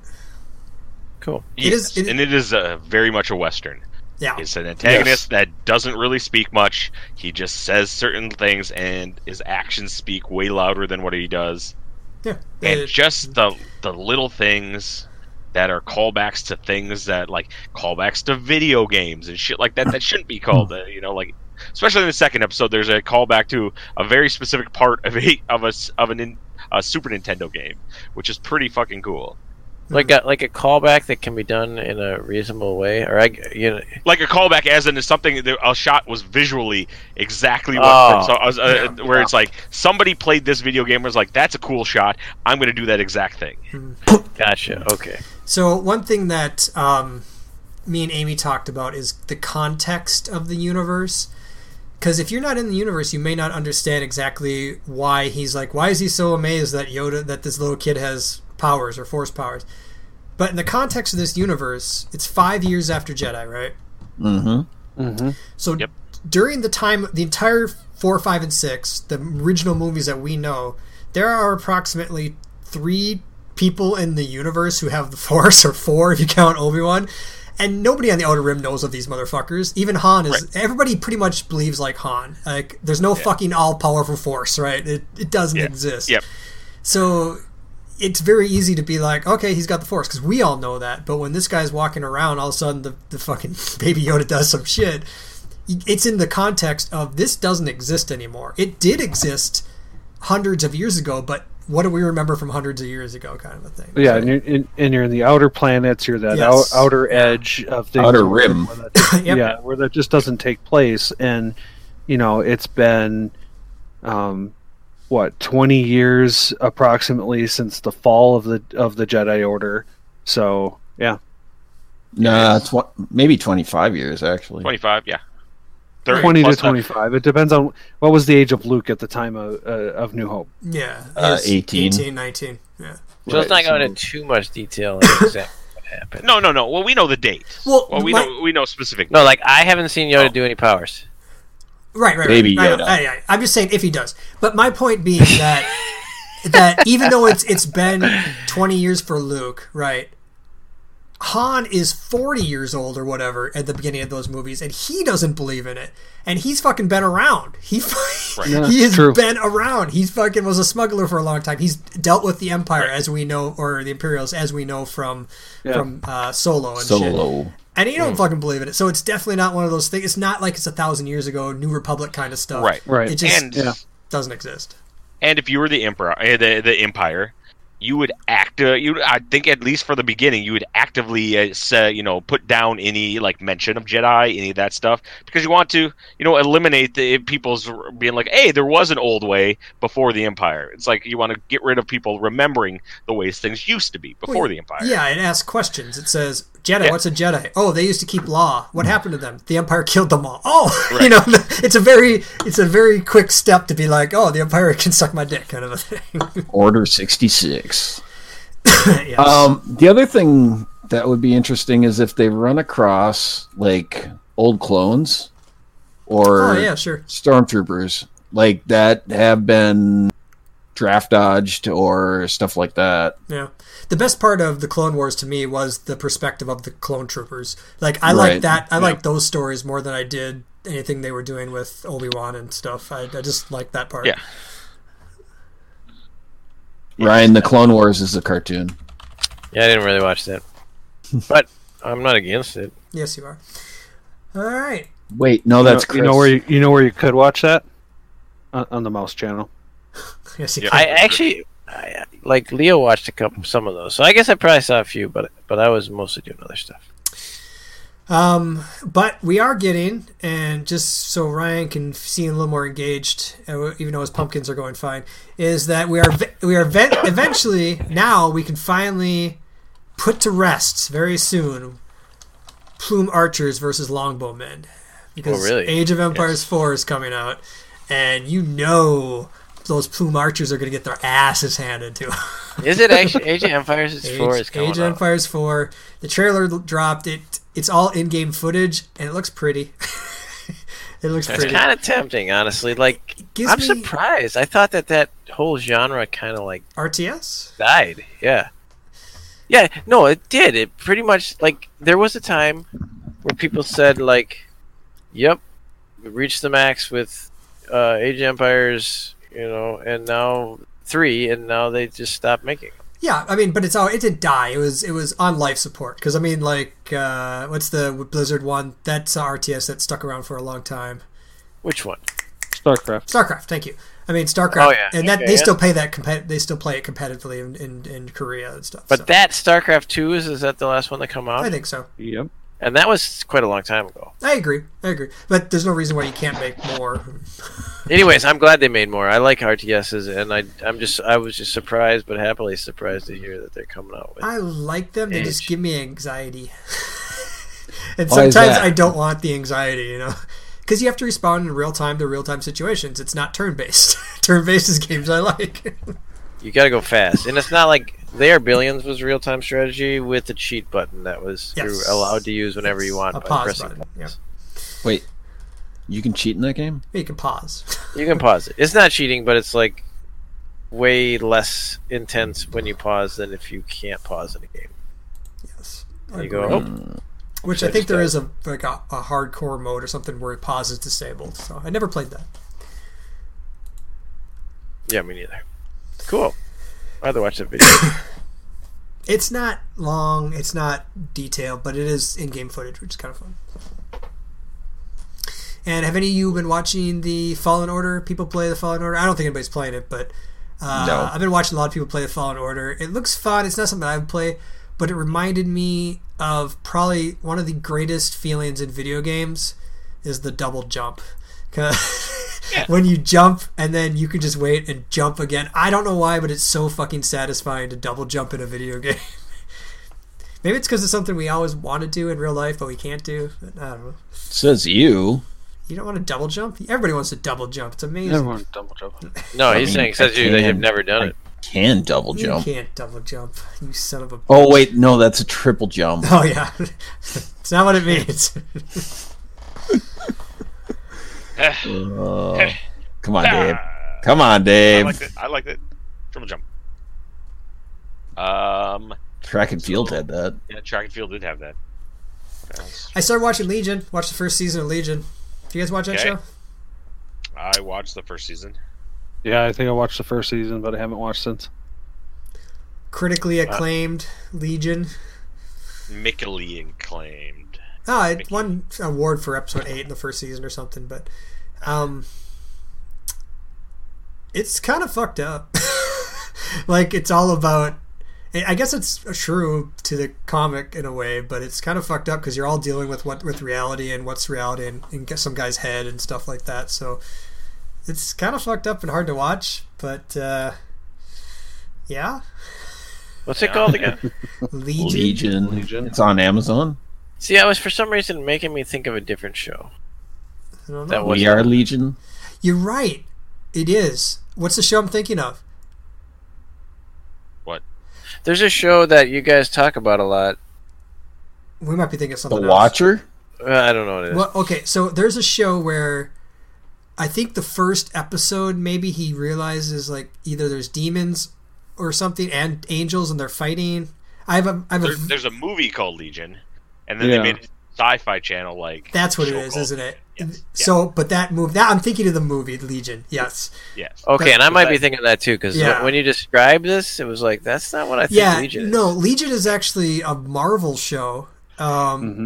[SPEAKER 3] Cool.
[SPEAKER 4] It is-
[SPEAKER 2] Yes,
[SPEAKER 4] it-
[SPEAKER 2] and it is uh, very much a western.
[SPEAKER 4] Yeah,
[SPEAKER 2] It's an antagonist that doesn't really speak much. He just says certain things, and his actions speak way louder than what he does.
[SPEAKER 4] yeah. Uh,
[SPEAKER 2] And
[SPEAKER 4] It-
[SPEAKER 2] just the the little things that are callbacks to things that like callbacks to video games and shit like that that shouldn't be called. Uh, you know, like especially in the second episode, there's a callback to a very specific part of a of a s- of an in, a Super Nintendo game, which is pretty fucking cool.
[SPEAKER 3] Like a like a callback that can be done in a reasonable way, or I you know
[SPEAKER 2] like a callback as in something that a shot was visually exactly what
[SPEAKER 3] Oh.
[SPEAKER 2] so I was, uh, where it's like somebody played this video game and was like that's a cool shot i'm going to do that exact thing
[SPEAKER 3] gotcha. Okay.
[SPEAKER 4] so one thing that um, me and Amy talked about is the context of the universe. Because if you're not in the universe, you may not understand exactly why he's like, why is he so amazed that Yoda, that this little kid has powers or force powers? But in the context of this universe, it's five years after Jedi, right?
[SPEAKER 5] hmm
[SPEAKER 4] So
[SPEAKER 2] Yep.
[SPEAKER 4] during the time, the entire four, five, and six, the original movies that we know, there are approximately three people in the universe who have the [laughs] Force, or four if you count Obi Wan. And nobody on the Outer Rim knows of these motherfuckers. Even Han is. Everybody pretty much believes like Han. Like, there's no fucking all powerful Force, right? It, it doesn't exist.
[SPEAKER 2] Yep.
[SPEAKER 4] So it's very easy to be like, okay, he's got the force because we all know that. But when this guy's walking around, all of a sudden the, the fucking [laughs] baby Yoda does some shit. It's in the context of this doesn't exist anymore. It did exist hundreds of years ago, but what do we remember from hundreds of years ago, kind of a thing.
[SPEAKER 6] Yeah, and you're in, and you're in the outer planets. You're that
[SPEAKER 4] Yes.
[SPEAKER 6] ou- outer edge of things.
[SPEAKER 5] Outer
[SPEAKER 6] where-
[SPEAKER 5] rim.
[SPEAKER 6] where that-
[SPEAKER 4] [laughs] Yep.
[SPEAKER 6] Yeah, where that just doesn't take place, and you know it's been, um, what twenty years approximately since the fall of the of the Jedi Order. So yeah,
[SPEAKER 5] Nah, tw- maybe 25 years actually.
[SPEAKER 2] 25 yeah 30
[SPEAKER 6] twenty to
[SPEAKER 2] plus that.
[SPEAKER 6] twenty five. It depends on what was the age of Luke at the time of uh, of New Hope.
[SPEAKER 4] Yeah.
[SPEAKER 5] Uh,
[SPEAKER 4] Yes,
[SPEAKER 5] 18.
[SPEAKER 4] 18, 19. Yeah.
[SPEAKER 3] So let's not
[SPEAKER 5] Right,
[SPEAKER 3] go
[SPEAKER 5] so-
[SPEAKER 3] into too much detail on exactly what happened.
[SPEAKER 2] no no no well we know the date
[SPEAKER 4] Well,
[SPEAKER 2] well we
[SPEAKER 4] my-
[SPEAKER 2] know we know specific
[SPEAKER 3] No, like I haven't seen
[SPEAKER 4] Oh.
[SPEAKER 3] Yoda do any powers.
[SPEAKER 4] Right, right,
[SPEAKER 5] Baby
[SPEAKER 4] right. I know.
[SPEAKER 5] Yoda.
[SPEAKER 4] I, I, am just saying if he does. But my point
[SPEAKER 5] [laughs]
[SPEAKER 4] being that that even though it's it's been 20 years for Luke, right? Han is 40 years old or whatever at the beginning of those movies, and he doesn't believe in it. And he's fucking been around. He [laughs]
[SPEAKER 6] Yeah,
[SPEAKER 4] he has
[SPEAKER 6] true.
[SPEAKER 4] been around. He's fucking was a smuggler for a long time. He's dealt with the Empire as we know, or the Imperials as we know from from uh, Solo and shit
[SPEAKER 5] Solo.
[SPEAKER 4] and you
[SPEAKER 2] Mm.
[SPEAKER 4] don't fucking believe in it. So it's definitely not one of those things. It's not like it's a thousand years ago, New Republic kind of stuff.
[SPEAKER 2] Right.
[SPEAKER 6] Right.
[SPEAKER 4] It just
[SPEAKER 2] and
[SPEAKER 6] Yeah.
[SPEAKER 4] doesn't exist.
[SPEAKER 2] and if you were the emperor uh, the, the empire you would act uh, you i think at least for the beginning you would actively uh, say, you know put down any like mention of jedi any of that stuff because you want to you know eliminate the people's r- being like hey there was an old way before the empire it's like you want to get rid of people remembering the ways things used to be before the empire
[SPEAKER 4] Yeah, it asks questions. It says, Jedi,
[SPEAKER 2] Yeah. Mm.
[SPEAKER 4] what's a Jedi? Oh, they used to keep law. What happened to them? The Empire killed them all. Oh, [laughs] you know, it's a very, it's a very quick step to be like, oh, the Empire [laughs] can suck my dick, kind of a thing. [laughs]
[SPEAKER 5] Order 66.
[SPEAKER 4] yes.
[SPEAKER 6] Oh,
[SPEAKER 5] Um, the other thing that would be interesting is if they run across like old clones or
[SPEAKER 4] oh yeah, sure.
[SPEAKER 5] stormtroopers like that have been draft dodged or stuff like that.
[SPEAKER 4] Yeah. The best part of the Clone Wars to me was the perspective of the clone troopers. Like I
[SPEAKER 5] Right.
[SPEAKER 4] like that. I
[SPEAKER 5] Yeah.
[SPEAKER 4] like those stories more than I did anything they were doing with Obi Wan and stuff. I, I just like that part.
[SPEAKER 2] Yeah.
[SPEAKER 5] Ryan, the Clone Wars is a cartoon.
[SPEAKER 3] Yeah, I didn't really watch
[SPEAKER 4] [laughs]
[SPEAKER 3] that, but I'm not against it.
[SPEAKER 4] Yes, you are. All right.
[SPEAKER 5] Wait, no, that's
[SPEAKER 6] you know, you know where you, you know where you could watch that on, on the Mouse Channel.
[SPEAKER 4] Yes, you
[SPEAKER 2] Yeah.
[SPEAKER 4] can.
[SPEAKER 3] I actually, I, like Leo, watched a couple, some of those. So I guess I probably saw a few, but but I was mostly doing other stuff.
[SPEAKER 4] Um, but we are getting, and just so Ryan can seem a little more engaged, uh, even though his pumpkins are going fine, is that we are we are ve- eventually now we can finally put to rest very soon. Plume archers versus longbowmen, because
[SPEAKER 3] Oh, really?
[SPEAKER 4] Age of Empires Four is coming out, and you know those plume archers are going to get their asses handed to. 'em.
[SPEAKER 3] Is it actually Age of Empires? It's four.
[SPEAKER 4] Age,
[SPEAKER 3] Is coming
[SPEAKER 4] Age
[SPEAKER 3] out.
[SPEAKER 4] Empires 4. The trailer l- dropped. It it's all in-game footage and it looks pretty. [laughs] it looks
[SPEAKER 3] It's
[SPEAKER 4] pretty.
[SPEAKER 3] kind of tempting, honestly. Like
[SPEAKER 4] Gives
[SPEAKER 3] I'm
[SPEAKER 4] me
[SPEAKER 3] surprised. I thought that that whole genre kind of like
[SPEAKER 4] RTS?
[SPEAKER 3] died. Yeah. Yeah, no, it did. It pretty much like there was a time where people said like, "Yep, we reached the max with uh, Age of Empires," you know, and now three, and now they just stopped making. them.
[SPEAKER 4] Yeah, I mean, but it's all it didn't die. It was it was on life support cuz I mean like uh, what's the Blizzard one? That's uh, a RTS that stuck around for a long time.
[SPEAKER 3] Which one?
[SPEAKER 6] Starcraft.
[SPEAKER 4] StarCraft, thank you. I mean StarCraft
[SPEAKER 3] Oh, yeah.
[SPEAKER 4] and that
[SPEAKER 3] Okay,
[SPEAKER 4] they
[SPEAKER 3] yeah.
[SPEAKER 4] still pay that compet- they still play it competitively in, in, in Korea and stuff.
[SPEAKER 3] But
[SPEAKER 4] so.
[SPEAKER 3] that StarCraft two is is that the last one that come
[SPEAKER 4] I
[SPEAKER 3] out?
[SPEAKER 4] think so.
[SPEAKER 6] Yep.
[SPEAKER 3] And that was quite a long time ago.
[SPEAKER 4] I agree. I agree. But there's no reason why you can't make more
[SPEAKER 3] Anyways, I'm glad they made more. I like RTSs, and I I'm just I was just surprised, but happily surprised to hear that they're coming out with.
[SPEAKER 4] I like them. They just
[SPEAKER 3] Age.
[SPEAKER 4] give me anxiety. [laughs] and
[SPEAKER 5] Why is
[SPEAKER 4] sometimes
[SPEAKER 5] that?
[SPEAKER 4] I don't want the anxiety, you know? Because you have to respond in real time to real time situations. It's not turn [laughs] based. turn based is games I like. [laughs]
[SPEAKER 3] You gotta go fast, and it's not like their billions was real time strategy with the cheat button that was you
[SPEAKER 4] Yes.
[SPEAKER 3] were allowed to use whenever you want
[SPEAKER 4] a
[SPEAKER 3] by
[SPEAKER 4] pause
[SPEAKER 3] pressing.
[SPEAKER 4] button. Yeah.
[SPEAKER 5] Wait, you can cheat in that game?
[SPEAKER 4] You can pause.
[SPEAKER 3] You can pause it. It's not cheating, but it's like way less intense when you pause than if you can't pause in a game.
[SPEAKER 4] yes.
[SPEAKER 3] You go, oh,
[SPEAKER 4] Which
[SPEAKER 3] I
[SPEAKER 4] I think
[SPEAKER 3] just
[SPEAKER 4] there
[SPEAKER 3] died.
[SPEAKER 4] is a like a, a hardcore mode or something where pause is disabled. So I never played that.
[SPEAKER 3] yeah, me neither. Cool. I had to watch that video.
[SPEAKER 4] It's not long, it's not detailed, but it is in game footage, which is kind of fun. And have any of you been watching the Fallen Order? People play the Fallen Order? I don't think anybody's playing it, but uh,
[SPEAKER 5] No.
[SPEAKER 4] I've been watching a lot of people play the Fallen Order. It looks fun. It's not something I would play, but it reminded me of probably one of the greatest feelings in video games is the double jump. 'Cause [laughs] when you jump and then you can just wait and jump again. I don't know why, but it's so fucking satisfying to double jump in a video [laughs] game. Maybe it's because it's something we always want to do in real life, but we can't do. But I don't know.
[SPEAKER 5] Says you.
[SPEAKER 4] You don't want to double jump? Everybody wants to double jump. It's amazing.
[SPEAKER 6] Everyone double jump.
[SPEAKER 3] No,
[SPEAKER 5] I
[SPEAKER 3] he's
[SPEAKER 5] mean,
[SPEAKER 3] saying says
[SPEAKER 5] I
[SPEAKER 3] you they have
[SPEAKER 5] can-
[SPEAKER 3] never done it.
[SPEAKER 5] Can double
[SPEAKER 4] you
[SPEAKER 5] jump.
[SPEAKER 4] can't double jump, you son of a.
[SPEAKER 5] Oh, wait, no, that's a triple
[SPEAKER 3] [laughs]
[SPEAKER 5] jump.
[SPEAKER 4] [laughs] Oh, yeah. [laughs] it's not what it means. [laughs]
[SPEAKER 5] Uh, come on, Dave.
[SPEAKER 3] Ah.
[SPEAKER 5] Come on,
[SPEAKER 2] I
[SPEAKER 5] Dave.
[SPEAKER 2] liked it. I liked it. Triple jump. Um,
[SPEAKER 5] Track and field had that.
[SPEAKER 2] yeah, track and field did have that. That's-
[SPEAKER 4] I started watching Legion. Watched the first season of Legion. Do you guys watch that
[SPEAKER 2] Okay.
[SPEAKER 4] show?
[SPEAKER 2] I watched the first season.
[SPEAKER 6] Yeah, I think I watched the first season, but I haven't watched since.
[SPEAKER 4] Critically acclaimed Legion.
[SPEAKER 2] Mickley acclaimed.
[SPEAKER 4] Oh, it
[SPEAKER 2] Mickey.
[SPEAKER 4] won an award for episode eight in the first season or something, but um, it's kind of fucked up. [laughs] like it's all about. I I guess it's true to the comic in a way, but it's kind of fucked up because you're all dealing with what with reality and what's reality and in some guy's head and stuff like that. So it's kind of fucked up and hard to watch, but uh, yeah,
[SPEAKER 3] What's it called again?
[SPEAKER 5] [laughs]
[SPEAKER 4] Legion.
[SPEAKER 5] Legion.
[SPEAKER 6] Legion.
[SPEAKER 5] It's on Amazon.
[SPEAKER 3] See, I was for some reason making me think of a different show.
[SPEAKER 4] I don't know.
[SPEAKER 3] Oh, That was
[SPEAKER 5] We are Legion.
[SPEAKER 4] You're right. It is. What's the show I'm thinking of?
[SPEAKER 3] There's a show that you guys talk about a lot.
[SPEAKER 4] We might be thinking of
[SPEAKER 5] The
[SPEAKER 4] something else.
[SPEAKER 5] Watcher.
[SPEAKER 3] Uh, I don't know what it is.
[SPEAKER 4] Well, okay, so there's a show where I think the first episode, maybe he realizes like either there's demons or something and angels and they're fighting. I have a, I have a
[SPEAKER 2] There, there's a movie called Legion, and then
[SPEAKER 6] Yeah.
[SPEAKER 2] they made it Sci-Fi Channel like.
[SPEAKER 4] that's what it
[SPEAKER 2] show
[SPEAKER 4] is,
[SPEAKER 2] called-
[SPEAKER 4] isn't it?
[SPEAKER 2] Yes. Yeah.
[SPEAKER 4] So, but that move, that I'm thinking of the movie Legion. Yes,
[SPEAKER 2] yes.
[SPEAKER 3] Okay,
[SPEAKER 4] That-
[SPEAKER 3] and I might be thinking of that too because
[SPEAKER 4] Yeah.
[SPEAKER 3] when you describe this, it was like that's not what I think
[SPEAKER 4] yeah,
[SPEAKER 3] Legion is.
[SPEAKER 4] no, Legion is actually a Marvel show.
[SPEAKER 3] Mm-hmm.
[SPEAKER 4] Um,
[SPEAKER 6] Mhm.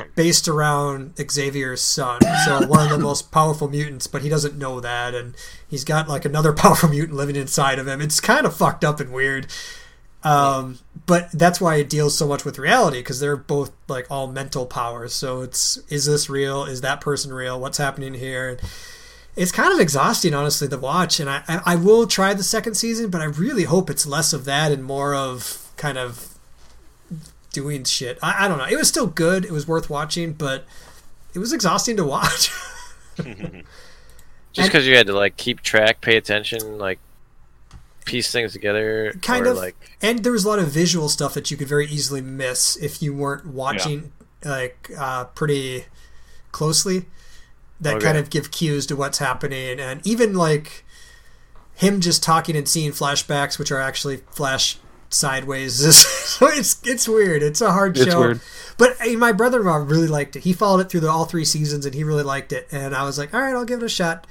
[SPEAKER 4] it's based around Xavier's son, so one of the most powerful mutants, but he doesn't know that, and he's got like another [laughs] powerful mutant living inside of him. It's kind of fucked up and weird. Um, but that's why it deals so much with reality because they're both like all mental powers. So it's is this real? Is that person real? What's happening here? And it's kind of exhausting, honestly, to watch. And I, I, I will try the second season, but I really hope it's less of that and more of kind of doing shit. I, I don't know. It was still good. It was worth watching, but it was exhausting to [laughs] watch.
[SPEAKER 3] Just
[SPEAKER 4] And-
[SPEAKER 3] because you had to like keep track, pay attention, like piece things together,
[SPEAKER 4] kind
[SPEAKER 3] or,
[SPEAKER 4] of.
[SPEAKER 3] like
[SPEAKER 4] and there was a lot of visual stuff that you could very easily miss if you weren't watching like uh, pretty closely. That
[SPEAKER 3] Okay.
[SPEAKER 4] kind of give cues to what's happening, and even like him just talking and seeing flashbacks, which are actually flash sideways. [laughs] so it's it's weird. It's a hard
[SPEAKER 6] It's
[SPEAKER 4] show.
[SPEAKER 6] weird.
[SPEAKER 4] But I mean, my brother-in-law really liked it. He followed it through the, all three seasons, and he really liked it. And I was like, all right, I'll give it a shot.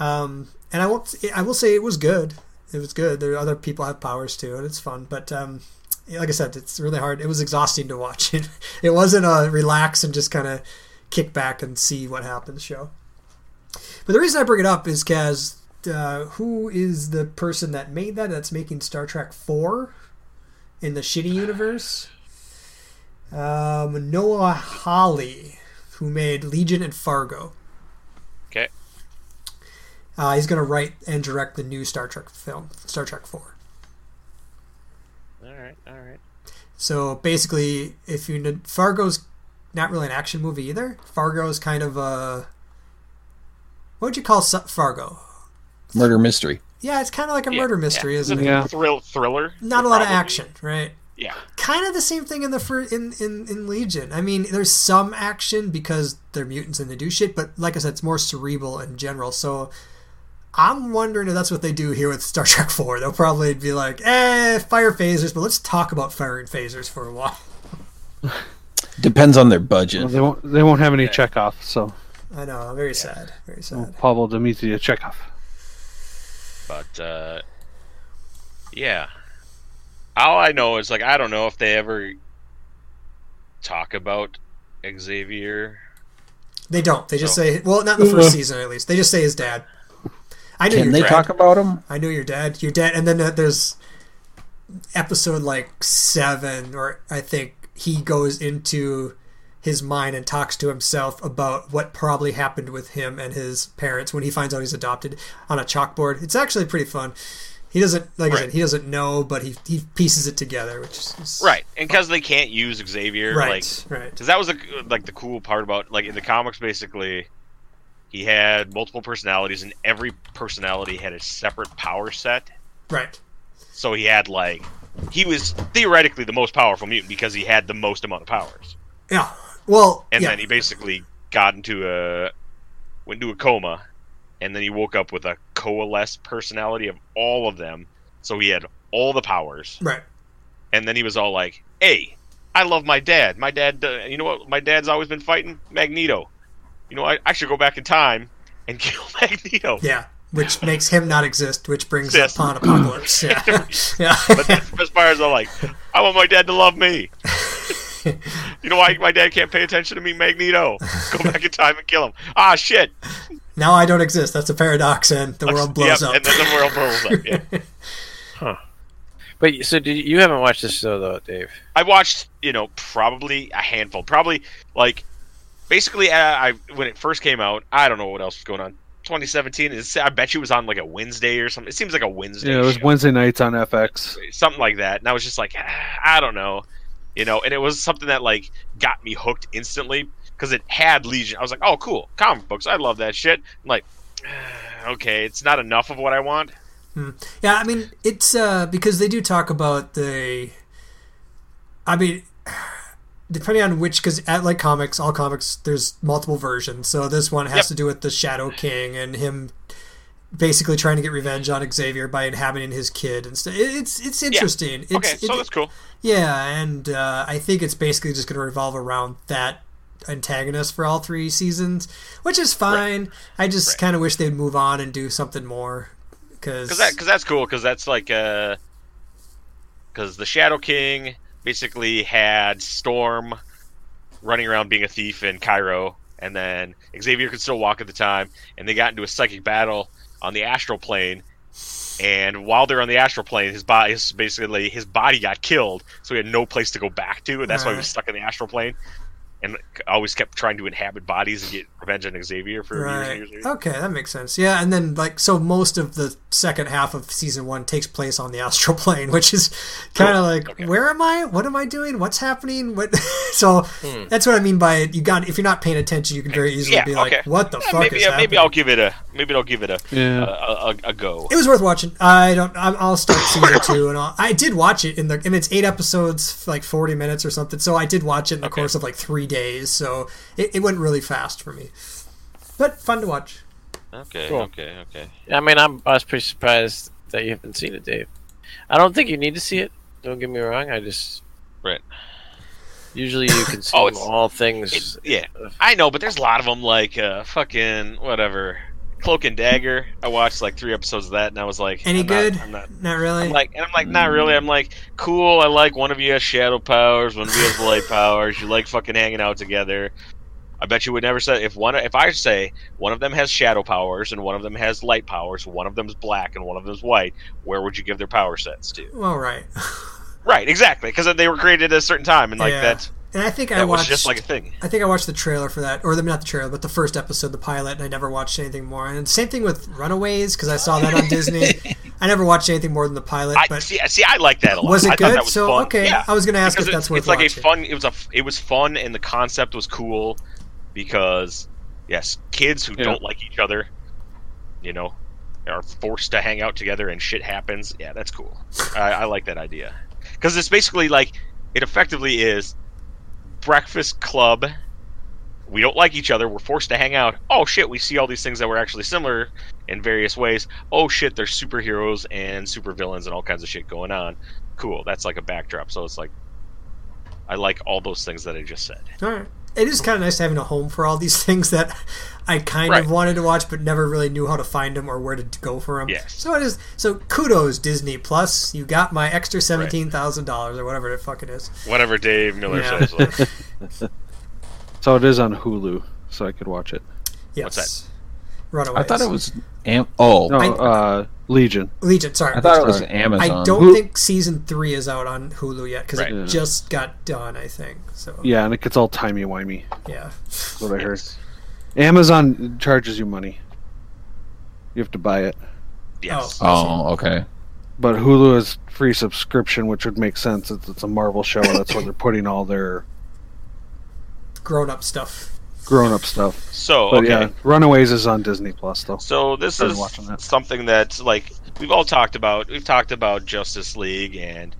[SPEAKER 4] Um, and I won't. I will say it was good. It was good. There are other people have powers too, and it's fun. But um, yeah, like I said, it's really hard. It was exhausting to watch. It [laughs] it wasn't a relax and just kind of kick back and see what happens show. But the reason I bring it up is Kaz, uh, who is the person that made that? That's making Star Trek Four in the shitty universe. Um, Noah Hawley, who made Legion and Fargo.
[SPEAKER 2] Okay.
[SPEAKER 4] Uh, he's going to write and direct the new Star Trek film, Star Trek 4.
[SPEAKER 2] All right. All right.
[SPEAKER 4] So basically, if you kn- Fargo's not really an action movie either. Fargo's kind of a what would you call su- Fargo?
[SPEAKER 5] Murder mystery.
[SPEAKER 4] Yeah, it's kind of like a
[SPEAKER 2] Yeah,
[SPEAKER 4] murder
[SPEAKER 2] yeah.
[SPEAKER 4] mystery, isn't it?
[SPEAKER 6] Yeah.
[SPEAKER 2] Thrill thriller.
[SPEAKER 4] Not a lot of
[SPEAKER 2] probably.
[SPEAKER 4] action, right?
[SPEAKER 2] Yeah.
[SPEAKER 4] Kind of the same thing in the fir- in, in in Legion. I mean, there's some action because they're mutants and they do shit, but like I said, it's more cerebral in general. So I'm wondering if that's what they do here with Star [laughs] Trek 4. They'll probably be like, eh, fire phasers, but let's talk about firing phasers for a while.
[SPEAKER 5] Depends on their budget.
[SPEAKER 6] Well, they won't. They won't have any Chekhov, so
[SPEAKER 4] I know, very sad. Very sad.
[SPEAKER 6] Pavel Dmitry Chekhov.
[SPEAKER 2] But uh, yeah, all I know is like I don't know if they ever talk about Xavier.
[SPEAKER 4] They don't. They just
[SPEAKER 2] So-
[SPEAKER 4] say, well, not in the
[SPEAKER 2] [laughs]
[SPEAKER 4] first season at least. They just say his dad. I knew
[SPEAKER 5] Can
[SPEAKER 4] your
[SPEAKER 5] they
[SPEAKER 4] dad.
[SPEAKER 5] talk about him?
[SPEAKER 4] I knew your dad. Your dad. And then uh, there's episode like seven, or I think he goes into his mind and talks to himself about what probably happened with him and his parents when he finds out he's adopted on a chalkboard. It's actually pretty fun. He doesn't, like I
[SPEAKER 2] Right.
[SPEAKER 4] said, he doesn't know, but he, he pieces it together, which is
[SPEAKER 2] Right, and because they can't use Xavier,
[SPEAKER 4] right,
[SPEAKER 2] like
[SPEAKER 4] right,
[SPEAKER 2] because that was the, like the cool part about like in the comics basically he had multiple personalities and every personality had a separate power set
[SPEAKER 4] right.
[SPEAKER 2] so he had like he was theoretically the most powerful mutant because he had the most amount of powers
[SPEAKER 4] Yeah. Well,
[SPEAKER 2] and
[SPEAKER 4] yeah.
[SPEAKER 2] then he basically got into a went into a coma and then he woke up with a coalesced personality of all of them so he had all the powers
[SPEAKER 4] right.
[SPEAKER 2] and then he was all like, "Hey, I love my dad. My dad, uh, you know what? My dad's always been fighting Magneto. You know, I, I should go back in time and [laughs] kill Magneto."
[SPEAKER 4] Yeah, which makes him not exist, which brings
[SPEAKER 2] Yes.
[SPEAKER 4] upon
[SPEAKER 2] [clears throat]
[SPEAKER 4] apocalypse. Yeah, [laughs] yeah.
[SPEAKER 2] But that's as far as I'm like, I want my dad to love
[SPEAKER 4] [laughs]
[SPEAKER 2] me. you know why my dad can't pay attention to me, Magneto? Go back in time and kill him. Ah, shit.
[SPEAKER 4] now I don't exist. That's a paradox, and the world blows
[SPEAKER 2] Yep,
[SPEAKER 4] up.
[SPEAKER 2] And then the world blows up.
[SPEAKER 4] [laughs]
[SPEAKER 2] Yeah.
[SPEAKER 3] But you- so did, you you haven't watched this show though, Dave?
[SPEAKER 2] I watched, you know, probably a handful, probably like basically uh, I when it first came out, I don't know what else was going on. 2017 is I bet you it was on like a Wednesday or something. It seems like a Wednesday,
[SPEAKER 6] Yeah, it was
[SPEAKER 2] show,
[SPEAKER 6] Wednesday nights on FX.
[SPEAKER 2] something like that. And I was just like, [sighs] "Ah, I don't know, you know. And it was something that like got me hooked instantly because it had Legion. I was like, oh cool, comic books. I love that shit. I'm like, [sighs] "Ah, okay, it's not enough of what I want.
[SPEAKER 4] yeah, I mean, it's uh, because they do talk about the. I mean, depending on which, because at like comics, all comics, there's multiple versions. So this one has
[SPEAKER 2] Yep.
[SPEAKER 4] to do with the Shadow King and him basically trying to get revenge on Xavier by inhabiting his kid and stuff. It, it's it's interesting. It's,
[SPEAKER 2] Okay,
[SPEAKER 4] it-
[SPEAKER 2] so that's cool.
[SPEAKER 4] yeah, and uh, I think it's basically just going to revolve around that antagonist for all three seasons, which is fine. I just
[SPEAKER 2] Right.
[SPEAKER 4] kind of wish they'd move on and do something more because
[SPEAKER 2] Because that, cause that's cool, because that's like. Because the Shadow King basically had Storm running around being a thief in Cairo, and then Xavier could still walk at the time, and they got into a psychic battle on the astral plane. And while they're on the astral plane, his body his, basically his body got killed, so he had no place to go back to, and that's why he was
[SPEAKER 4] Right.
[SPEAKER 2] stuck in the astral plane, and always kept trying to inhabit bodies and get revenge on Xavier for years and
[SPEAKER 4] right.
[SPEAKER 2] years. And years.
[SPEAKER 4] Okay, that makes sense. Yeah, and then like so, most of the second half of season one takes place on the astral plane, [laughs] which is kind of like,
[SPEAKER 2] Okay.
[SPEAKER 4] where am I? What am I doing? What's happening? What? [laughs] so that's what I mean by it. You got if you're not paying attention, you can very easily
[SPEAKER 2] Hmm. Yeah,
[SPEAKER 4] be like,
[SPEAKER 2] okay.
[SPEAKER 4] what the
[SPEAKER 2] Yeah,
[SPEAKER 4] fuck
[SPEAKER 2] maybe
[SPEAKER 4] is
[SPEAKER 2] uh,
[SPEAKER 4] happening?
[SPEAKER 2] maybe I'll give it a maybe I'll give it a
[SPEAKER 6] Yeah.
[SPEAKER 2] a, a, a go.
[SPEAKER 4] It was worth watching. I don't. I'm- I'll start season two, and I'll, I did watch it in the and it's eight episodes, like forty minutes or something. So I did watch it in the
[SPEAKER 2] Okay.
[SPEAKER 4] course of like three days. So it, it went really fast for me, but fun to watch.
[SPEAKER 2] Okay, okay, okay.
[SPEAKER 3] I mean, I'm, I was pretty surprised that you haven't seen it, Dave. I don't think you need to see it. Don't get me wrong. I just
[SPEAKER 2] Right.
[SPEAKER 3] usually you
[SPEAKER 2] [coughs]
[SPEAKER 3] consume
[SPEAKER 2] Oh, it's-
[SPEAKER 3] all things.
[SPEAKER 2] yeah, I know, but there's a lot of them like uh, fucking whatever. Cloak and Dagger. I watched like three episodes of that, and I was like,
[SPEAKER 4] Any
[SPEAKER 2] I'm not-
[SPEAKER 4] good?
[SPEAKER 2] I'm not.
[SPEAKER 4] really.
[SPEAKER 2] I'm like, and I'm like, not really. I'm like, cool. I like one of you has shadow powers, one of you has light powers. You like fucking hanging out together. I bet you would never say if one. If I say one of them has shadow powers and one of them has light powers, one of them's black and one of them's white, where would you give their power sets to?
[SPEAKER 4] All right.
[SPEAKER 2] Right, exactly, because they were created at a certain time, and like
[SPEAKER 4] Yeah.
[SPEAKER 2] that,
[SPEAKER 4] And I think I
[SPEAKER 2] that was
[SPEAKER 4] watched.
[SPEAKER 2] just like a thing.
[SPEAKER 4] I think I watched the trailer for that, or the, not the trailer, but the first episode, the pilot, and I never watched anything more. And same thing with Runaways because I saw that on Disney.
[SPEAKER 2] [laughs]
[SPEAKER 4] I never watched anything more than the pilot.
[SPEAKER 2] I
[SPEAKER 4] but
[SPEAKER 2] see. I- See, I like that a lot.
[SPEAKER 4] was
[SPEAKER 2] I thought
[SPEAKER 4] it good?
[SPEAKER 2] that was
[SPEAKER 4] so
[SPEAKER 2] fun.
[SPEAKER 4] okay,
[SPEAKER 2] Yeah.
[SPEAKER 4] I was gonna ask
[SPEAKER 2] because
[SPEAKER 4] if that's
[SPEAKER 2] it's,
[SPEAKER 4] worth
[SPEAKER 2] it's like
[SPEAKER 4] watching.
[SPEAKER 2] a fun. It was a. f- It was fun, and the concept was cool, because yes, kids who
[SPEAKER 6] Yeah.
[SPEAKER 2] don't like each other, you know, are forced to hang out together, and shit happens. Yeah, that's cool. I, I like that idea, because it's basically like it effectively is Breakfast Club. We don't like each other. We're forced to hang out. Oh shit, we see all these things that were actually similar in various ways. Oh shit, there's superheroes and supervillains and all kinds of shit going on. Cool. That's like a backdrop. So it's like I like all those things that I just said.
[SPEAKER 4] All right. It is kind of nice having a home for all these [laughs] things that I kind
[SPEAKER 2] Right.
[SPEAKER 4] of wanted to watch, but never really knew how to find them or where to go for them.
[SPEAKER 2] Yes.
[SPEAKER 4] So it is. So kudos Disney Plus, you got my extra seventeen thousand dollars or whatever the fuck it is.
[SPEAKER 2] Whatever Dave Miller
[SPEAKER 4] Yeah.
[SPEAKER 2] says.
[SPEAKER 4] [laughs]
[SPEAKER 2] like,
[SPEAKER 6] So it is on Hulu, so I could watch it.
[SPEAKER 4] Yes.
[SPEAKER 2] What's
[SPEAKER 4] Runaways.
[SPEAKER 5] I thought it was Am- oh,
[SPEAKER 6] No,
[SPEAKER 4] I-
[SPEAKER 6] uh, Legion.
[SPEAKER 4] Legion. Sorry,
[SPEAKER 5] I thought it was
[SPEAKER 6] sorry.
[SPEAKER 4] I
[SPEAKER 5] Amazon.
[SPEAKER 4] don't
[SPEAKER 6] Hulu-
[SPEAKER 4] think season three is out on Hulu yet because it
[SPEAKER 2] Right.
[SPEAKER 4] just got done. I think so.
[SPEAKER 6] Yeah, and it gets all timey wimey.
[SPEAKER 4] Yeah.
[SPEAKER 6] What I heard. Amazon charges you money. You have to buy it,
[SPEAKER 2] yes.
[SPEAKER 4] Oh.
[SPEAKER 5] Oh, okay.
[SPEAKER 6] but Hulu is free subscription, which would make sense. It's, it's a Marvel show. That's where they're putting all their
[SPEAKER 4] Grown up stuff.
[SPEAKER 6] grown-up stuff.
[SPEAKER 2] So
[SPEAKER 6] But
[SPEAKER 2] okay.
[SPEAKER 6] yeah, Runaways is on Disney Plus though.
[SPEAKER 2] So this
[SPEAKER 6] Been
[SPEAKER 2] is
[SPEAKER 6] watching that.
[SPEAKER 2] something that's like we've all talked about. We've talked about Justice League and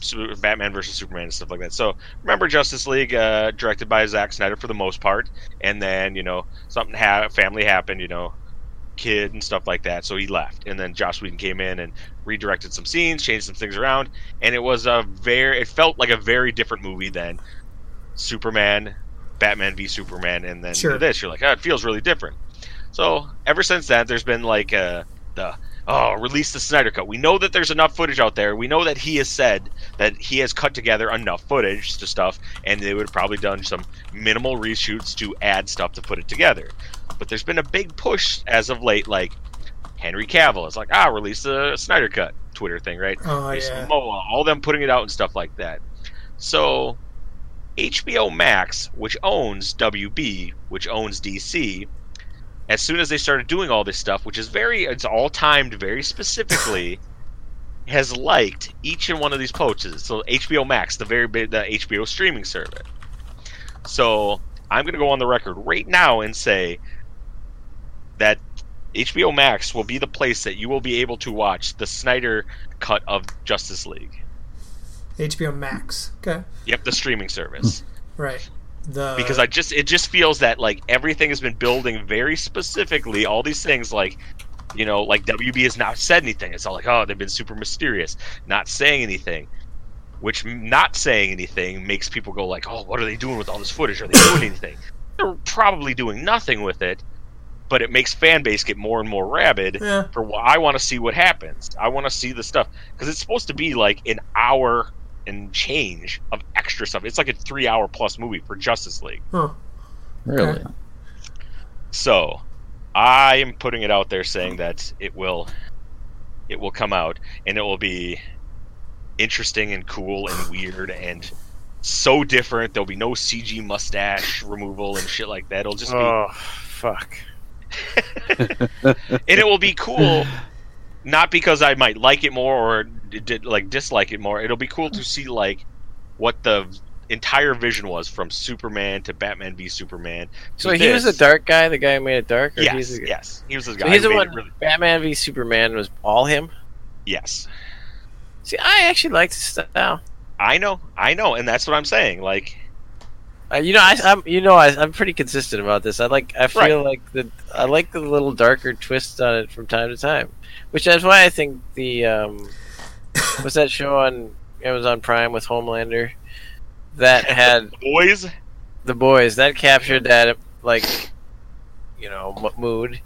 [SPEAKER 2] Su- Batman versus Superman and stuff like that. So remember Justice League, uh, directed by Zack Snyder for the most part, and then you know something ha- family happened, you know, kid and stuff like that. So he left, and then Josh Whedon came in and redirected some scenes, changed some things around, and it was a very. It felt like a very different movie than Superman, Batman v Superman, and then
[SPEAKER 4] Sure.
[SPEAKER 2] this. You're like, oh, it feels really different. So ever since that, there's been like uh, the oh, release the Snyder cut. We know that there's enough footage out there. We know that he has said that he has cut together enough footage to stuff, and they would have probably done some minimal reshoots to add stuff to put it together. But there's been a big push as of late, like Henry Cavill is like, ah, release the Snyder cut Twitter thing, right?
[SPEAKER 4] Oh
[SPEAKER 2] Jason
[SPEAKER 4] yeah.
[SPEAKER 2] Momoa, all them putting it out and stuff like that. So HBO Max, which owns WB, which owns DC, as soon as they started doing all this stuff, which is very it's all timed very
[SPEAKER 4] [laughs]
[SPEAKER 2] specifically, has liked each and one of these poaches. So HBO Max, the very big the HBO streaming service. So I'm gonna go on the record right now and say that HBO Max will be the place that you will be able to watch the Snyder cut of Justice League.
[SPEAKER 4] HBO Max. Okay,
[SPEAKER 2] Yep, the streaming service.
[SPEAKER 4] right. The
[SPEAKER 2] because I just it just feels that like everything has been building very specifically all these things like you know like WB has not said anything it's all like oh they've been super mysterious not saying anything which m- not saying anything makes people go like oh what are they doing with all this footage are they doing anything they're probably doing nothing with it but it makes fan base get more and more rabid
[SPEAKER 4] Yeah.
[SPEAKER 2] for wh- I want to see what happens I want to see the stuff because it's supposed to be like an hour and change of extra stuff it's like a three hour plus movie for Justice League
[SPEAKER 4] Huh.
[SPEAKER 5] Really?
[SPEAKER 4] Okay.
[SPEAKER 2] so, I am putting it out there saying that it will, it will come out and it will be interesting and cool and weird and so different. There'll be no CG mustache removal and shit like that. It'll just be
[SPEAKER 7] Oh, fuck.
[SPEAKER 2] and it will
[SPEAKER 3] [sighs]
[SPEAKER 2] be cool not because i might like it more or d- did like dislike it more it'll be cool to see like what the entire vision was from superman to batman v superman
[SPEAKER 3] So
[SPEAKER 2] to
[SPEAKER 3] he was
[SPEAKER 2] this.
[SPEAKER 3] the dark guy, the guy who made it dark. Or
[SPEAKER 2] yes
[SPEAKER 3] he's the,
[SPEAKER 2] yes he was the guy
[SPEAKER 3] So he's
[SPEAKER 2] who
[SPEAKER 3] the
[SPEAKER 2] made it
[SPEAKER 3] one.
[SPEAKER 2] really-
[SPEAKER 3] Batman v Superman was all him.
[SPEAKER 2] yes
[SPEAKER 3] See, I actually liked his style.
[SPEAKER 2] i know i know and that's what i'm saying like
[SPEAKER 3] Uh, you know, I, I'm you know I, I'm pretty consistent about this. I like I feel like the I like the little darker twist on it from time to time, which is why I think the um, what's that show on Amazon Prime with Homelander that had
[SPEAKER 2] [laughs] boys
[SPEAKER 3] the boys that captured that like you know m- mood.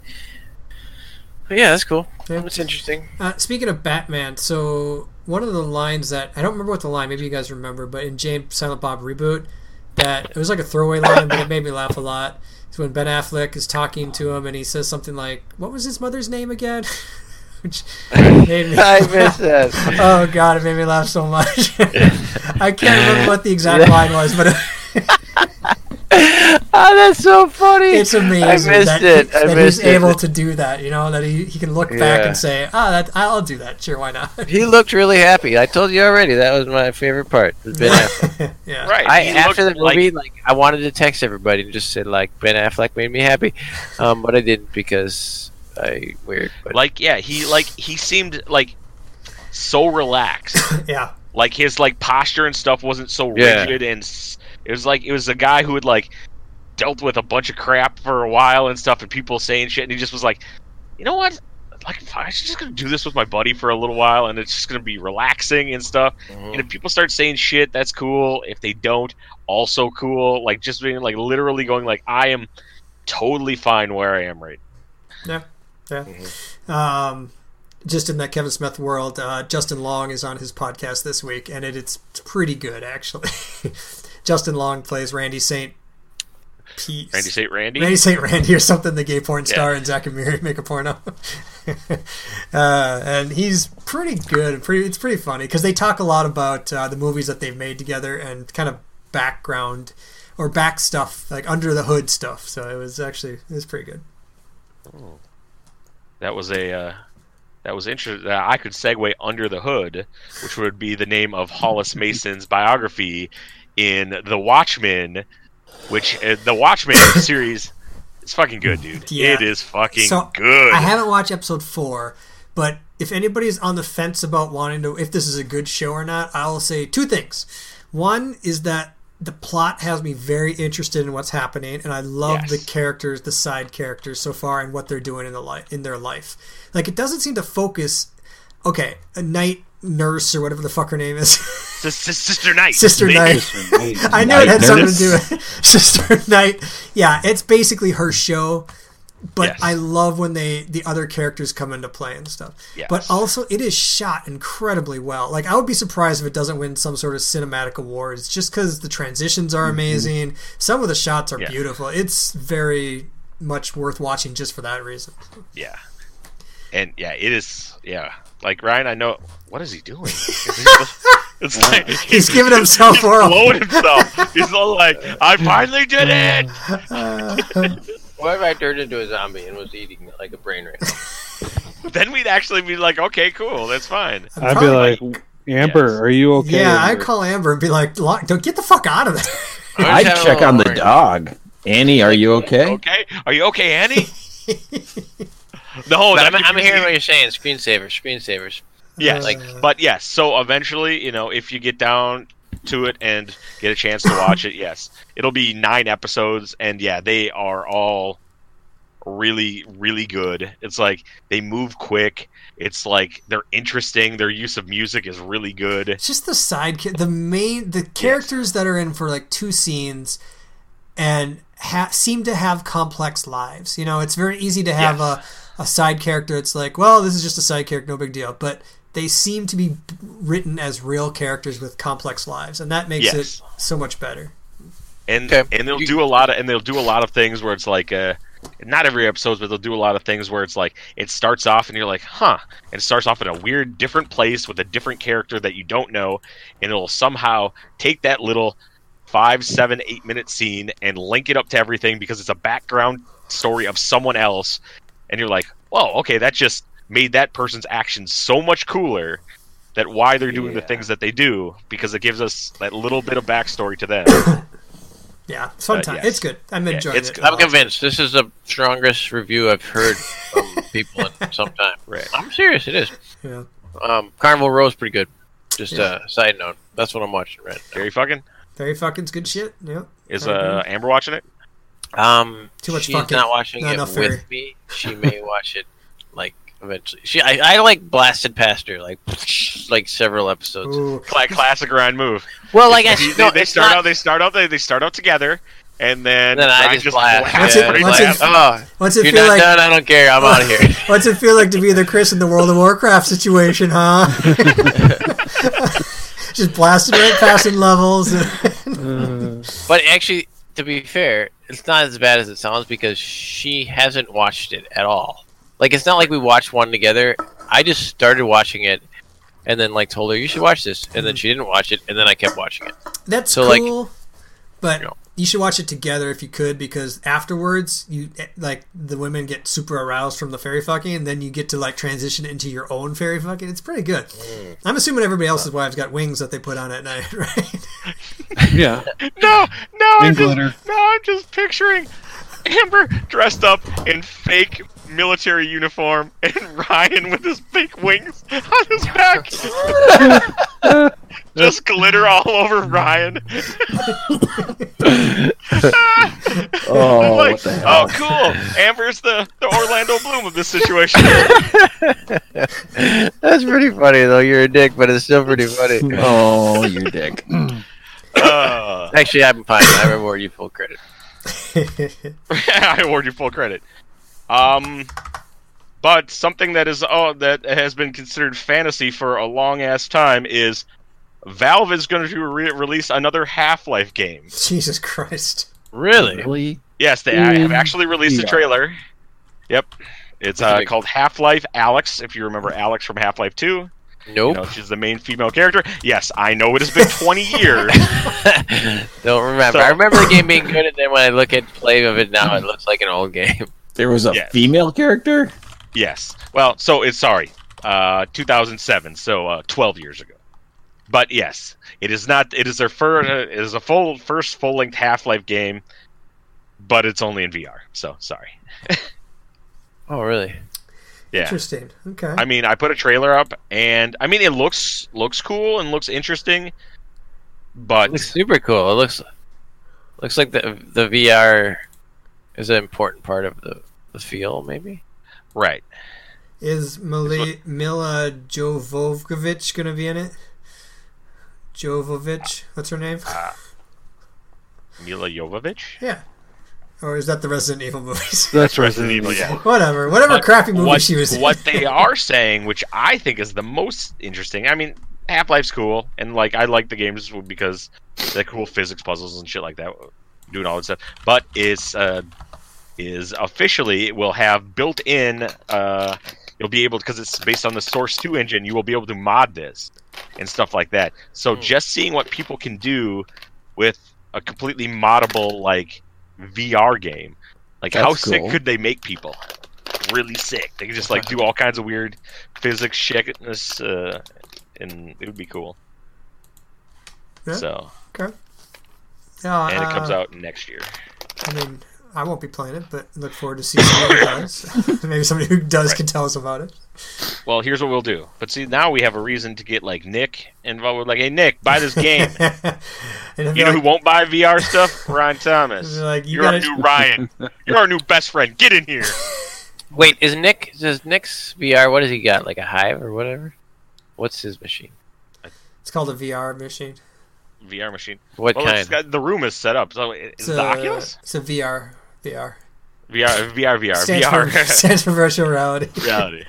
[SPEAKER 3] But yeah, that's cool.
[SPEAKER 4] Yeah.
[SPEAKER 3] That's interesting.
[SPEAKER 4] Uh, speaking of Batman, so one of the lines that I don't remember what the line, maybe you guys remember, but in James Silent Bob reboot, that it was like a throwaway line, but it made me laugh a lot. It's when Ben Affleck is talking to him and he says something like, "What was his mother's name again?" [laughs] Which made me,
[SPEAKER 3] I miss that.
[SPEAKER 4] [laughs] oh god, it made me laugh so much. [laughs] I can't remember what
[SPEAKER 3] [laughs]
[SPEAKER 4] the exact line was, but [laughs]
[SPEAKER 3] oh, that's so funny.
[SPEAKER 4] it's amazing
[SPEAKER 3] I missed
[SPEAKER 4] that,
[SPEAKER 3] it.
[SPEAKER 4] he-
[SPEAKER 3] I
[SPEAKER 4] that
[SPEAKER 3] missed
[SPEAKER 4] he's
[SPEAKER 3] it.
[SPEAKER 4] able to do that. You know, that he, he can look back
[SPEAKER 3] Yeah.
[SPEAKER 4] and say, "Ah, that I'll do that. Sure, why not?" [laughs]
[SPEAKER 3] He looked really happy. I told you already. That was my favorite part. was [laughs] Ben Affleck.
[SPEAKER 4] [laughs] yeah.
[SPEAKER 2] right
[SPEAKER 3] I
[SPEAKER 2] he
[SPEAKER 3] after the
[SPEAKER 2] looked like-
[SPEAKER 3] movie, like, I wanted to text everybody and just say like Ben Affleck made me happy, um, but I didn't because I weird. But
[SPEAKER 2] like yeah he like he seemed like so relaxed
[SPEAKER 4] Yeah.
[SPEAKER 2] like his like posture and stuff wasn't so
[SPEAKER 3] Yeah.
[SPEAKER 2] rigid and s- it was like it was a guy who had like dealt with a bunch of crap for a while and stuff and people saying shit and he just was like you know what like i'm just gonna do this with my buddy for a little while and it's just gonna be relaxing and stuff and if people start saying shit that's cool if they don't also cool like just being like literally going like i am totally fine where i am right
[SPEAKER 4] Yeah. Um, just in that Kevin Smith world, uh, Justin Long is on his podcast this week, and it, it's pretty good actually. [laughs] Justin Long plays Randy Saint. Pete.
[SPEAKER 2] randy say randy
[SPEAKER 4] Randy Saint Randy or something, the gay porn
[SPEAKER 2] Yeah.
[SPEAKER 4] star, and Zach and Miri make a porno. [laughs] uh, and he's pretty good. and Pretty, it's pretty funny because they talk a lot about uh, the movies that they've made together and kind of background or back stuff, like under the hood stuff. So it was actually it was pretty good.
[SPEAKER 2] That was a uh, that was interesting. I could segue under the hood, which would be the name of Hollis Mason's biography in The Watchmen, which uh, the Watchmen [coughs] series is fucking good, dude.
[SPEAKER 4] Yeah.
[SPEAKER 2] It is fucking
[SPEAKER 4] So,
[SPEAKER 2] good.
[SPEAKER 4] I haven't watched episode four, but if anybody's on the fence about wanting to, if this is a good show or not, I'll say two things. One is that the plot has me very interested in what's happening, and I love
[SPEAKER 2] Yes.
[SPEAKER 4] the characters, the side characters so far, and what they're doing in the li- in their life. Like it doesn't seem to focus. Okay, a night nurse or whatever the fuck her name is,
[SPEAKER 2] S-
[SPEAKER 4] [laughs]
[SPEAKER 2] s- Sister Knight.
[SPEAKER 4] Sister
[SPEAKER 2] Maybe.
[SPEAKER 4] Night. [laughs] I knew it had
[SPEAKER 5] Night
[SPEAKER 4] something to
[SPEAKER 5] Nurse.
[SPEAKER 4] do with [laughs] Sister Night. Yeah, it's basically her show, but
[SPEAKER 2] Yes.
[SPEAKER 4] I love when they the other characters come into play and stuff.
[SPEAKER 2] Yes.
[SPEAKER 4] But also, it is shot incredibly well. Like I would be surprised if it doesn't win some sort of cinematic awards, just because the transitions are amazing. Some of the shots are
[SPEAKER 2] Mm-hmm. Yeah.
[SPEAKER 4] beautiful. It's very much worth watching just for that
[SPEAKER 2] [laughs]
[SPEAKER 4] reason.
[SPEAKER 2] Yeah. And yeah, it is. Yeah, like Ryan, I know. What is he
[SPEAKER 4] [laughs]
[SPEAKER 2] doing? Is he just- It's like
[SPEAKER 4] He's giving himself oral. [laughs]
[SPEAKER 2] blowing [laughs] himself. He's all like, "I finally did it."
[SPEAKER 3] what if I turned into a zombie and was eating like a brain [laughs] ring?
[SPEAKER 2] Then we'd actually be like, "Okay, cool, that's fine."
[SPEAKER 6] I'd be like, Amber,
[SPEAKER 2] Yes.
[SPEAKER 6] are you okay?
[SPEAKER 4] yeah, I
[SPEAKER 6] Amber?"
[SPEAKER 4] call Amber and be like, "Lock- "Don't get the fuck out of there."
[SPEAKER 5] I'd check on the dog. Annie, are you okay?
[SPEAKER 2] Okay, are you okay, Annie? no,
[SPEAKER 3] But
[SPEAKER 2] that
[SPEAKER 4] [laughs]
[SPEAKER 3] I'm,
[SPEAKER 2] could
[SPEAKER 3] I'm
[SPEAKER 2] be-
[SPEAKER 3] hearing what you're saying. Screensavers, screensavers.
[SPEAKER 2] Yes.
[SPEAKER 3] Like-
[SPEAKER 2] but yes, so eventually, you know, if you get down to it and get a chance to watch it, yes, it'll be nine episodes, and yeah, they are all really, really good. It's like they move quick. It's like they're interesting. Their use of music is really good.
[SPEAKER 4] It's just the side, cha- the main, the characters that are in for like two scenes, and ha- seem to have complex lives. You know, it's very easy to have
[SPEAKER 2] Yes.
[SPEAKER 4] a a side character. It's like, well, this is just a side character, no big deal. But they seem to be b- written as real characters with complex lives, and that makes
[SPEAKER 2] Yes.
[SPEAKER 4] it so much better.
[SPEAKER 2] and
[SPEAKER 3] Okay.
[SPEAKER 2] and they'll
[SPEAKER 3] You-
[SPEAKER 2] do a lot of and they'll do a lot of things where it's like uh not every episode but they'll do a lot of things where it's like it starts off and you're like huh and it starts off in a weird different place with a different character that you don't know and it'll somehow take that little five seven eight minute scene and link it up to everything because it's a background story of someone else and you're like whoa okay that just made that person's action so much cooler that why they're doing the
[SPEAKER 3] Yeah.
[SPEAKER 2] things that they do because it gives us that little bit of backstory to them
[SPEAKER 4] Yeah, sometimes
[SPEAKER 2] Uh, yes.
[SPEAKER 4] it's good. I'm
[SPEAKER 2] Yeah,
[SPEAKER 4] enjoying
[SPEAKER 2] it's
[SPEAKER 4] it.
[SPEAKER 2] good.
[SPEAKER 3] I'm convinced this is the strongest review I've heard from people in some [laughs] time.
[SPEAKER 2] Right.
[SPEAKER 3] I'm serious, it is.
[SPEAKER 4] Yeah.
[SPEAKER 3] Um, Carnival Row's pretty good. Just
[SPEAKER 4] Yeah.
[SPEAKER 3] a uh, side note. That's what I'm watching right now.
[SPEAKER 2] Gary fucking
[SPEAKER 4] Very fucking good shit. Yeah.
[SPEAKER 2] is
[SPEAKER 4] Very
[SPEAKER 2] uh, Amber watching it.
[SPEAKER 3] Um,
[SPEAKER 4] Too much
[SPEAKER 3] she's
[SPEAKER 4] fucking.
[SPEAKER 3] not watching
[SPEAKER 4] Not
[SPEAKER 3] it
[SPEAKER 4] enough
[SPEAKER 3] with
[SPEAKER 4] fairy.
[SPEAKER 3] me.
[SPEAKER 4] [laughs]
[SPEAKER 3] She may watch it like eventually. She, I, I like blasted past her like [laughs] like several
[SPEAKER 4] good.
[SPEAKER 3] episodes.
[SPEAKER 4] Oow.
[SPEAKER 5] [laughs]
[SPEAKER 2] Cla- classic Ryan move.
[SPEAKER 3] Well, like I
[SPEAKER 2] They-
[SPEAKER 3] no,
[SPEAKER 2] they
[SPEAKER 3] it's
[SPEAKER 2] start
[SPEAKER 3] not-
[SPEAKER 2] out. They start out. They, they start out together, and then,
[SPEAKER 3] and then I
[SPEAKER 2] Ryan
[SPEAKER 3] just, blast.
[SPEAKER 4] blasts
[SPEAKER 3] Yeah,
[SPEAKER 4] it.
[SPEAKER 2] right
[SPEAKER 4] Once
[SPEAKER 3] like,
[SPEAKER 2] laugh.
[SPEAKER 4] it's-
[SPEAKER 3] oh,
[SPEAKER 4] What's
[SPEAKER 3] you're
[SPEAKER 4] it feel
[SPEAKER 3] not
[SPEAKER 4] like?
[SPEAKER 3] done. I don't care. I'm out
[SPEAKER 4] [laughs]
[SPEAKER 3] of here.
[SPEAKER 4] What's it feel like to be the Chris in the World of Warcraft situation, huh? [laughs] Just blasting right past in levels. [laughs]
[SPEAKER 6] Uh,
[SPEAKER 3] But actually, to be fair, it's not as bad as it sounds because she hasn't watched it at all. Like it's not like we watched one together. I just started watching it, and then like told her you should watch this, and then she didn't watch it, and then I kept watching it.
[SPEAKER 4] That's
[SPEAKER 3] So, like-
[SPEAKER 4] cool, but
[SPEAKER 3] Yeah.
[SPEAKER 4] you should watch it together if you could, because afterwards, you eh, like the women get super aroused from the fairy fucking, and then you get to like transition into your own fairy fucking. It's pretty good.
[SPEAKER 3] Mm.
[SPEAKER 4] I'm assuming everybody else's wives got wings that they put on at night, [laughs] right?
[SPEAKER 6] [laughs] yeah.
[SPEAKER 2] No, no, I'm
[SPEAKER 6] Wing
[SPEAKER 2] just,
[SPEAKER 6] glitter.
[SPEAKER 2] no, I'm just picturing Amber dressed up in fake military uniform and [laughs] Ryan with his fake wings on his
[SPEAKER 5] [laughs]
[SPEAKER 2] back. [laughs] just glitter all over
[SPEAKER 5] [laughs]
[SPEAKER 2] Ryan. [laughs]
[SPEAKER 5] Oh,
[SPEAKER 2] like,
[SPEAKER 5] what the
[SPEAKER 2] oh,
[SPEAKER 5] hell?
[SPEAKER 2] cool. Amber's the, the Orlando Bloom of this
[SPEAKER 5] [laughs]
[SPEAKER 2] situation.
[SPEAKER 3] [laughs] That's pretty funny though. You're a dick, but it's still pretty funny.
[SPEAKER 5] Oh, you dick.
[SPEAKER 2] Uh,
[SPEAKER 3] [laughs] Actually, I'm fine. I reward you full credit.
[SPEAKER 2] [laughs] I award you full credit. Um, but something that is oh that has been considered fantasy for a long ass time is Valve is going to re- release another Half Life game.
[SPEAKER 4] Jesus Christ!
[SPEAKER 3] Really?
[SPEAKER 5] Really?
[SPEAKER 2] Yes, they I have actually released a
[SPEAKER 5] Yeah.
[SPEAKER 2] trailer. Yep, it's
[SPEAKER 3] That's a
[SPEAKER 2] uh,
[SPEAKER 3] big-
[SPEAKER 2] called Half Life Alex. If you remember Alex from Half Life Two, you
[SPEAKER 3] Nope.
[SPEAKER 2] know, she's the main female character. Yes, I know it has been twenty years.
[SPEAKER 3] Don't remember.
[SPEAKER 2] So-
[SPEAKER 3] I remember the game being good, and then when I look at play of it now, it looks like an old game.
[SPEAKER 5] There was a
[SPEAKER 2] Yes.
[SPEAKER 5] female character?
[SPEAKER 2] Yes. Well, so it's sorry, uh, 2007, so uh, 12 years ago. But yes, it is not. It is their first. It is a full first full length Half Life game, but it's only in VR. So sorry.
[SPEAKER 3] Oh, really?
[SPEAKER 2] Yeah.
[SPEAKER 4] Interesting. Okay.
[SPEAKER 2] I mean, I put a trailer up, and I mean, it looks looks cool and looks interesting,
[SPEAKER 3] It looks
[SPEAKER 2] but
[SPEAKER 3] super cool. It looks looks like the the VR is an important part of the, the feel, maybe.
[SPEAKER 2] right.
[SPEAKER 4] Is Mila, Mila Jovovich going to be in it? Jovovich? What's her name?
[SPEAKER 2] Ah. Mila Jovovich.
[SPEAKER 4] Yeah. Or is that the Resident Evil movies?
[SPEAKER 6] That's
[SPEAKER 2] Resident Evil. [laughs] Yeah.
[SPEAKER 4] [laughs] whatever. Whatever crappy movie
[SPEAKER 2] what,
[SPEAKER 4] she was in.
[SPEAKER 2] what
[SPEAKER 4] [laughs]
[SPEAKER 2] they are saying, which I think is the most interesting. I mean, Half Life's cool, and like I like the games because they're cool physics puzzles and shit like that, doing all that stuff. But it's uh, is officially it will have built in. Uh, you'll be able because it's based on the Source Two engine. You will be able to mod this and stuff like that. So just seeing what people can do with a completely moddable like VR game. Like how
[SPEAKER 5] That's
[SPEAKER 2] sick
[SPEAKER 5] cool.
[SPEAKER 2] could they make people? Really sick. They could just like do all kinds of weird physics shitness, uh, and it would be cool.
[SPEAKER 4] Yeah.
[SPEAKER 2] So
[SPEAKER 4] Okay. Yeah,
[SPEAKER 2] and it
[SPEAKER 4] uh,
[SPEAKER 2] comes out next year.
[SPEAKER 4] I mean,
[SPEAKER 2] [laughs]
[SPEAKER 4] [laughs] I won't be playing it, but look forward to seeing somebody who does. Maybe somebody who does can tell us about it.
[SPEAKER 2] Well, here's what we'll do. But see, now we have a reason to get like Nick involved. We're like, hey, Nick, buy this
[SPEAKER 5] [laughs]
[SPEAKER 2] game.
[SPEAKER 4] [laughs] and if
[SPEAKER 2] You know
[SPEAKER 4] you're
[SPEAKER 2] who
[SPEAKER 4] like,
[SPEAKER 2] won't buy VR
[SPEAKER 4] [laughs]
[SPEAKER 2] stuff? Ryan Thomas.
[SPEAKER 4] Like, you
[SPEAKER 2] you are
[SPEAKER 4] gotta- [laughs]
[SPEAKER 2] our new Ryan. You're our new best friend. Get in here.
[SPEAKER 3] Wait, is Nick does Nick's VR? What does he got? Like a Hive or whatever? What's his machine?
[SPEAKER 4] it's called a VR machine.
[SPEAKER 2] VR machine.
[SPEAKER 3] What
[SPEAKER 2] Well,
[SPEAKER 3] kind?
[SPEAKER 2] it's got, the room is set up. So is
[SPEAKER 4] It's
[SPEAKER 2] it
[SPEAKER 4] a,
[SPEAKER 2] the Oculus?
[SPEAKER 4] It's a VR. VR.
[SPEAKER 2] VR, VR, VR,
[SPEAKER 4] Stands, [laughs] For,
[SPEAKER 2] VR.
[SPEAKER 4] stands for virtual reality.
[SPEAKER 2] [laughs] reality.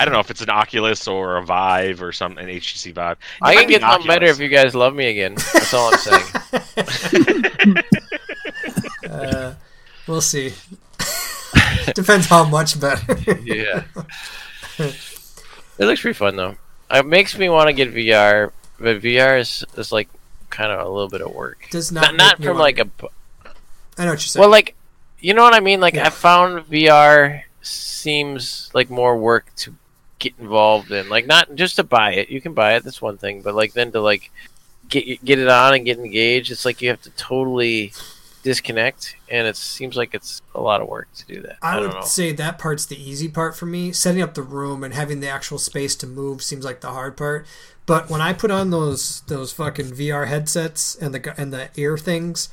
[SPEAKER 2] I don't know if it's an Oculus or a Vive or some an HTC
[SPEAKER 4] [laughs]
[SPEAKER 2] Vive. [laughs] It
[SPEAKER 3] I
[SPEAKER 2] might
[SPEAKER 3] can
[SPEAKER 2] be
[SPEAKER 3] get
[SPEAKER 2] an
[SPEAKER 3] something better if
[SPEAKER 2] Oculus.
[SPEAKER 3] you guys love me again. That's all I'm
[SPEAKER 4] [laughs]
[SPEAKER 3] saying.
[SPEAKER 4] Uh, we'll see. [laughs] Depends how much
[SPEAKER 3] [laughs]
[SPEAKER 4] better.
[SPEAKER 3] yeah. it looks pretty fun though. It makes me want to get VR, but VR is, is like kind of a little bit of work.
[SPEAKER 4] Does not
[SPEAKER 3] Not not
[SPEAKER 4] make me
[SPEAKER 3] from
[SPEAKER 4] wanna-
[SPEAKER 3] like a p-
[SPEAKER 4] I know what you're saying.
[SPEAKER 3] well, like you know what I mean. Like
[SPEAKER 4] Yeah.
[SPEAKER 3] I found VR seems like more work to get involved in. Like not just to buy it. You can buy it. That's one thing. But like then to like get get it on and get engaged. It's like you have to totally disconnect, and it seems like it's a lot of work to do that. I,
[SPEAKER 4] I
[SPEAKER 3] don't
[SPEAKER 4] would
[SPEAKER 3] know.
[SPEAKER 4] say that part's the easy part for me. Setting up the room and having the actual space to move seems like the hard part. But when I put on those those fucking VR headsets and the gu- and the ear things,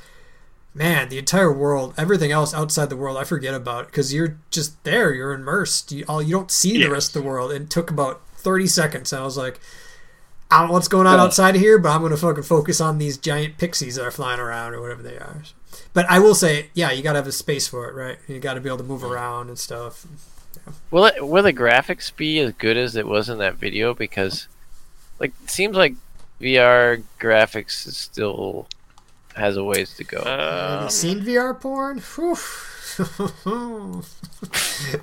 [SPEAKER 4] man, the entire world, everything else outside the world, I forget about because you're just there. You're immersed. You all you don't see
[SPEAKER 2] Yes.
[SPEAKER 4] the rest of the world. It took about thirty seconds. And I was like, I don't know what's going on outside of here, but I'm gonna fucking focus on these giant pixies that are flying around or whatever they are. But I will say, yeah, you gotta have a space for it, right? You gotta be able to move around and stuff.
[SPEAKER 3] Will it will the graphics be as good as it was in that video? Because like it seems like VR graphics is still has a ways to go.
[SPEAKER 4] Have
[SPEAKER 2] Uh,
[SPEAKER 4] you seen VR porn? Whew.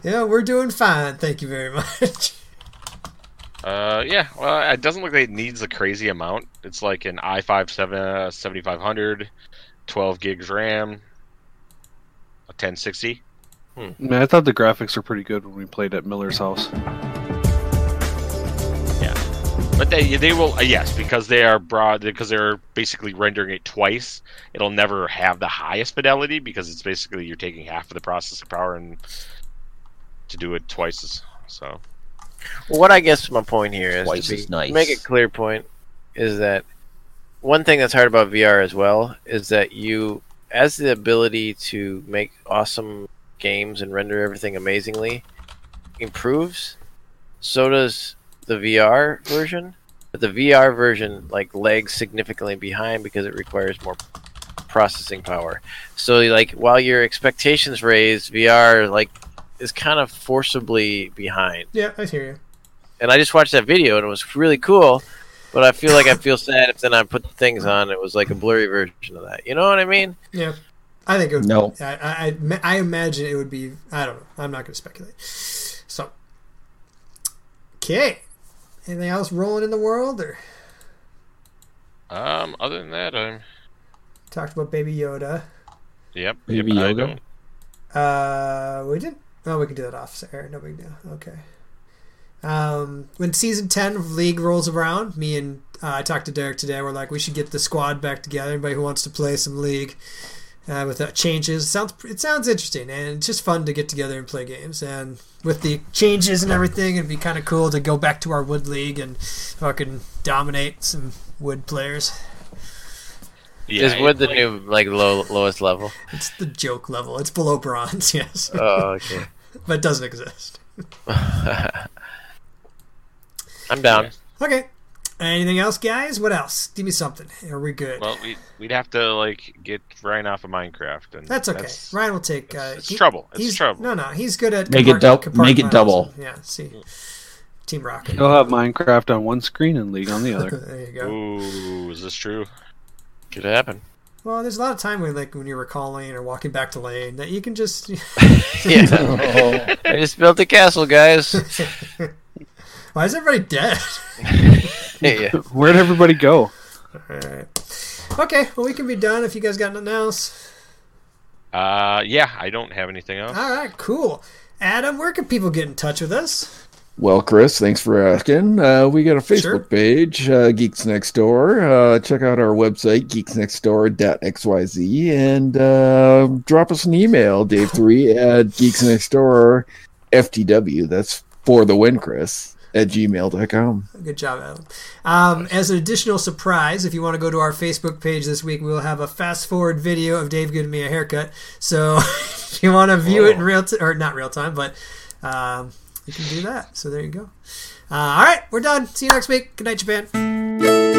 [SPEAKER 4] [laughs] yeah, we're doing fine. Thank you very [laughs] much.
[SPEAKER 2] uh, yeah. Well, it doesn't look like it needs a crazy amount. It's like an i5 7, uh, 7500, 12 gigs RAM, a 1060.
[SPEAKER 6] Man, I thought the graphics were pretty good when we played at Miller's house.
[SPEAKER 2] But they they will uh, yes because they are broad because they're basically rendering it twice. It'll never have the highest fidelity because it's basically you're taking half of the processor power and to do it twice. as- So
[SPEAKER 3] Well, what I guess my point here is
[SPEAKER 5] Twice
[SPEAKER 3] to be-
[SPEAKER 5] is nice.
[SPEAKER 3] make a clear point is that one thing that's hard about VR as well is that you has the ability to make awesome games and render everything amazingly improves. So does the VR version, but the VR version like lags significantly behind because it requires more processing power. So like while your expectations raise, VR like is kind of forcibly behind
[SPEAKER 4] Yeah, I hear you.
[SPEAKER 3] and I just watched that video and it was really cool. But I feel like I feel sad if then I put the things on. It was like a blurry version of that. You know what I mean?
[SPEAKER 4] Yeah, I think it would.
[SPEAKER 5] No.
[SPEAKER 4] I, I- I, ma- I imagine it would be. I don't know. I'm not going to speculate. So, okay. Anything else rolling in the world? Or
[SPEAKER 2] um other than that I'm
[SPEAKER 4] talked about Baby Yoda.
[SPEAKER 2] yep
[SPEAKER 5] Baby
[SPEAKER 2] yep, I
[SPEAKER 5] Yoda?
[SPEAKER 2] don't-
[SPEAKER 4] Uh, we didn't. Oh, we can do that off air. No big deal. Okay. Um, when season ten of League rolls around, me and uh, I talked to Derek today. We're like, we should get the squad back together. Anybody who wants to play some League uh, without changes sounds it sounds interesting, and it's just fun to get together and play games. And with the changes and everything, it'd be kind of cool to go back to our Wood League and fucking dominate some Wood players.
[SPEAKER 2] yeah,
[SPEAKER 3] Is Wood
[SPEAKER 2] it-
[SPEAKER 3] the new like low lowest level?
[SPEAKER 4] It's the joke level. It's below bronze, [laughs] yes,
[SPEAKER 3] Oh, okay.
[SPEAKER 4] but it doesn't exist.
[SPEAKER 2] [laughs]
[SPEAKER 3] I'm down.
[SPEAKER 4] Okay. Anything else, guys? What else? Give me something. Are we good?
[SPEAKER 2] well we we'd have to like get Ryan off of Minecraft and
[SPEAKER 4] that's okay. Ryan will take. Uh,
[SPEAKER 2] it's trouble. It's
[SPEAKER 4] he's,
[SPEAKER 2] trouble. Hmm.
[SPEAKER 4] No, no, he's good at
[SPEAKER 5] Make it
[SPEAKER 4] compart-
[SPEAKER 5] dou- make it
[SPEAKER 4] compartmentalizing.
[SPEAKER 5] double.
[SPEAKER 4] Yeah. See, Team Rocket.
[SPEAKER 6] He'll have Minecraft on one screen and League on the other.
[SPEAKER 4] there you go.
[SPEAKER 2] Ooh, is this true?
[SPEAKER 3] Could happen.
[SPEAKER 4] Well, there's a lot of time when, like, when you're recalling or walking back to lane, that you can
[SPEAKER 5] [laughs]
[SPEAKER 4] just.
[SPEAKER 3] [laughs]
[SPEAKER 4] [laughs]
[SPEAKER 3] Yeah. I just built a castle, guys. [laughs]
[SPEAKER 4] Why is everybody dead? [laughs]
[SPEAKER 3] yeah.
[SPEAKER 6] Where'd everybody go?
[SPEAKER 4] All right. Okay. Well, we can be done if you guys got nothing else.
[SPEAKER 2] Uh yeah, I don't have anything else.
[SPEAKER 4] All right. Cool. Adam, where can people get in touch with us?
[SPEAKER 5] Well, Chris, thanks for asking. Uh, we got a Facebook
[SPEAKER 4] Sure.
[SPEAKER 5] page, uh, Geeks Next Door. Uh, check out our website, geeksnextdoor.xyz, and uh, drop us an email, Dave3 at geeksnextdoorftw. That's for the win, Chris, at gmail.com.
[SPEAKER 4] Good job, Adam. Um, as an additional surprise, if you want to go to our Facebook page this week, we'll have a fast forward video of Dave giving me a haircut. So [laughs] if you want to view it in real time, or not real time, but um, you can do that. So there you go. Uh, all right, we're done. See you next week. Good night, Japan.